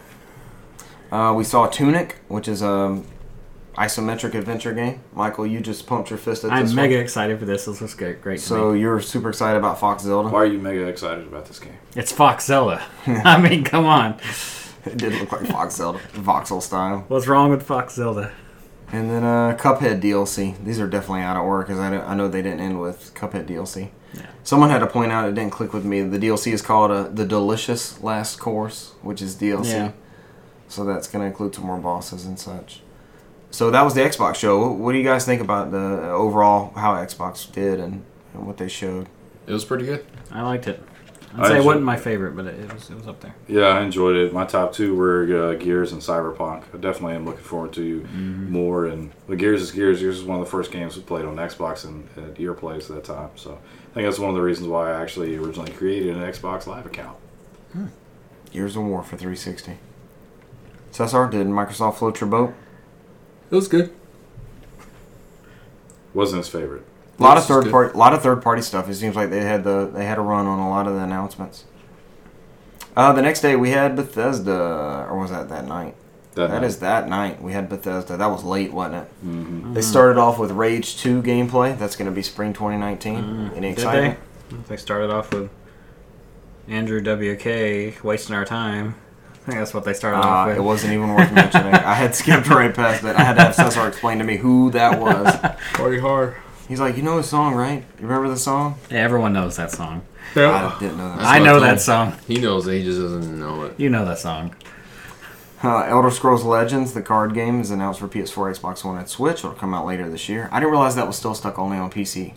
S1: Uh, we saw Tunic, which is a isometric adventure game. Michael, you just pumped your fist at this
S4: I'm
S1: one.
S4: mega excited for this. This looks great. Great. to
S1: So
S4: me.
S1: you're super excited about Fox Zelda.
S2: Why are you mega excited about this game?
S4: it's
S1: [LAUGHS]
S4: Foxzilla. [LAUGHS] I mean, come on.
S1: It did look like Fox Zelda, voxel style.
S4: What's wrong with Foxzilla?
S1: And then uh, Cuphead DLC. These are definitely out of order because I, don't- I know they didn't end with Cuphead DLC.
S4: Yeah.
S1: Someone had to point out it didn't click with me. The DLC is called uh, the Delicious Last Course, which is DLC.
S4: Yeah.
S1: So that's going to include some more bosses and such. So that was the Xbox show. What do you guys think about the uh, overall how Xbox did and, and what they showed?
S3: It was pretty good.
S4: I liked it. I'd
S2: I
S4: say it
S2: enjoy-
S4: wasn't my favorite, but it, it was it was up there.
S2: Yeah, I enjoyed it. My top two were uh, Gears and Cyberpunk. I definitely am looking forward to more. And but Gears is Gears. Gears is one of the first games we played on Xbox and at your place at that time. So I think that's one of the reasons why I actually originally created an Xbox Live account.
S1: Years of War for 360. Cesar, did Microsoft float your boat?
S3: It was good.
S2: Wasn't his favorite.
S1: A lot of
S3: This is
S1: third
S3: good.
S1: part, lot of third party stuff. It seems like they had the they had a run on a lot of the announcements. Uh, the next day we had Bethesda, or was that that night?
S2: That,
S1: That
S2: night.
S1: is that night we had Bethesda. That was late, wasn't it? Mm-hmm. They started off with Rage Two gameplay. That's going to be spring 2019. Any
S4: Did
S1: excitement?
S4: they? They started off with Andrew WK wasting our time. I think that's what they started off
S1: Uh,
S4: with.
S1: it wasn't even worth mentioning. I had skipped right past that. I had to have Cesar explain to me who that was.
S3: Party hard.
S1: He's like, you know the song, right? You remember the song?
S4: Yeah, everyone knows that song.
S1: I didn't know that.
S4: I
S3: what
S4: know
S3: I
S4: that
S3: told
S4: song.
S3: He knows it. He just doesn't know it.
S4: You know that song.
S1: Uh, Elder Scrolls Legends, the card game, is announced for PS4, Xbox One, and Switch. It'll come out later this year. I didn't realize that was still stuck only on PC.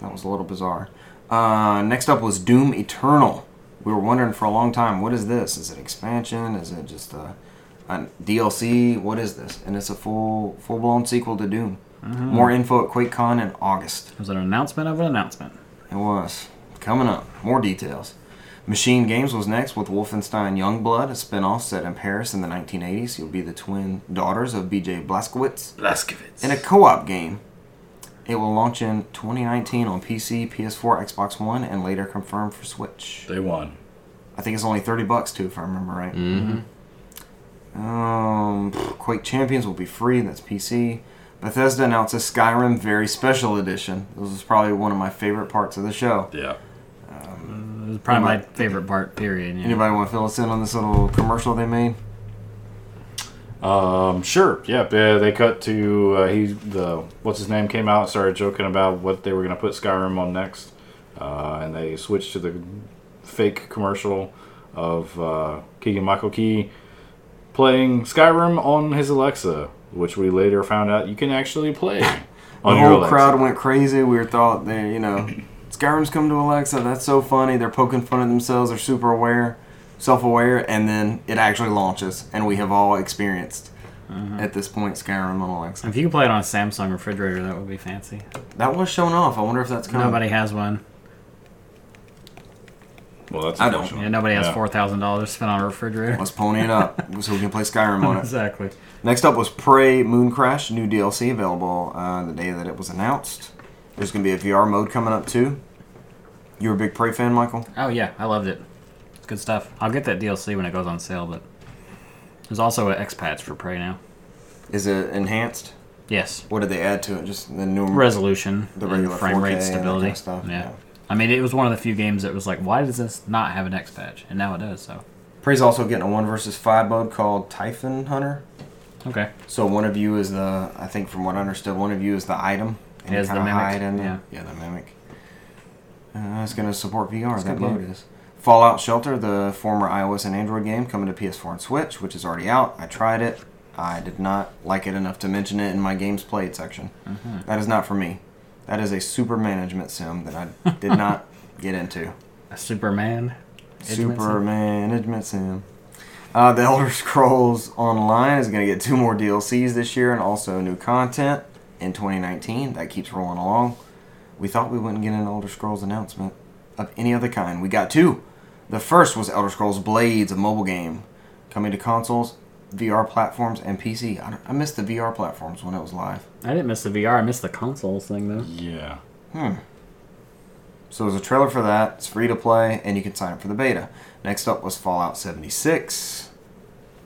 S1: That was a little bizarre. Uh, next up was Doom Eternal. We were wondering for a long time, what is this? Is it expansion? Is it just a, a DLC? What is this? And it's a full full blown sequel to Doom. More info at QuakeCon in August.
S4: It was an announcement of an announcement.
S1: It was. Coming up, more details. Machine Games was next with Wolfenstein Youngblood, a spin-off set in Paris in the 1980s. You'll be the twin daughters of B.J. Blazkowicz
S2: Blaskowitz.
S1: in a co-op game. It will launch in 2019 on PC, PS4, Xbox One, and later confirmed for Switch.
S2: They won.
S1: I think it's only 30 bucks too, if I remember right. Mm-hmm. Um, pff, Quake Champions will be free. That's PC. Bethesda announces Skyrim Very Special Edition. This was probably one of my favorite parts of the show.
S2: Yeah.
S4: It was probably my favorite part. Period. Yeah.
S1: Anybody want to fill us in on this little commercial they made?
S2: Um, sure. Yep. Yeah, they cut to uh, he the what's his name came out and started joking about what they were gonna put Skyrim on next, uh, and they switched to the fake commercial of uh, Keegan Michael Key playing Skyrim on his Alexa, which we later found out you can
S1: [LAUGHS]
S2: actually play on
S1: the
S2: your
S1: whole
S2: Alexa.
S1: crowd went crazy. We were thought they, you
S2: [LAUGHS]
S1: know, Skyrim's come to Alexa. That's so funny. They're poking fun at themselves. They're super aware, self-aware, and then it actually launches, and we have all experienced
S2: Mm-hmm.
S1: at this point Skyrim on Alexa.
S4: If you could play it on a Samsung refrigerator, that would be fancy.
S1: That was shown off. I wonder if that's coming.
S4: Nobody has one.
S2: Well, that's
S1: I don't.
S2: emotional.
S4: Yeah, nobody has
S2: Yeah.
S4: four thousand dollars spent on a refrigerator.
S1: Let's pony it up so we can play Skyrim on
S4: [LAUGHS]
S1: it.
S4: exactly.
S1: Next up was Prey Moon Crash, new DLC available uh, the day that it was announced. There's going to be a VR mode coming up too. You were a big Prey fan, Michael?
S4: Oh yeah, I loved it. It's good stuff. I'll get that DLC when it goes on sale, but there's also an expats for Prey now.
S1: Is it enhanced?
S4: Yes.
S1: What did they add to it? Just the new
S4: Resolution,
S1: The
S4: and
S1: regular
S4: frame
S1: 4K and
S4: rate
S1: that
S4: stability.
S1: kind of stuff,
S4: Yeah.
S1: yeah.
S4: I mean, it was one of the few games that was like, why does this not have an X patch? And now it does. So
S1: Prey's also getting a one versus five mode called Typhon Hunter.
S4: okay.
S1: So one of you is the, I think from what I understood, one of you is the item. And
S4: Is the
S1: kinda
S4: mimic,
S1: hide in
S4: yeah.
S1: there. yeah, the mimic. Uh, it's going to support VR. that
S4: good
S1: mode
S4: game.
S1: is. Fallout Shelter, the former iOS and Android game, coming to PS4 and Switch, which is already out. I tried it. I did not like it enough to mention it in my games played section.
S4: Mm-hmm.
S1: That is not for me. That is a super management sim that I did not
S4: [LAUGHS]
S1: get into.
S4: A Superman. Edgemont
S1: Super management sim. Uh, the Elder Scrolls Online is going to get two more DLCs this year and also new content in 2019. That keeps rolling along. We thought we wouldn't get an Elder Scrolls announcement of any other kind. We got two. The first was Elder Scrolls Blades, a mobile game coming to consoles, VR platforms, and PC. I, don't- I missed the VR platforms when it was live.
S4: I didn't miss the VR. I missed the consoles thing though.
S2: Yeah.
S1: So there's a trailer for that. It's free to play, and you can sign up for the beta. Next up was Fallout 76.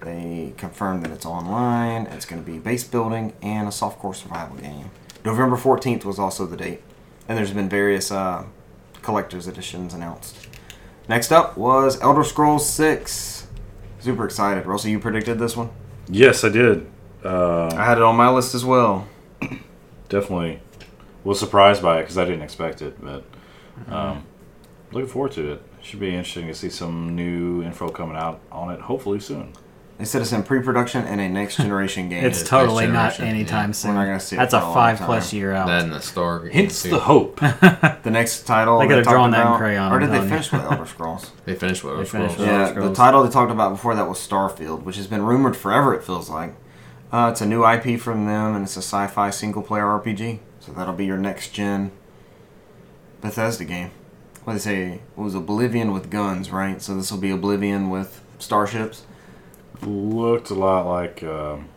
S1: They confirmed that it's online. It's going to be base building and a softcore survival game. November 14th was also the date, and there's been various uh, collector's editions announced. Next up was Elder Scrolls 6. Super excited. Russell, you predicted this one?
S2: Yes, I did. Uh,
S1: I had it on my list as well.
S2: definitely was surprised by it because I didn't expect it, but
S1: Mm-hmm.
S2: um, looking forward to it. Should be interesting to see some new info coming out on it, hopefully soon.
S1: They said it's in pre-production and a
S4: [LAUGHS]
S1: next-generation game.
S4: It's
S3: Yeah,
S4: totally
S3: next
S4: not
S3: generation,
S4: anytime
S3: yeah.
S4: soon.
S1: We're not gonna see it
S4: That's
S1: for
S4: a
S1: a long
S4: five
S1: time.
S4: plus year out.
S3: That and the Star. game,
S2: Hence
S3: too.
S4: [LAUGHS]
S2: the hope.
S1: The next title
S4: They could've
S1: talked
S4: drawn that in
S1: about-
S4: crayon,
S1: Or did
S4: I'm
S1: they
S4: telling you.
S1: finish with
S4: [LAUGHS]
S1: Elder Scrolls?
S3: They finished what?
S4: They
S3: Elder
S4: finished what-
S3: Scrolls.
S4: Elder
S1: yeah, the
S4: Scrolls.
S1: title they talked about before that was Starfield, which has been rumored forever. It feels like uh, it's a new IP from them, and it's a sci-fi single-player RPG. So that'll be your next-gen Bethesda game. What they say it was Oblivion with guns, right? So this will be Oblivion with starships.
S2: Looked a lot like. Um,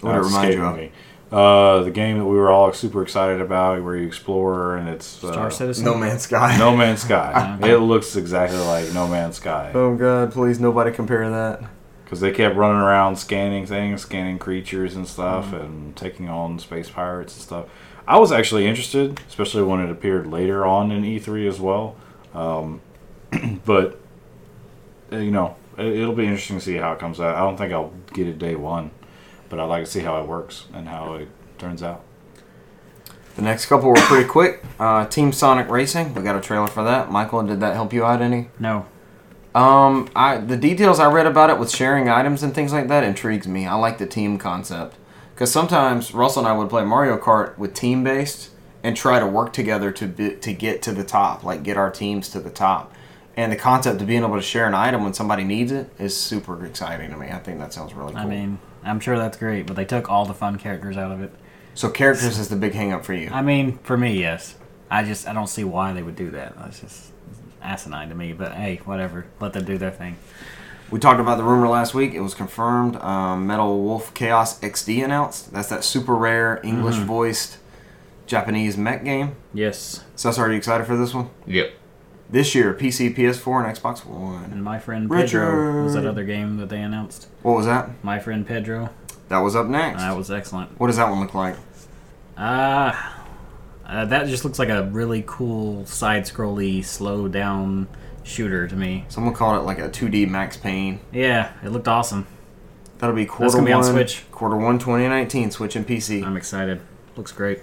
S1: What it
S2: uh,
S1: remind you
S2: escaping
S1: of?
S2: me. Uh, the game that we were all super excited about, where you explore and it's uh,
S4: Star Citizen.
S1: No Man's Sky. [LAUGHS]
S2: No
S4: [LAUGHS]
S2: Man's Sky. it looks exactly like No Man's Sky.
S1: Oh God! Please, nobody compare that.
S2: because they kept running around scanning things, scanning creatures and stuff,
S4: Mm-hmm.
S2: and taking on space pirates and stuff. I was actually interested, especially when it appeared later on in E3 as well. Um, [CLEARS THROAT] but uh, you know, it, it'll be interesting to see how it comes out. I don't think I'll get it day one, but I'd like to see how it works and how it turns out.
S1: The next couple were pretty quick. Uh, Team Sonic Racing. We got a trailer for that. Michael, did that help you out any?
S4: No.
S1: Um, I the details I read about it with sharing items and things like that intrigues me. I like the team concept because sometimes Russell and I would play Mario Kart with team based and try to work together to be, to get to the top, like get our teams to the top. And the concept of being able to share an item when somebody needs it is super exciting to me. I think that sounds really cool.
S4: I mean, I'm sure that's great, but they took all the fun characters out of it.
S1: so characters is the big hang up for you.
S4: I mean, for me, yes. I just I don't see why they would do that. That's just asinine to me. But hey, whatever. Let them do their thing.
S1: We talked about the rumor last week. It was confirmed. Um, Metal Wolf Chaos XD announced. That's that super rare English voiced Japanese mech game.
S4: Yes.
S1: Sus, are you excited for this one?
S3: Yep.
S1: This year, PC, PS4, and Xbox One.
S4: And my friend Pedro was that
S1: Richard.
S4: other game that they announced.
S1: What was that?
S4: My friend Pedro. Ah,
S1: That was up next.
S4: That was excellent.
S1: what does that one look like?
S4: Ah. Uh, that just looks like a really cool side-scrolly, slow-down shooter to me.
S1: Someone called it like a 2D Max Payne.
S4: Yeah, it looked awesome.
S1: That'll be quarter
S4: That's gonna be on
S1: one.
S4: Switch.
S1: Quarter one, 2019, Switch and PC.
S4: I'm excited. Looks great.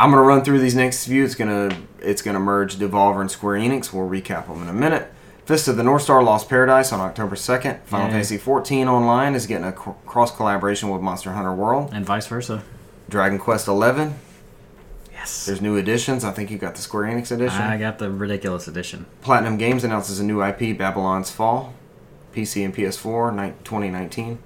S1: I'm gonna run through these next few. It's gonna it's gonna merge Devolver and Square Enix. We'll recap them in a minute. Fist of the North Star Lost Paradise on October 2nd. Final
S4: Yay.
S1: Fantasy 14 Online is getting a cross collaboration with Monster Hunter World.
S4: And vice versa.
S1: Dragon Quest 11.
S4: Yes.
S1: There's new editions. I think you got the Square Enix edition.
S4: I got the ridiculous edition.
S1: Platinum Games announces a new IP, Babylon's Fall, PC and PS4, ni- 2019.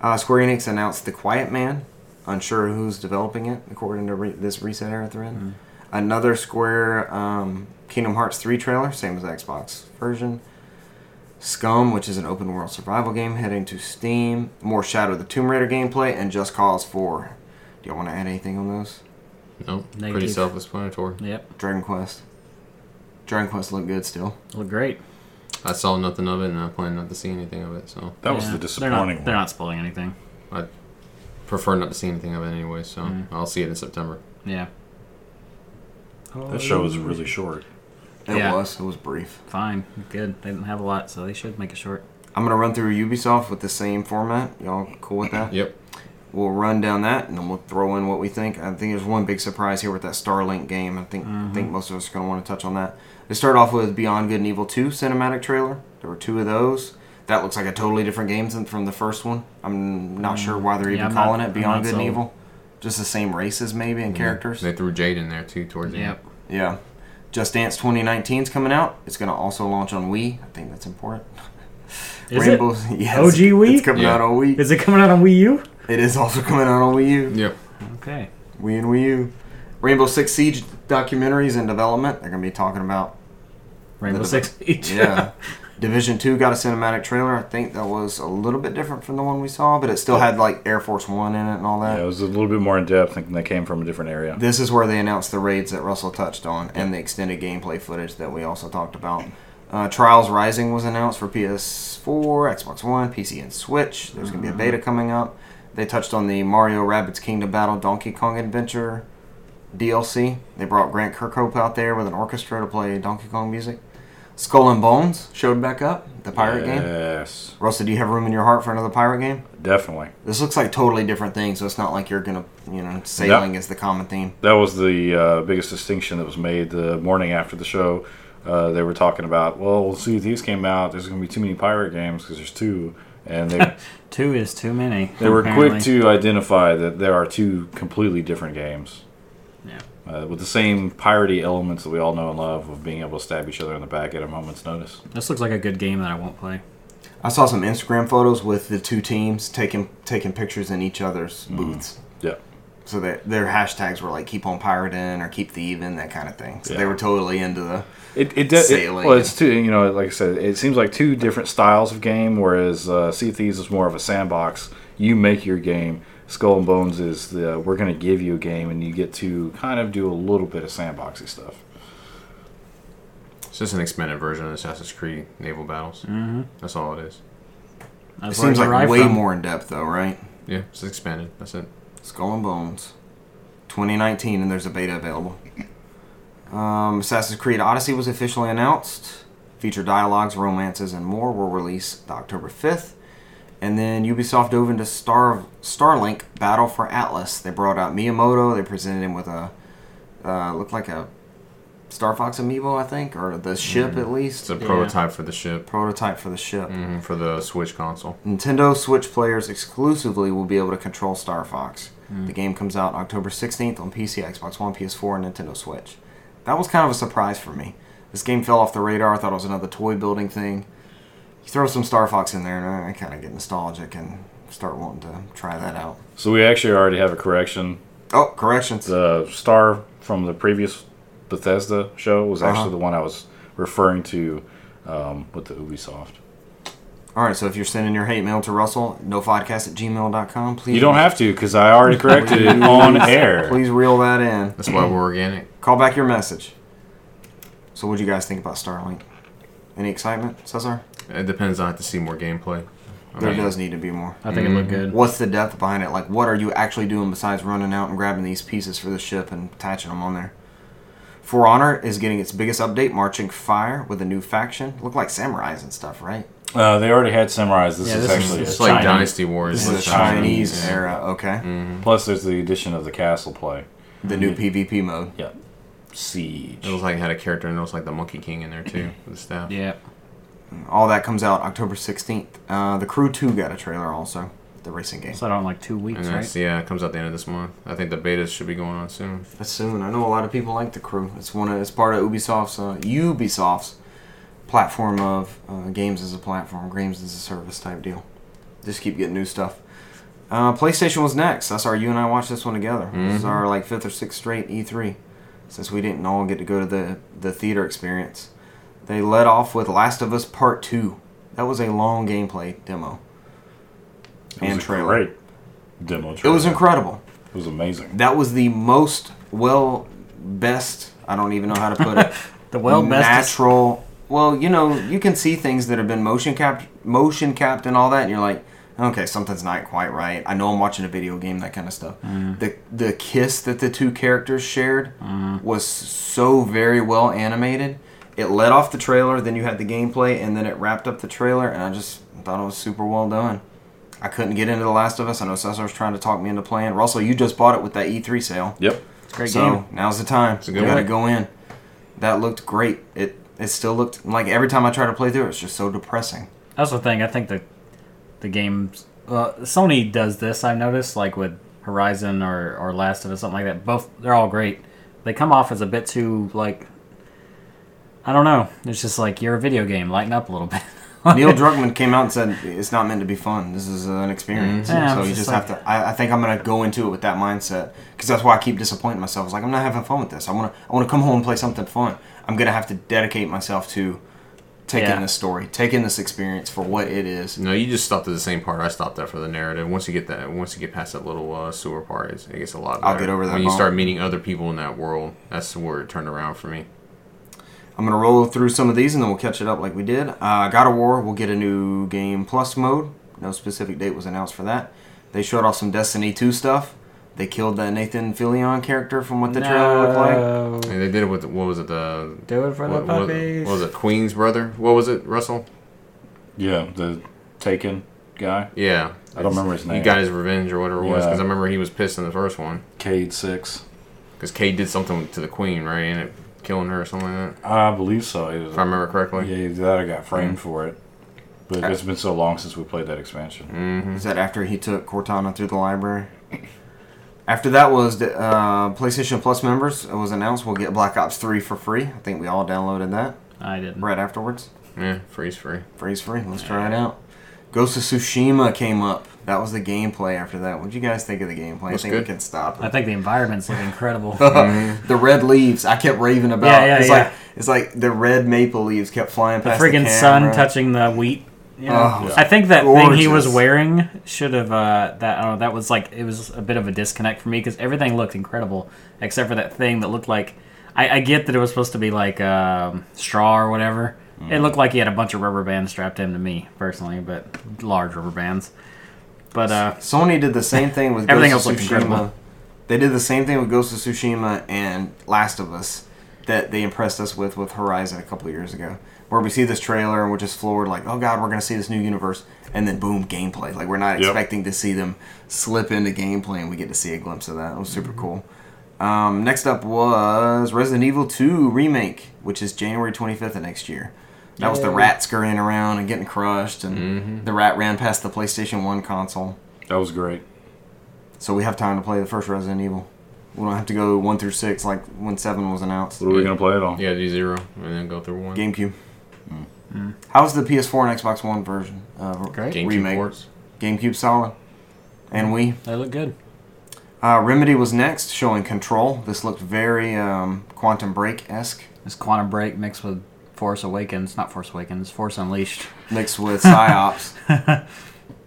S1: Uh, Square Enix announced The Quiet Man, unsure who's developing it, according to re- this Reset Era thread. Another Square um, Kingdom Hearts 3 trailer, same as the Xbox version. Scum, which is an open world survival game, heading to Steam. More Shadow of the Tomb Raider gameplay, and Just Cause 4. Do y'all want to add anything on those?
S3: Nope. Pretty
S4: Negative.
S3: self-explanatory.
S4: Yep.
S1: Dragon Quest. Dragon Quest looked good still.
S4: Looked great.
S3: I saw nothing of it, and I plan not to see anything of it. So
S2: That was
S4: Yeah, they're
S2: the
S4: not,
S2: disappointing
S4: They're
S2: one.
S4: not spoiling anything.
S3: I prefer not to see anything of it anyway. So
S4: Mm.
S3: I'll see it in September.
S4: Yeah.
S2: That show was really short.
S1: It
S4: Yeah.
S1: was. It was brief.
S4: Fine. Good. They didn't have a lot, so they should make it short.
S1: I'm gonna run through Ubisoft with the same format. Y'all cool with that?
S3: Yep.
S1: We'll run down that, and then we'll throw in what we think. I think there's one big surprise here with that Starlink game. I think I
S4: Mm-hmm.
S1: think most of us are gonna want to touch on that. They start off with Beyond Good and Evil 2 cinematic trailer. There were two of those. That looks like a totally different game than from the first one. I'm not sure why they're
S4: Yeah,
S1: even
S4: I'm not-
S1: calling
S4: I'm
S1: it Beyond
S4: not
S1: Good and
S4: sold.
S1: Evil. Just the same races maybe and characters.
S3: They threw Jade in there too towards the end.
S4: Yep.
S1: Yeah. Just Dance 2019 is coming out. It's gonna also launch on Wii. I think that's important.
S4: Is
S1: Rainbow, [LAUGHS]
S4: it?
S1: yes,
S4: OG Wii?
S1: It's coming
S3: Yeah.
S1: out on Wii.
S4: Is it coming out on Wii U?
S1: It is also coming out on Wii U.
S3: Yep.
S4: Okay.
S1: Wii and Wii U. Rainbow Six Siege documentaries in development. They're gonna be talking about
S4: Rainbow Six Siege.
S1: yeah. [LAUGHS] Division Two got a cinematic trailer. I think that was a little bit different from the one we saw, but it still had like Air Force One in it and all that.
S2: Yeah, it was a little bit more in depth, and they came from a different area.
S1: This is where they announced the raids that Russell touched on and the extended gameplay footage that we also talked about. Uh, Trials Rising was announced for PS4, Xbox One, PC, and Switch. There's going to be a beta coming up. They touched on the Mario Rabbids Kingdom Battle Donkey Kong Adventure DLC. They brought Grant Kirkhope out there with an orchestra to play Donkey Kong music. Skull and Bones showed back up, the pirate game.
S2: yes,
S1: Russell, do you have room in your heart for another pirate game?
S2: definitely.
S1: This looks like totally different things, so it's not like you're going to, you know, sailing is the common theme.
S2: That was the uh, biggest distinction that was made the morning after the show. Uh, they were talking about, well, we'll see if these came out. There's going to be too many pirate games because there's two,
S4: [LAUGHS]
S2: and they
S4: [LAUGHS] Two is too many.
S2: they were
S4: apparently.
S2: quick to identify that there are two completely different games.
S4: Yeah.
S2: Uh, with the same piratey elements that we all know and love of being able to stab each other in the back at a moment's notice.
S4: This looks like a good game that I won't play.
S1: I saw some Instagram photos with the two teams taking taking pictures in each other's booths.
S2: Yeah.
S1: So that their hashtags were like "keep on pirating" or "keep thieving," that kind of thing. So they
S2: Yeah.
S1: were totally into the.
S2: It, it, does. it
S1: Sailing.
S2: well, it's two. You know, like I said, it seems like two different styles of game. Whereas uh, Sea of Thieves is more of a sandbox. You make your game. Skull and Bones is the uh, we're going to give you a game, and you get to kind of do a little bit of sandboxy stuff.
S3: It's just an expanded version of Assassin's Creed Naval Battles. Mm-hmm. That's all it is.
S1: It
S4: That's where
S1: seems like
S4: derived
S1: way
S4: from.
S1: more in depth though, right?
S3: Yeah, it's expanded. That's it.
S1: Skull and Bones, 2019, and there's a beta available. Um, Assassin's Creed Odyssey was officially announced. Feature dialogues, romances, and more will release October 5th. And then Ubisoft dove into Star Starlink Battle for Atlas. They brought out Miyamoto. They presented him with a uh, looked like a Star Fox amiibo, I think, or the ship at
S3: Mm-hmm. It's
S1: least.
S3: a prototype for the ship
S1: prototype for the ship.
S3: mhm, for the Switch console.
S1: Nintendo Switch players exclusively will be able to control Star Fox.
S2: Hmm.
S1: The game comes out October 16th on PC, Xbox One, PS4, and Nintendo Switch. That was kind of a surprise for me. This game fell off the radar. I thought it was another toy building thing. You throw some Star Fox in there, and I kind of get nostalgic and start wanting to try that out.
S2: So we actually already have a correction.
S1: Oh, corrections.
S2: The star from the previous Bethesda show was
S4: Uh-huh.
S2: actually the one I was referring to um, with the Ubisoft.
S1: All right, so if you're sending your hate mail to Russell, nofodcast at gmail.com, please.
S2: You don't have to because I already corrected it on air.
S1: Please reel that in.
S3: That's why we're organic.
S1: Call back your message. So, what do you guys think about Starlink? Any excitement, Cesar?
S3: It depends. I have to see more gameplay. I
S1: There
S3: mean,
S1: does need to be more.
S4: I think it looked good.
S1: What's the depth behind it? Like, what are you actually doing besides running out and grabbing these pieces for the ship and attaching them on there? For Honor is getting its biggest update, Marching Fire, with a new faction. Look like samurais and stuff, right?
S2: Uh, they already had Samurais. This
S4: Yeah,
S2: is
S4: this is-
S2: actually
S4: this
S3: It's
S4: is
S3: like
S4: Chinese.
S3: Dynasty Wars.
S1: This is
S3: with
S1: the
S3: China.
S1: Chinese
S3: Yeah.
S1: era, okay?
S2: plus there's the addition of the castle play.
S1: The new PvP mode.
S2: Yep. Siege.
S3: It was like had a character, and it was like the Monkey King in there too, with the staff.
S4: Yeah.
S1: All that comes out October 16th. Uh, the Crew 2 got a trailer also, the racing game.
S4: So I don't like two weeks,
S3: And
S4: right?
S3: that's, yeah, it comes out the end of this month. I think the betas should be going on soon.
S1: That's soon. I know a lot of people like the crew. It's one. Of, it's part of Ubisoft's uh, Ubisoft's platform of uh, games as a platform, games as a service type deal. Just keep getting new stuff. Uh, PlayStation was next. That's our. You and I watched this one together. This is
S2: Mm-hmm.
S1: our like fifth or sixth straight E3, since we didn't all get to go to the the theater experience. They led off with Last of Us Part Two. That was a long gameplay demo
S2: It was
S1: and
S2: a
S1: trailer.
S2: Great demo
S1: It
S2: trailer.
S1: was incredible.
S2: It was amazing.
S1: That was the most well best. I don't even know how to put it.
S4: The well best.
S1: natural. Well, you know, you can see things that have been motion capped, motion capped, and all that, and you're like, okay, something's not quite right. I know I'm watching a video game, that kind of stuff. The the kiss that the two characters shared was so very well animated. It led off the trailer, then you had the gameplay, and then it wrapped up the trailer, and I just thought it was super well done. I couldn't get into The Last of Us. I know Cesar's trying to talk me into playing. Russell, you just bought it with that E3 sale.
S2: Yep.
S4: Great
S1: So
S4: game.
S1: now's the time.
S3: a
S1: You
S3: good
S1: gotta
S3: one.
S1: go in. That looked great. It it still looked like every time I try to play through, it, it's just so depressing.
S4: That's the thing. I think the the games. Uh, Sony does this. I've noticed, like with Horizon or or Last of Us, something like that. Both they're all great. They come off as a bit too like. I don't know. It's just like you're a video game. Lighten up a little bit. [LAUGHS]
S1: Neil Druckmann came out and said it's not meant to be fun. This is an experience,
S4: Mm-hmm. Yeah, I
S1: so
S4: was
S1: you just
S4: just
S1: have to. I, I think I'm gonna go into it with that mindset because that's why I keep disappointing myself. It's like I'm not having fun with this. I wanna I wanna come home and play something fun. I'm gonna have to dedicate myself to taking
S4: Yeah.
S1: this story, taking this experience for what it is.
S3: No, you just stopped at the same part. I stopped at for the narrative. Once you get that, once you get past that little uh, sewer part, it's, it gets a lot. Better.
S1: I'll get over that
S3: When you
S1: bump.
S3: start meeting other people in that world, that's where it turned around for me.
S1: I'm gonna roll through some of these and then we'll catch it up like we did. Uh, God of War will get a new game plus mode. No specific date was announced for that. They showed off some Destiny 2 stuff. They killed that Nathan Fillion character from what the trailer looked like.
S3: And they did it with what was it the
S4: Do it for
S3: what,
S4: the
S3: what was it,
S4: puppies.
S3: what was it Queen's brother? What was it Russell?
S2: Yeah, the Taken guy.
S3: Yeah,
S2: I don't remember his
S3: he
S2: name.
S3: got his revenge or whatever it was
S2: Yeah.
S3: because I remember he was pissed in the first one
S2: Cade Six.
S3: because Cade did something to the Queen, right? And it killing her or something like that.
S2: I believe so. It was-
S3: If I remember correctly.
S2: yeah, either that I got framed
S1: Mm.
S2: for it. But
S1: Uh,
S2: it's been so long since we played that expansion.
S1: Is that after he took Cortana through the library? After that was the, uh, PlayStation Plus members. It was announced we'll get Black Ops 3 for free. I think we all downloaded that
S4: I didn't.
S1: right afterwards.
S3: Yeah, freeze free.
S1: Freeze free. Let's try it out. Ghost of Tsushima came up. That was the gameplay after that. What'd you guys think of the gameplay? I
S3: Looks
S1: think
S3: good.
S1: we can stop.
S4: I think the environments look
S1: [LAUGHS]
S4: incredible.
S1: the red leaves I kept raving about.
S4: Yeah, yeah,
S1: it's
S4: yeah.
S1: like it's like the red maple leaves kept flying
S4: the
S1: past
S4: friggin'
S1: the
S4: sun
S1: camera.
S4: touching the wheat. You know?
S1: Oh,
S2: Yeah.
S4: I think that thing he was
S1: gorgeous.
S4: wearing should have uh, that. I don't know. That was like it was a bit of a disconnect for me because everything looked incredible except for that thing that looked like. I, I get that it was supposed to be like um, straw or whatever. It looked like he had a bunch of rubber bands strapped into me personally, but large rubber bands. But uh,
S1: Sony did the same thing
S4: [LAUGHS]
S1: with
S4: Everything
S1: Ghost of
S4: else looked
S1: Tsushima.
S4: incredible.
S1: They did the same thing with Ghost of Tsushima and Last of Us that they impressed us with with Horizon a couple of years ago, where we see this trailer and we're just floored, like, oh god, we're gonna see this new universe, and then boom, gameplay. Like we're not
S2: Yep.
S1: expecting to see them slip into gameplay, and we get to see a glimpse of that. It was
S4: Mm-hmm.
S1: super cool. Um, next up was Resident Evil 2 remake, which is January 25th of next year. That was the rat scurrying around and getting crushed, and
S4: Mm-hmm.
S1: the rat ran past the PlayStation 1 console.
S2: That was great.
S1: So we have time to play the first Resident Evil. We don't have to go one through six like when seven was announced.
S2: What are we gonna play it on?
S3: Yeah, do zero and then go through one.
S1: GameCube. How's the PS4 and Xbox One version? Uh,
S4: Great.
S3: GameCube
S1: remake.
S3: ports.
S1: GameCube solid. And we
S4: they look good.
S1: Uh, Remedy was next, showing Control. This looked very um, Quantum Break esque,
S4: It's Quantum Break mixed with Force Awakens, not Force Awakens, Force Unleashed, [LAUGHS]
S1: mixed with Psyops.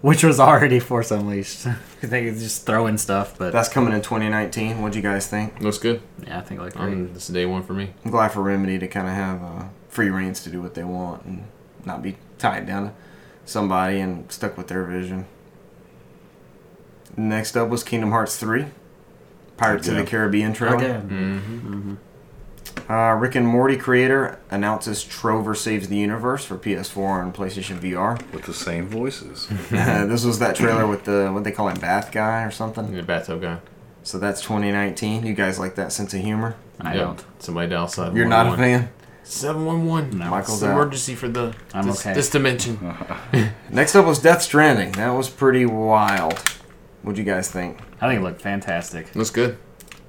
S4: which was already Force Unleashed. [LAUGHS] they could just throw in stuff, but
S1: That's coming in 2019. What'd you guys think?
S3: Looks good.
S4: yeah, I think like three.
S3: Um, this is day one for me.
S1: I'm glad for Remedy to kind of have uh, free reigns to do what they want and not be tied down to somebody and stuck with their vision. Next up was Kingdom Hearts 3, Pirates of
S2: Yeah.
S1: the Caribbean trailer.
S4: Again.
S1: Uh, Rick and Morty creator announces Trover Saves the Universe for PS4 and PlayStation VR.
S2: with the same voices.
S1: [LAUGHS] Uh, this was that trailer with the, what they call him, Bath Guy or something.
S3: The bathtub guy.
S1: So that's 2019. You guys like that sense of humor?
S4: I
S3: Yep.
S4: don't.
S3: Somebody dial seven.
S1: You're not a fan?
S3: Seven one one.
S4: No.
S1: Michael's
S3: It's an
S1: out.
S3: emergency for the
S4: I'm
S3: this,
S4: okay.
S3: this dimension.
S1: Next up was Death Stranding. That was pretty wild. What'd you guys think?
S4: I think it looked fantastic.
S3: Looks good.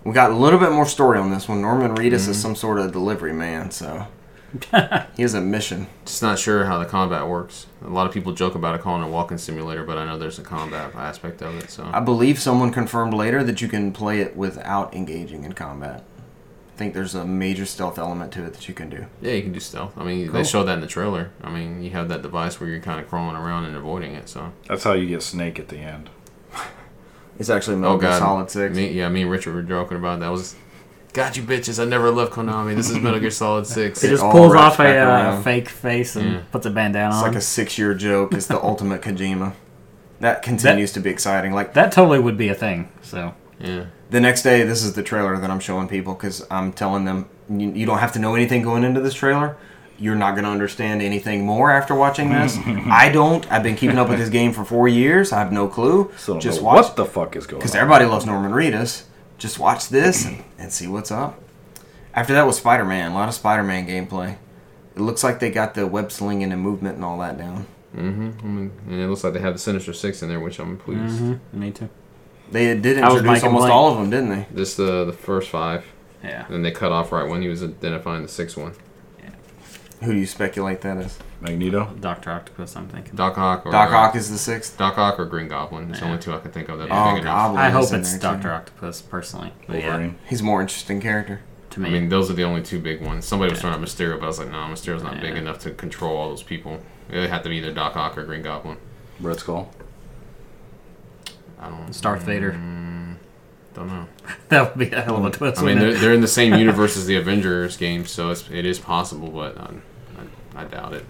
S1: We got a little bit more story on this one. Norman Reedus is some sort of delivery man, so he has a mission.
S3: Just not sure how the combat works. A lot of people joke about it calling it a walking simulator, but I know there's a combat aspect of it. So
S1: I believe someone confirmed later that you can play it without engaging in combat. I think there's a major stealth element to it that you can do.
S3: yeah, you can do stealth. I mean,
S1: Cool.
S3: they showed that in the trailer. I mean, you have that device where you're kind of crawling around and avoiding it. So
S2: That's how you get Snake at the end.
S1: It's actually Metal
S3: oh
S1: Gear
S3: god,
S1: Solid Six.
S3: Me, yeah, me and Richard were joking about that. was, got you bitches. I never left Konami. This is Metal Gear Solid Six.
S4: It just
S1: all
S4: pulls
S1: wraps
S4: off
S1: back
S4: a, uh,
S1: around.
S4: fake face and
S3: Yeah.
S4: puts a bandana
S1: It's
S4: on.
S1: like a six-year joke. It's the ultimate Kojima. That continues to be exciting. Like
S4: that totally would be a thing. So
S3: yeah,
S1: the next day, this is the trailer that I'm showing people because I'm telling them you, you don't have to know anything going into this trailer. You're not going to understand anything more after watching this. I don't. I've been keeping up with this game for four years. I have no clue.
S2: So
S1: Just
S2: just
S1: watch
S2: what the fuck is going
S1: because
S2: on?
S1: everybody loves Norman Reedus. Just watch this and, and see what's up. After that was Spider Man. A lot of Spider Man gameplay. It looks like they got the web slinging and movement and all that down.
S3: I mean, and it looks like they have the Sinister Six in there, which I'm pleased.
S4: me too.
S1: They did
S4: That was my
S1: introduce almost
S4: complaint.
S1: all of them, didn't they?
S3: Just the the first five,
S4: Yeah.
S3: and then they cut off right when he was identifying the sixth one.
S1: Who do you speculate that is?
S2: Magneto.
S4: Doctor Octopus, I'm thinking.
S3: Doc Ock. Or,
S1: Doc
S3: uh,
S1: Ock is the sixth.
S3: Doc Ock or Green Goblin. It's the only
S4: Yeah.
S3: two I can think of that
S4: Yeah.
S3: are
S1: Oh,
S3: big enough.
S1: Goblin.
S4: I
S1: is
S4: hope
S1: in
S4: it's
S1: there,
S4: Doctor
S1: too.
S4: Octopus personally. But yeah,
S2: Wolverine.
S1: He's a more interesting character.
S4: to me,
S3: I mean, those are the only two big ones. Somebody was
S4: Yeah.
S3: throwing out Mysterio, but I was like, no, Mysterio's not big
S4: Yeah.
S3: enough to control all those people. It would have to be either Doc Ock or Green Goblin.
S2: Red Skull.
S3: I don't,
S4: it's Darth Vader.
S3: don't know.
S4: [LAUGHS] That would be a hell of a twist.
S3: mm. I mean,
S4: wouldn't
S3: they're,
S4: it?
S3: they're in the same universe as the Avengers game, so it's, it is possible, but I, I, I doubt it.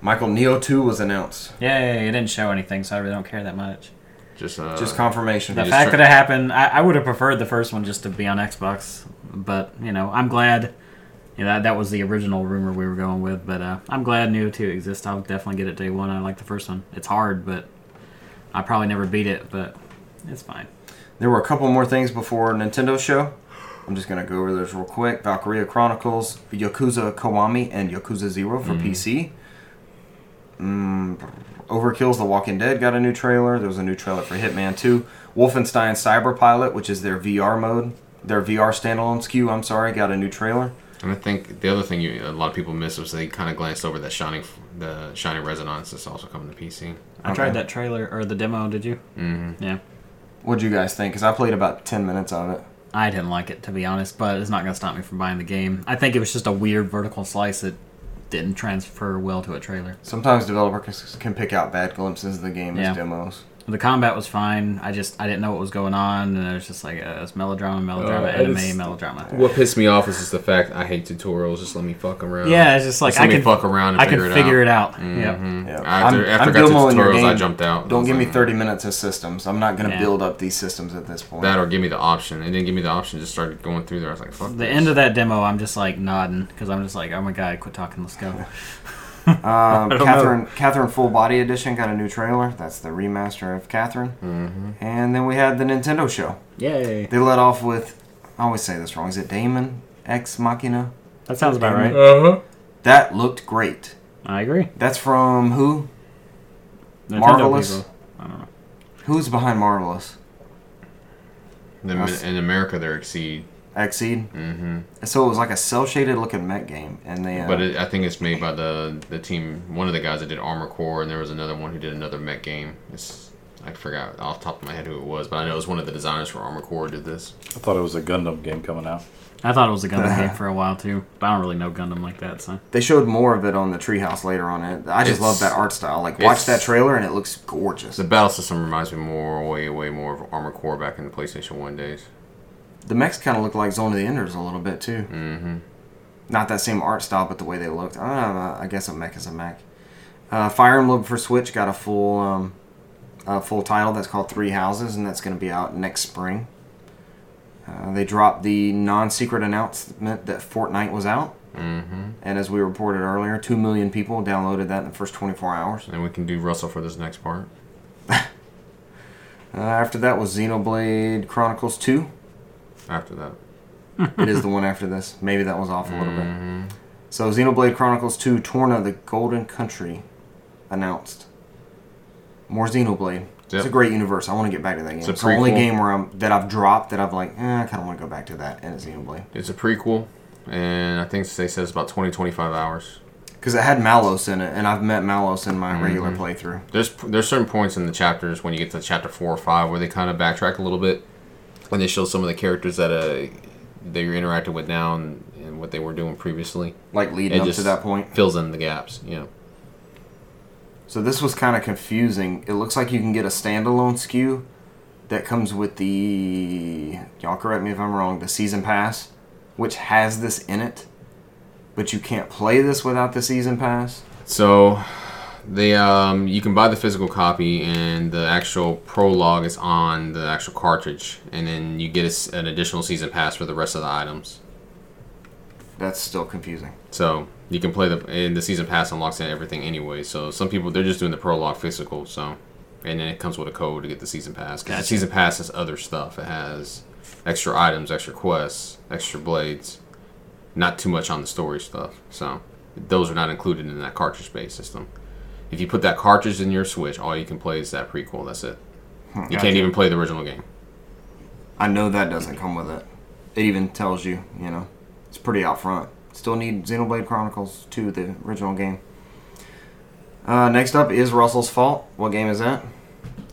S1: Michael Neo 2 was announced.
S4: yeah, yeah, yeah, it didn't show anything, so I really don't care that much.
S3: Just, uh,
S1: Just confirmation.
S4: The
S3: just
S4: fact
S3: try-
S4: that it happened, I, I would have preferred the first one just to be on Xbox, but you know, I'm glad. You know, that, that was the original rumor we were going with, but uh, I'm glad Neo 2 exists. I'll definitely get it day one. I like the first one. It's hard, but I probably never beat it, but it's fine.
S1: There were a couple more things before Nintendo show. I'm just gonna go over those real quick. Valkyria Chronicles, Yakuza Kiwami, and Yakuza Zero
S3: Mm-hmm.
S1: for PC. Mm, Overkill's The Walking Dead got a new trailer. There was a new trailer for Hitman 2. Wolfenstein Cyberpilot, which is their VR mode, their VR standalone SKU. I'm sorry, got a new trailer.
S3: And I think the other thing you, a lot of people missed was they kind of glanced over that shining, the shining resonance that's also coming to PC.
S4: I tried that trailer or the demo. Did you? Mm-hmm. Yeah,
S1: What'd you guys think? Because I played about 10 minutes of it.
S4: I didn't like it to be honest, but it's not going to stop me from buying the game. I think it was just a weird vertical slice that didn't transfer well to a trailer.
S1: Sometimes developers can pick out bad glimpses of the game
S4: Yeah.
S1: as demos.
S4: The combat was fine. I just I didn't know what was going on, and it was just like uh, it's melodrama, melodrama,
S3: Uh, I
S4: anime,
S3: just-
S4: melodrama.
S3: What pissed me off is just the fact I hate tutorials. Just let me fuck around.
S4: Yeah, it's just like
S3: Just let
S4: I
S3: me
S4: can
S3: fuck around and
S4: I can
S3: figure it
S4: figure
S3: out. Mm-hmm.
S4: it out. Yep.
S1: Yeah.
S3: After,
S1: I'm-
S3: after
S1: I'm
S3: i got to
S1: demoing your
S3: tutorials, I
S1: game.
S3: jumped out.
S1: Don't
S3: I
S1: give
S3: was
S1: me
S3: like,
S1: 30 minutes of systems. I'm not going to
S4: Yeah.
S1: build up these systems at this point.
S3: That or give me the option. It didn't give me the option. Just started going through there. I was like, fuck.
S4: The end of that demo, I'm just like nodding because I'm just like, oh my god, quit talking, let's go.
S3: [LAUGHS]
S1: um,
S4: don't know.
S1: Catherine, Catherine Full Body Edition got a new trailer. That's the remaster of Catherine.
S3: Mm-hmm.
S1: And then we had the Nintendo show.
S4: [LAUGHS] Yay!
S1: They let off with, I always say this wrong. Is it Damon Ex Machina?
S4: That sounds about right.
S3: Uh huh.
S1: That looked great.
S4: I agree.
S1: That's from who?
S4: Nintendo
S1: Marvelous?
S4: people. I don't know.
S1: Who's behind Marvelous?
S3: in America, they're exceed,
S1: Exceed. Mm-hmm. So it was like a cell shaded looking mech game, and they. Uh,
S3: but it, I think it's made by the the team. One of the guys that did Armor Core, and there was another one who did another mech game. It's I forgot off the top of my head who it was, but I know it was one of the designers for Armored Core did this.
S2: I thought it was a Gundam game coming out.
S4: I thought it was a Gundam
S3: [LAUGHS]
S4: game for a while too, but I don't really know Gundam like that. So
S1: They showed more of it on the Treehouse later on. It. I just
S3: It's-
S1: love that art style. Like
S3: it's-
S1: watch that trailer and it looks gorgeous.
S3: The battle system reminds me more, way, way more of Armored Core back in the PlayStation One days.
S1: The mechs kind of look like Zone of the Enders a little bit too. Mm-hmm. Not that same art style, but the way they looked. I don't know. I guess a mech is a mech. Uh, Fire Emblem for Switch got a full, um, a full title that's called Three Houses, and that's going to be out next spring. Uh, they dropped the non-secret announcement that Fortnite was out, mm-hmm. and as we reported earlier, two million people downloaded that in the first 24 hours.
S3: And we can do Russell for this next part.
S1: Uh, after that was Xenoblade Chronicles 2.
S3: After that,
S1: it is the one after this. Maybe that was off a little
S3: Mm-hmm.
S1: bit. So Xenoblade Chronicles 2 Torna the Golden Country announced. More Xenoblade. It's a
S3: Yep.
S1: great universe. I want to get back to that game. It's,
S3: a
S1: the only
S3: prequel.
S1: game where I'm that I've dropped that I've like, eh, I kind of want to go back to that and it's Xenoblade
S3: it's a prequel, and I think they said it's about 20, 25 hours.
S1: because it had Malos in it, and I've met Malos in
S3: Mm-hmm.
S1: my regular playthrough.
S3: There's there's certain points in the chapters when you get to chapter four or five where they kind of backtrack a little bit, and they show some of the characters that uh they're interacting with now and, and what they were doing previously.
S1: Like leading
S3: It
S1: up to
S3: just-
S1: that point.
S3: Fills in the gaps. You know.
S1: So this was kind of confusing. It looks like you can get a standalone SKU that comes with the y'all correct me if I'm wrong, the season pass, which has this in it, but you can't play this without the season pass.
S3: So, they um, you can buy the physical copy, and the actual prologue is on the actual cartridge, and then you get a s an additional season pass for the rest of the items.
S1: That's still confusing.
S3: So you can play the and the season pass unlocks everything anyway. So some people they're just doing the prologue physical. So and then it comes with a code to get the season pass. 'Cause
S4: Gotcha.
S3: The season pass has other stuff. It has extra items, extra quests, extra blades. Not too much on the story stuff. So those are not included in that cartridge based system. If you put that cartridge in your Switch, all you can play is that prequel. That's it. You
S1: gotcha.
S3: can't even play the original game.
S1: I know that doesn't come with it. It even tells you, you know, it's pretty out front. Still need Xenoblade Chronicles 2, the original game. Uh, next up is Russell's Fault. What game is that?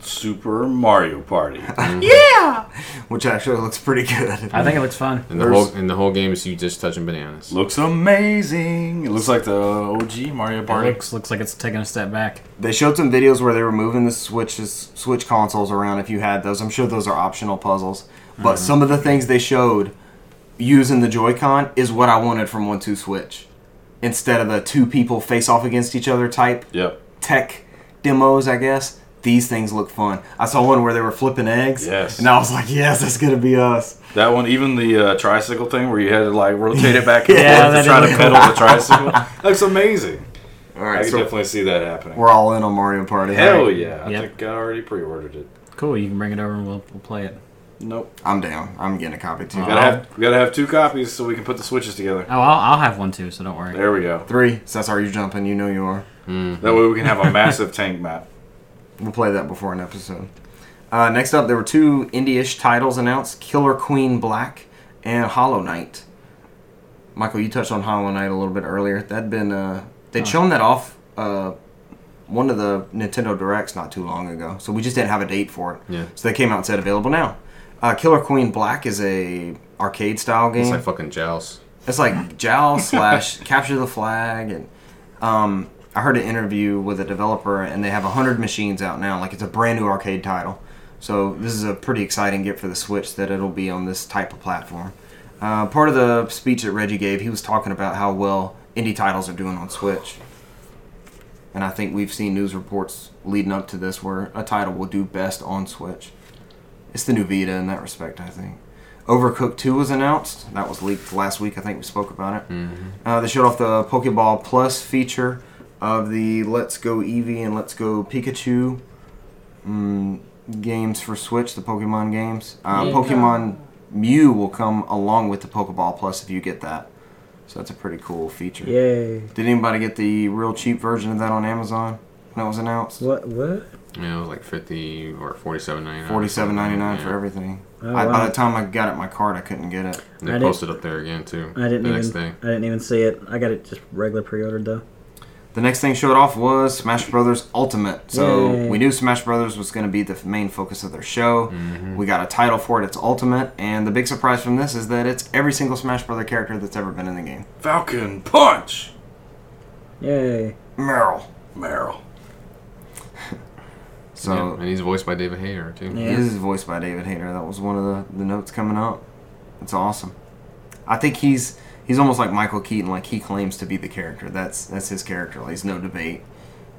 S2: Super
S1: [LAUGHS]
S2: Mario Party.
S1: Which actually [LAUGHS] looks pretty good.
S4: I think it looks fun.
S3: And the
S2: There's-
S3: whole and the whole game is you just touching bananas.
S2: looks amazing. It looks like the OG Mario
S4: It
S2: Party.
S4: looks looks like it's taking a step back.
S1: They showed some videos where they were moving the switches, switch consoles around. If you had those, I'm sure those are optional puzzles. But some of the things they showed using the Joy-Con is what I wanted from One Two Switch, instead of the two people face off against each other type
S2: Yep.
S1: tech demos. I guess these things look fun. I saw one where they were flipping eggs,
S2: Yes.
S1: and I was like, "Yes, that's gonna be us."
S2: That one, even the uh, tricycle thing where you had to like rotate it back
S4: [LAUGHS]
S2: and
S4: Yeah,
S2: forth
S4: that
S2: to try to
S4: did look
S2: pedal the tricycle.
S4: [LAUGHS]
S2: Looks amazing.
S1: All
S2: I
S1: right,
S2: can
S1: so
S2: definitely see that happening.
S1: we're all in on Mario Party.
S2: Hell
S1: right?
S2: yeah! I
S4: Yep.
S2: think I already pre-ordered it.
S4: Cool. You can bring it over and we'll, we'll play it.
S2: Nope.
S1: I'm down. I'm getting a copy too.
S2: Gotta have, we gotta have two copies so we can put the switches together.
S4: Oh, I'll, I'll have one too, so don't worry.
S2: There we go.
S1: Three. Cesar, you jumping? You know you are.
S4: Mm-hmm.
S2: That way we can have a massive tank map.
S1: We'll play that before an episode. Uh, next up, there were two indie-ish titles announced: Killer Queen Black and Hollow Knight. Michael, you touched on Hollow Knight a little bit earlier. That'd been uh, they'd shown that off uh, one of the Nintendo Directs not too long ago, so we just didn't have a date for it.
S3: Yeah.
S1: So they came out and said available now. Uh, Killer Queen Black is a arcade style game.
S3: It's like fucking joust.
S1: It's like JAL slash [LAUGHS] capture the flag, and um, I heard an interview with a developer, and they have hundred machines out now. Like it's a brand new arcade title, so this is a pretty exciting get for the Switch that it'll be on this type of platform. Uh, part of the speech that Reggie gave, he was talking about how well indie titles are doing on Switch, and I think we've seen news reports leading up to this where a title will do best on Switch. It's the new Vita in that respect, I think. Overcooked 2 was announced. That was leaked last week. I think we spoke about it. Uh, they showed off the Pokeball Plus feature of the Let's Go Eevee and Let's Go Pikachu mm, games for Switch, the Pokemon games. Uh, Pokemon Mew will come along with the Pokeball Plus if you get that. So that's a pretty cool feature.
S5: Yay.
S1: Did anybody get the real cheap version of that on Amazon when it was announced?
S5: What? What?
S3: Yeah, it was like fifty or forty-seven ninety-nine.
S1: Forty-seven ninety-nine
S3: Yeah.
S1: for everything.
S5: Oh,
S1: I,
S5: wow.
S1: By the time I got it, my card I couldn't get it.
S3: They
S5: I didn't-
S3: posted up there again too.
S5: I didn't
S3: the
S5: even.
S3: next day.
S5: I didn't even see it. I got it just regular pre-ordered though.
S1: The next thing showed off was Smash Brothers Ultimate. So we knew Smash Brothers was going to be the f- main focus of their show. We got a title for it. It's Ultimate, and the big surprise from this is that it's every single Smash Brother character that's ever been in the game.
S2: Falcon punch.
S4: Yay.
S1: Meryl.
S2: Meryl.
S1: So
S3: and he's voiced by David Hayter too.
S4: Yeah.
S1: He is voiced by David Hayter. That was one of the, the notes coming up. It's awesome. I think he's he's almost like Michael Keaton. Like he claims to be the character. That's that's his character. Like, there's no debate.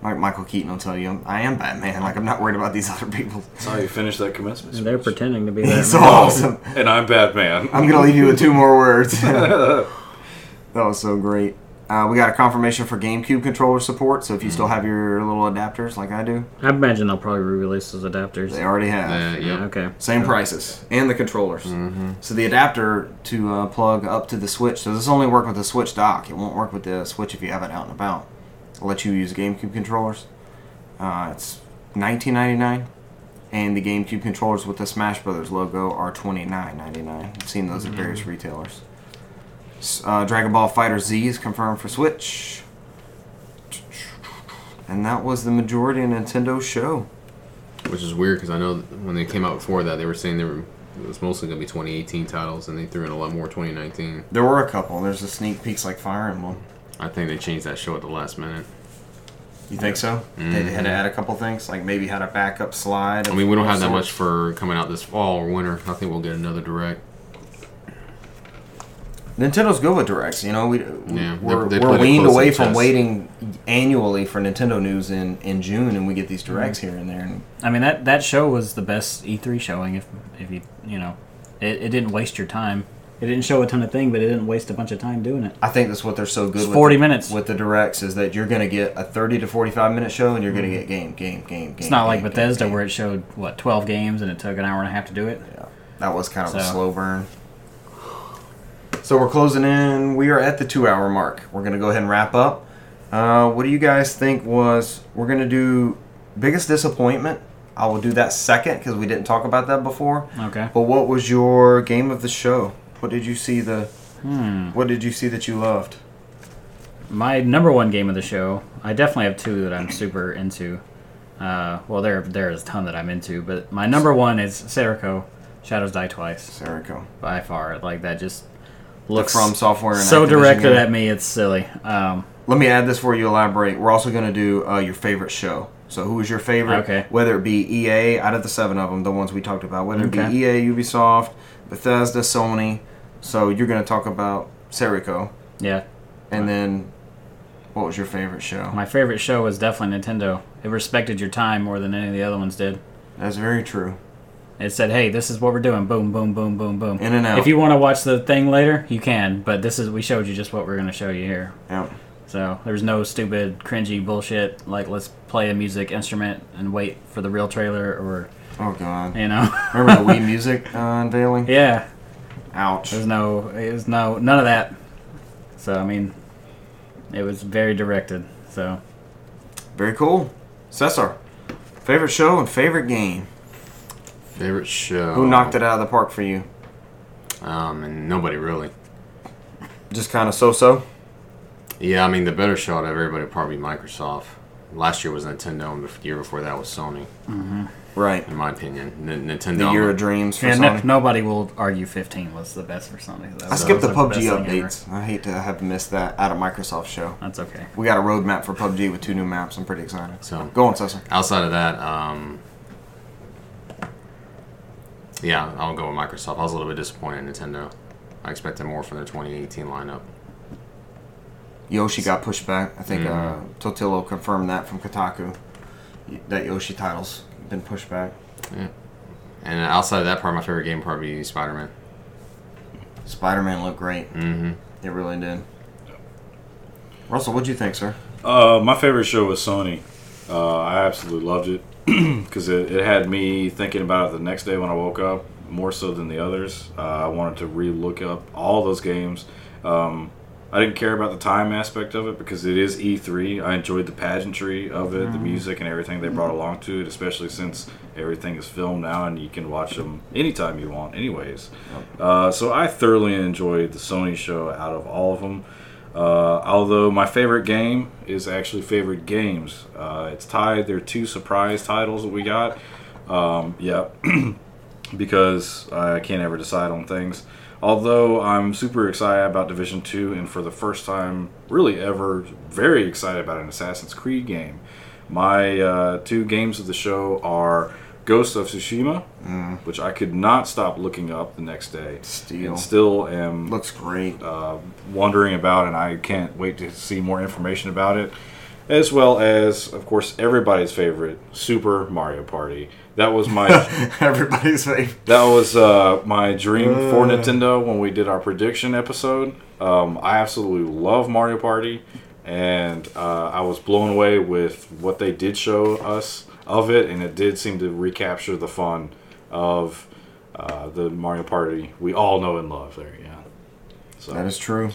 S1: Like Michael Keaton will tell you, I'm, I am Batman. Like I'm not worried about these [LAUGHS] other people.
S2: That's how you finish that commencement.
S4: And they're
S2: speech.
S4: pretending to
S3: [LAUGHS]
S4: be
S1: He's
S4: that.
S1: awesome.
S2: And I'm Batman.
S1: I'm gonna leave you with two more words. [LAUGHS] that was so great. Uh, we got a confirmation for GameCube controller support. So if you still have your little adapters, like I do,
S4: I imagine they'll probably re-release those adapters.
S1: they already have.
S3: Uh,
S4: Yeah,
S3: yep.
S4: okay.
S1: Same prices and the controllers. So the adapter to uh, plug up to the Switch. So this only work with the Switch dock. It won't work with the Switch if you have it out and about. It'll let you use GameCube controllers. Uh, it's 19.99, and the GameCube controllers with the Smash Brothers logo are 29.99. I've seen those at various retailers. S- Uh, Dragon Ball Fighter Z is confirmed for Switch. And that was the majority of Nintendo show.
S3: Which is weird because I know that when they came out before that, they were saying they were it was mostly going to be 2018 titles, and they threw in a lot more 2019.
S1: There were a couple. There's the sneak peeks like Fire Emblem.
S3: I think they changed that show at the last minute.
S1: You think so? They had to add a couple things, like maybe had a backup slide.
S3: Mm-hmm. I mean, we don't have that much for coming out this fall or winter. I think we'll get another direct.
S1: Nintendo's good with directs. You know, we
S3: Yeah, they-
S1: we're,
S3: they play
S1: we're
S3: the
S1: weaned
S3: close
S1: away
S3: up
S1: from
S3: test.
S1: waiting annually for Nintendo news in, in June, and we get these directs
S3: Mm-hmm.
S1: here and there. And
S4: I mean that that show was the best E3 showing. If if you you know, it, it didn't waste your time. It didn't show a ton of thing, but it didn't waste a bunch of time doing it.
S1: I think that's what they're so good.
S4: It's
S1: with
S4: 40
S1: the-
S4: minutes.
S1: with the directs is that you're going to get a 30 to 45 minute show, and you're going
S3: Mm-hmm.
S1: to get game, game, game, game.
S4: It's not like Bethesda where it showed what 12 games and it took an hour and a half to do it.
S1: That was kind of a
S4: So-
S1: slow burn. So we're closing in. We are at the two hour mark. We're going to go ahead and wrap up. Uh, what do you guys think was. We're going to do biggest disappointment. I will do that second because we didn't talk about that before.
S4: Okay.
S1: But what was your game of the show? What did you see the. What did you see that you loved?
S4: My number one game of the show. I definitely have two that I'm super into. Uh, well, there there is a ton that I'm into, but my number one is Serico Shadows Die Twice
S1: Serico.
S4: by far. Like that just
S1: Look
S4: looks
S1: from software and
S4: so
S1: Activision
S4: directed
S1: game.
S4: at me. It's silly. Um,
S1: Let me add this for you. Elaborate. We're also going to do uh, your favorite show. So, who is your favorite?
S4: Okay.
S1: Whether it be EA out of the seven of them, the ones we talked about, whether it
S4: Okay.
S1: be EA, Ubisoft, Bethesda, Sony. So, you're going to talk about Serico,
S4: yeah,
S1: and then what was your favorite show?
S4: my favorite show was definitely Nintendo. It respected your time more than any of the other ones did.
S1: That's very true.
S4: It said, "Hey, this is what we're doing. Boom, boom, boom, boom, boom.
S1: In and out.
S4: If you want to watch the thing later, you can. But this is we showed you just what we're going to show you here.
S1: Yeah.
S4: So there's no stupid, cringy bullshit like let's play a music instrument and wait for the real trailer or
S1: Oh God.
S4: you know, [LAUGHS]
S1: Remember the Wii Music uh, unveiling?
S4: yeah.
S1: Ouch.
S4: There's no, there's no, none of that. So I mean, it was very directed. So
S1: Very cool. Cesar, favorite show and favorite game.
S3: Favorite show?
S1: Who knocked
S4: Oh.
S1: it out of the park for you?
S3: Um, and nobody really.
S1: Just kind of so-so.
S3: Yeah, I mean the better shot of everybody would probably be Microsoft. Last year was Nintendo, and the year before that was Sony.
S1: Right.
S3: In my opinion, N- Nintendo.
S1: The year of dreams for
S4: and
S1: Sony.
S4: no, nobody will argue 15 was the best for Sony. That
S1: I
S4: was-
S1: skipped the
S4: that was
S1: PUBG
S4: best thing ever.
S1: updates. I hate to have missed that out of Microsoft show.
S4: That's okay.
S1: We got a roadmap for PUBG with two new maps. I'm pretty excited.
S3: So-
S1: go on, Cesar.
S3: outside of that, um, yeah, I'll go with Microsoft. I was a little bit disappointed in Nintendo. I expected more from their 2018 lineup.
S1: Yoshi got pushed back. I think uh, Totillo confirmed that from Kotaku. Y- That Yoshi title's been pushed back.
S3: And outside of that part, my favorite game probably be Spider-Man.
S1: Spider-Man looked great. Mm-hmm. It really did. Russell, what'd you think, sir?
S2: Uh, my favorite show was Sony. Uh, I absolutely loved it [CLEARS THROAT] because it, it had me thinking about it the next day when I woke up more so than the others. Uh, I wanted to re-look up all those games. Um, I didn't care about the time aspect of it because it is E3. I enjoyed the pageantry of it, the music, and everything they brought along to it, especially since everything is filmed now and you can watch them anytime you want, anyways. Uh, so I thoroughly enjoyed the Sony show out of all of them. Uh, although my favorite game is actually favorite games. Uh, it's tied. There are two surprise titles that we got. Um, yeah, [CLEARS THROAT] because I can't ever decide on things. Although I'm super excited about Division 2 and for the first time really ever very excited about an Assassin's Creed game. My uh, two games of the show are Ghost of Tsushima, which I could not stop looking up the next day.
S1: Steal.
S2: And still am
S1: Looks great.
S2: uh, wondering about, and I can't wait to see more information about it. As well as, of course, everybody's favorite Super Mario Party. That was my
S1: [LAUGHS] [LAUGHS] Everybody's like,
S2: that was uh, my dream for Nintendo when we did our prediction episode. Um, I absolutely love Mario Party, and uh, I was blown away with what they did show us of it, and it did seem to recapture the fun of uh, the Mario Party we all know and love. There, yeah. So,
S1: that is true.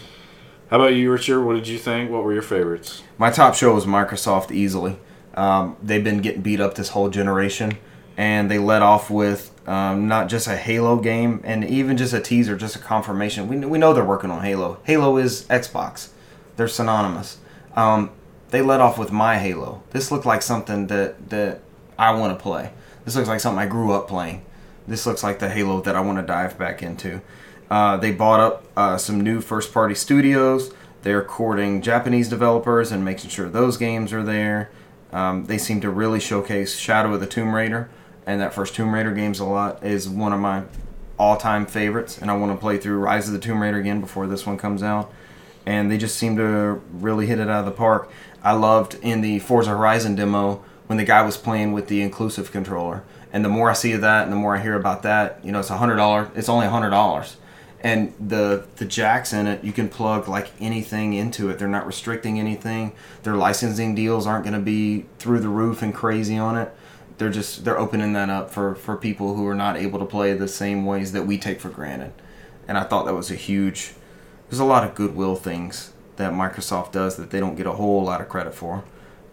S2: how about you, Richard? What did you think? What were your favorites?
S1: My top show was Microsoft easily. Um, they've been getting beat up this whole generation, and they let off with um, not just a Halo game and even just a teaser, just a confirmation. We, we know they're working on Halo. Halo is Xbox, they're synonymous. Um, they let off with my Halo. This looked like something that, that I want to play. This looks like something I grew up playing. This looks like the Halo that I want to dive back into. Uh, they bought up uh, some new first party studios. They're courting Japanese developers and making sure those games are there. Um, they seem to really showcase Shadow of the Tomb Raider, and that first Tomb Raider game's a lot is one of my all time favorites, and I want to play through Rise of the Tomb Raider again before this one comes out. And they just seem to really hit it out of the park. I loved in the Forza Horizon demo when the guy was playing with the inclusive controller. And the more I see of that, and the more I hear about that, you know, it's a hundred dollar. It's only a hundred dollars, and the the jacks in it, you can plug like anything into it. They're not restricting anything. Their licensing deals aren't going to be through the roof and crazy on it. They're just they're opening that up for for people who are not able to play the same ways that we take for granted. And I thought that was a huge. There's a lot of goodwill things that Microsoft does that they don't get a whole lot of credit for.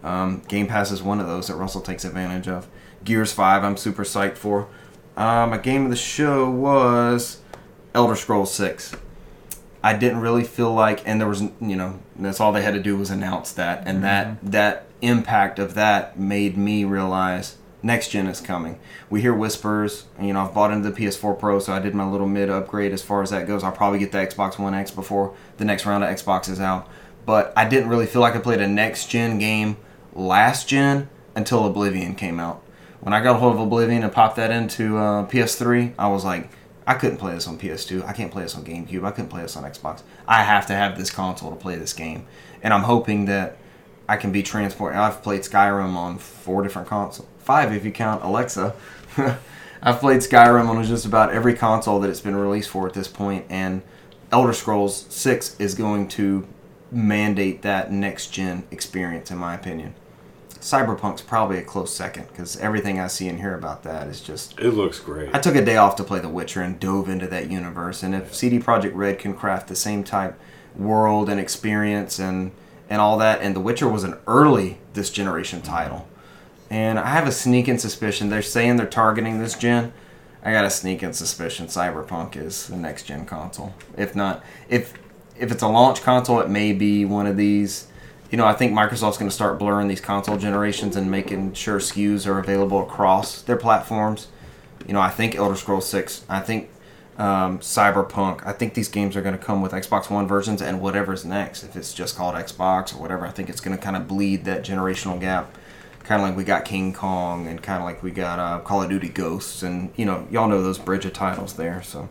S1: Um, Game Pass is one of those that Russell takes advantage of. Gears 5, I'm super psyched for. Uh, my game of the show was Elder Scrolls 6. I didn't really feel like, and there was, you know, that's all they had to do was announce that, and that that impact of that made me realize next gen is coming. We hear whispers, and, you know, I've bought into the PS4 Pro, so I did my little mid upgrade as far as that goes. I'll probably get the Xbox One X before the next round of Xbox is out, but I didn't really feel like I played a next gen game last gen until Oblivion came out. When I got a hold of Oblivion and popped that into uh, PS3, I was like, I couldn't play this on PS2. I can't play this on GameCube. I couldn't play this on Xbox. I have to have this console to play this game. And I'm hoping that I can be transported. I've played Skyrim on four different consoles, five if you count Alexa. [LAUGHS] I've played Skyrim on just about every console that it's been released for at this point, and Elder Scrolls 6 is going to mandate that next gen experience, in my opinion. Cyberpunk's probably a close second because everything I see and hear about that is just
S2: It looks great.
S1: I took a day off to play The Witcher and dove into that universe. And if CD Projekt Red can craft the same type world and experience and and all that, and The Witcher was an early this generation title, and I have a sneaking suspicion they're saying they're targeting this gen. I got a sneaking suspicion Cyberpunk is the next gen console. If not, if if it's a launch console, it may be one of these. You know, I think Microsoft's going to start blurring these console generations and making sure SKUs are available across their platforms you know, I think Elder Scrolls Six, I think um, Cyberpunk, I think these games are going to come with Xbox One versions and whatever's next. If it's just called Xbox or whatever, I think it's going to kind of bleed that generational gap, kind of like we got King Kong and kind of like we got uh, Call of Duty Ghosts, and you know, y'all know those bridge of titles there. So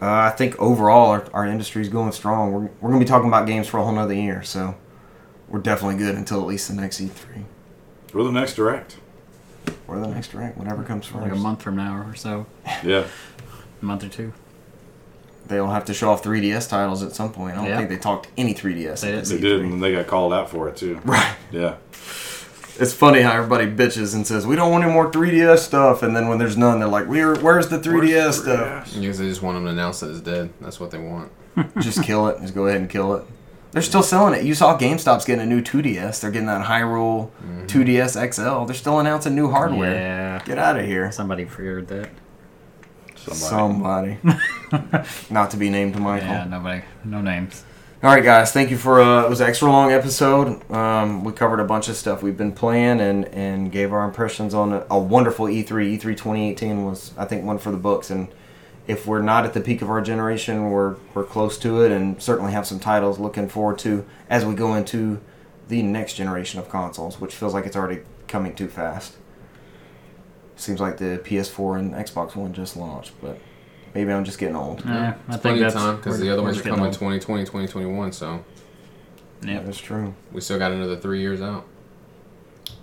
S1: uh, I think overall our, our industry is going strong. We're we're going to be talking about games for a whole nother year, so we're definitely good until at least the next E3
S2: We're the next direct.
S1: or the next rank, whatever comes first.
S4: Like a month from now or so,
S2: Yeah.
S4: a month or two.
S1: They'll have to show off 3DS titles at some point. I don't
S4: Yeah.
S1: think they talked any 3DS.
S4: They
S1: at
S4: didn't.
S1: this
S2: They
S1: E3.
S2: did, and they got called out for it too.
S1: Right.
S2: Yeah.
S1: It's funny how everybody bitches and says we don't want any more 3DS stuff, and then when there's none, they're like, "Where, where's the 3DS stuff?
S3: Because they just want them to announce that it's dead. That's what they want.
S1: Just kill it. Just go ahead and kill it." They're still selling it. You saw GameStop's getting a new 2DS. They're getting that Hyrule 2DS XL. They're still announcing new hardware.
S4: Mm-hmm. Yeah,
S1: Get out of here,
S4: somebody feared that.
S2: Somebody.
S4: [LAUGHS]
S1: somebody. Not to be named Michael.
S4: Yeah, nobody, no names.
S1: All right, guys. Thank you for uh, it was an extra long episode. Um, we covered a bunch of stuff we've been playing and and gave our impressions on a, a wonderful E E3. E3 2018 was I think one for the books. And if we're not at the peak of our generation, we're we're close to it, and certainly have some titles looking forward to as we go into the next generation of consoles, which feels like it's already coming too fast. Seems like the PS4 and Xbox One just launched, but maybe I'm just getting old.
S3: Mm,
S4: Yeah, I think
S3: Plenty of
S4: that's
S3: time because
S4: we're-
S3: the other
S4: we're
S3: ones are
S4: just getting
S3: coming
S4: old.
S3: 2020, 2021, so
S4: Yep.
S1: That's true.
S3: we still got another three years out.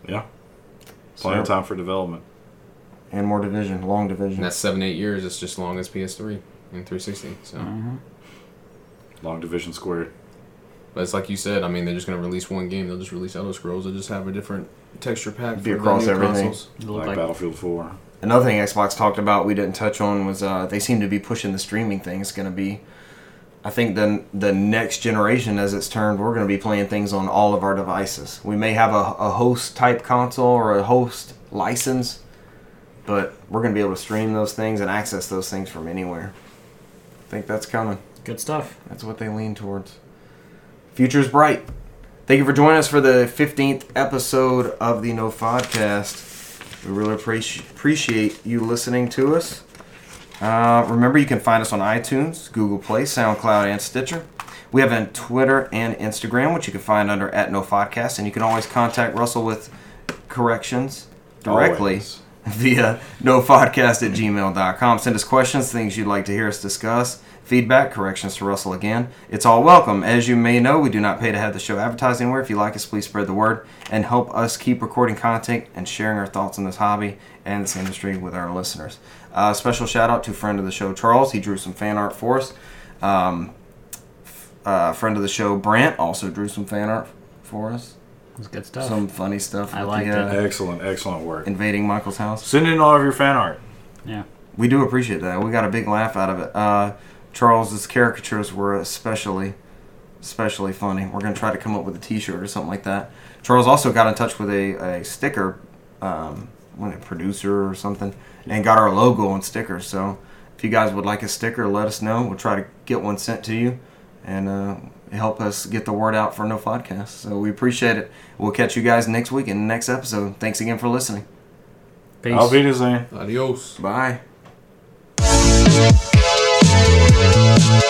S2: Yeah. Plenty of
S1: So-
S2: time for development.
S1: And more division, long division.
S3: And that's seven, eight years. It's just long as PS3 and 360. So,
S2: Long division squared.
S3: but it's like you said. I mean, they're just gonna release one game. They'll just release Elder Scrolls. They'll just have a different texture pack
S1: Be
S3: for
S1: across
S3: the new
S1: everything.
S3: consoles.
S4: It
S2: Like,
S4: looked like
S2: Battlefield 4.
S1: Another thing Xbox talked about we didn't touch on was uh, they seem to be pushing the streaming thing. It's going to be, I think the the next generation as it's turned, we're going to be playing things on all of our devices. We may have a, a host type console or a host license, but we're going to be able to stream those things and access those things from anywhere. I think that's coming.
S4: good stuff.
S1: That's what they lean towards. Future's bright. Thank you for joining us for the 15th episode of the No Podcast. We really appreci- appreciate you listening to us. Uh, remember, you can find us on iTunes, Google Play, SoundCloud, and Stitcher. We have a Twitter and Instagram, which you can find under at No Podcast, and you can always contact Russell with corrections directly
S2: Always.
S1: via nofodcast at gmail.com. Send us questions, things you'd like to hear us discuss, feedback, corrections to Russell again. It's all welcome. As you may know, we do not pay to have the show advertised anywhere. If you like us, please spread the word and help us keep recording content and sharing our thoughts on this hobby and this industry with our listeners. Uh, special shout out to friend of the show, Charles. He drew some fan art for us. Um, f- uh, friend of the show, Brant, also drew some fan art for us.
S4: It's good stuff.
S1: Some funny stuff.
S4: Oh. I
S1: with
S4: liked
S1: the, uh,
S2: Excellent, excellent work.
S1: Invading Michael's house.
S2: Send in all of your fan art.
S4: yeah.
S1: We do appreciate that. We got a big laugh out of it. Uh, Charles's caricatures were especially, especially funny. We're gonna try to come up with a T-shirt or something like that. Charles also got in touch with a, a sticker, um, when a producer or something, and got our logo on stickers. So if you guys would like a sticker, let us know. We'll try to get one sent to you, and uh, help us get the word out for No Podcast. So we appreciate it. We'll catch you guys next week in the next episode. Thanks again for listening.
S4: Peace.
S2: I'll be designed.
S3: Adios.
S1: Bye.
S5: Thank you.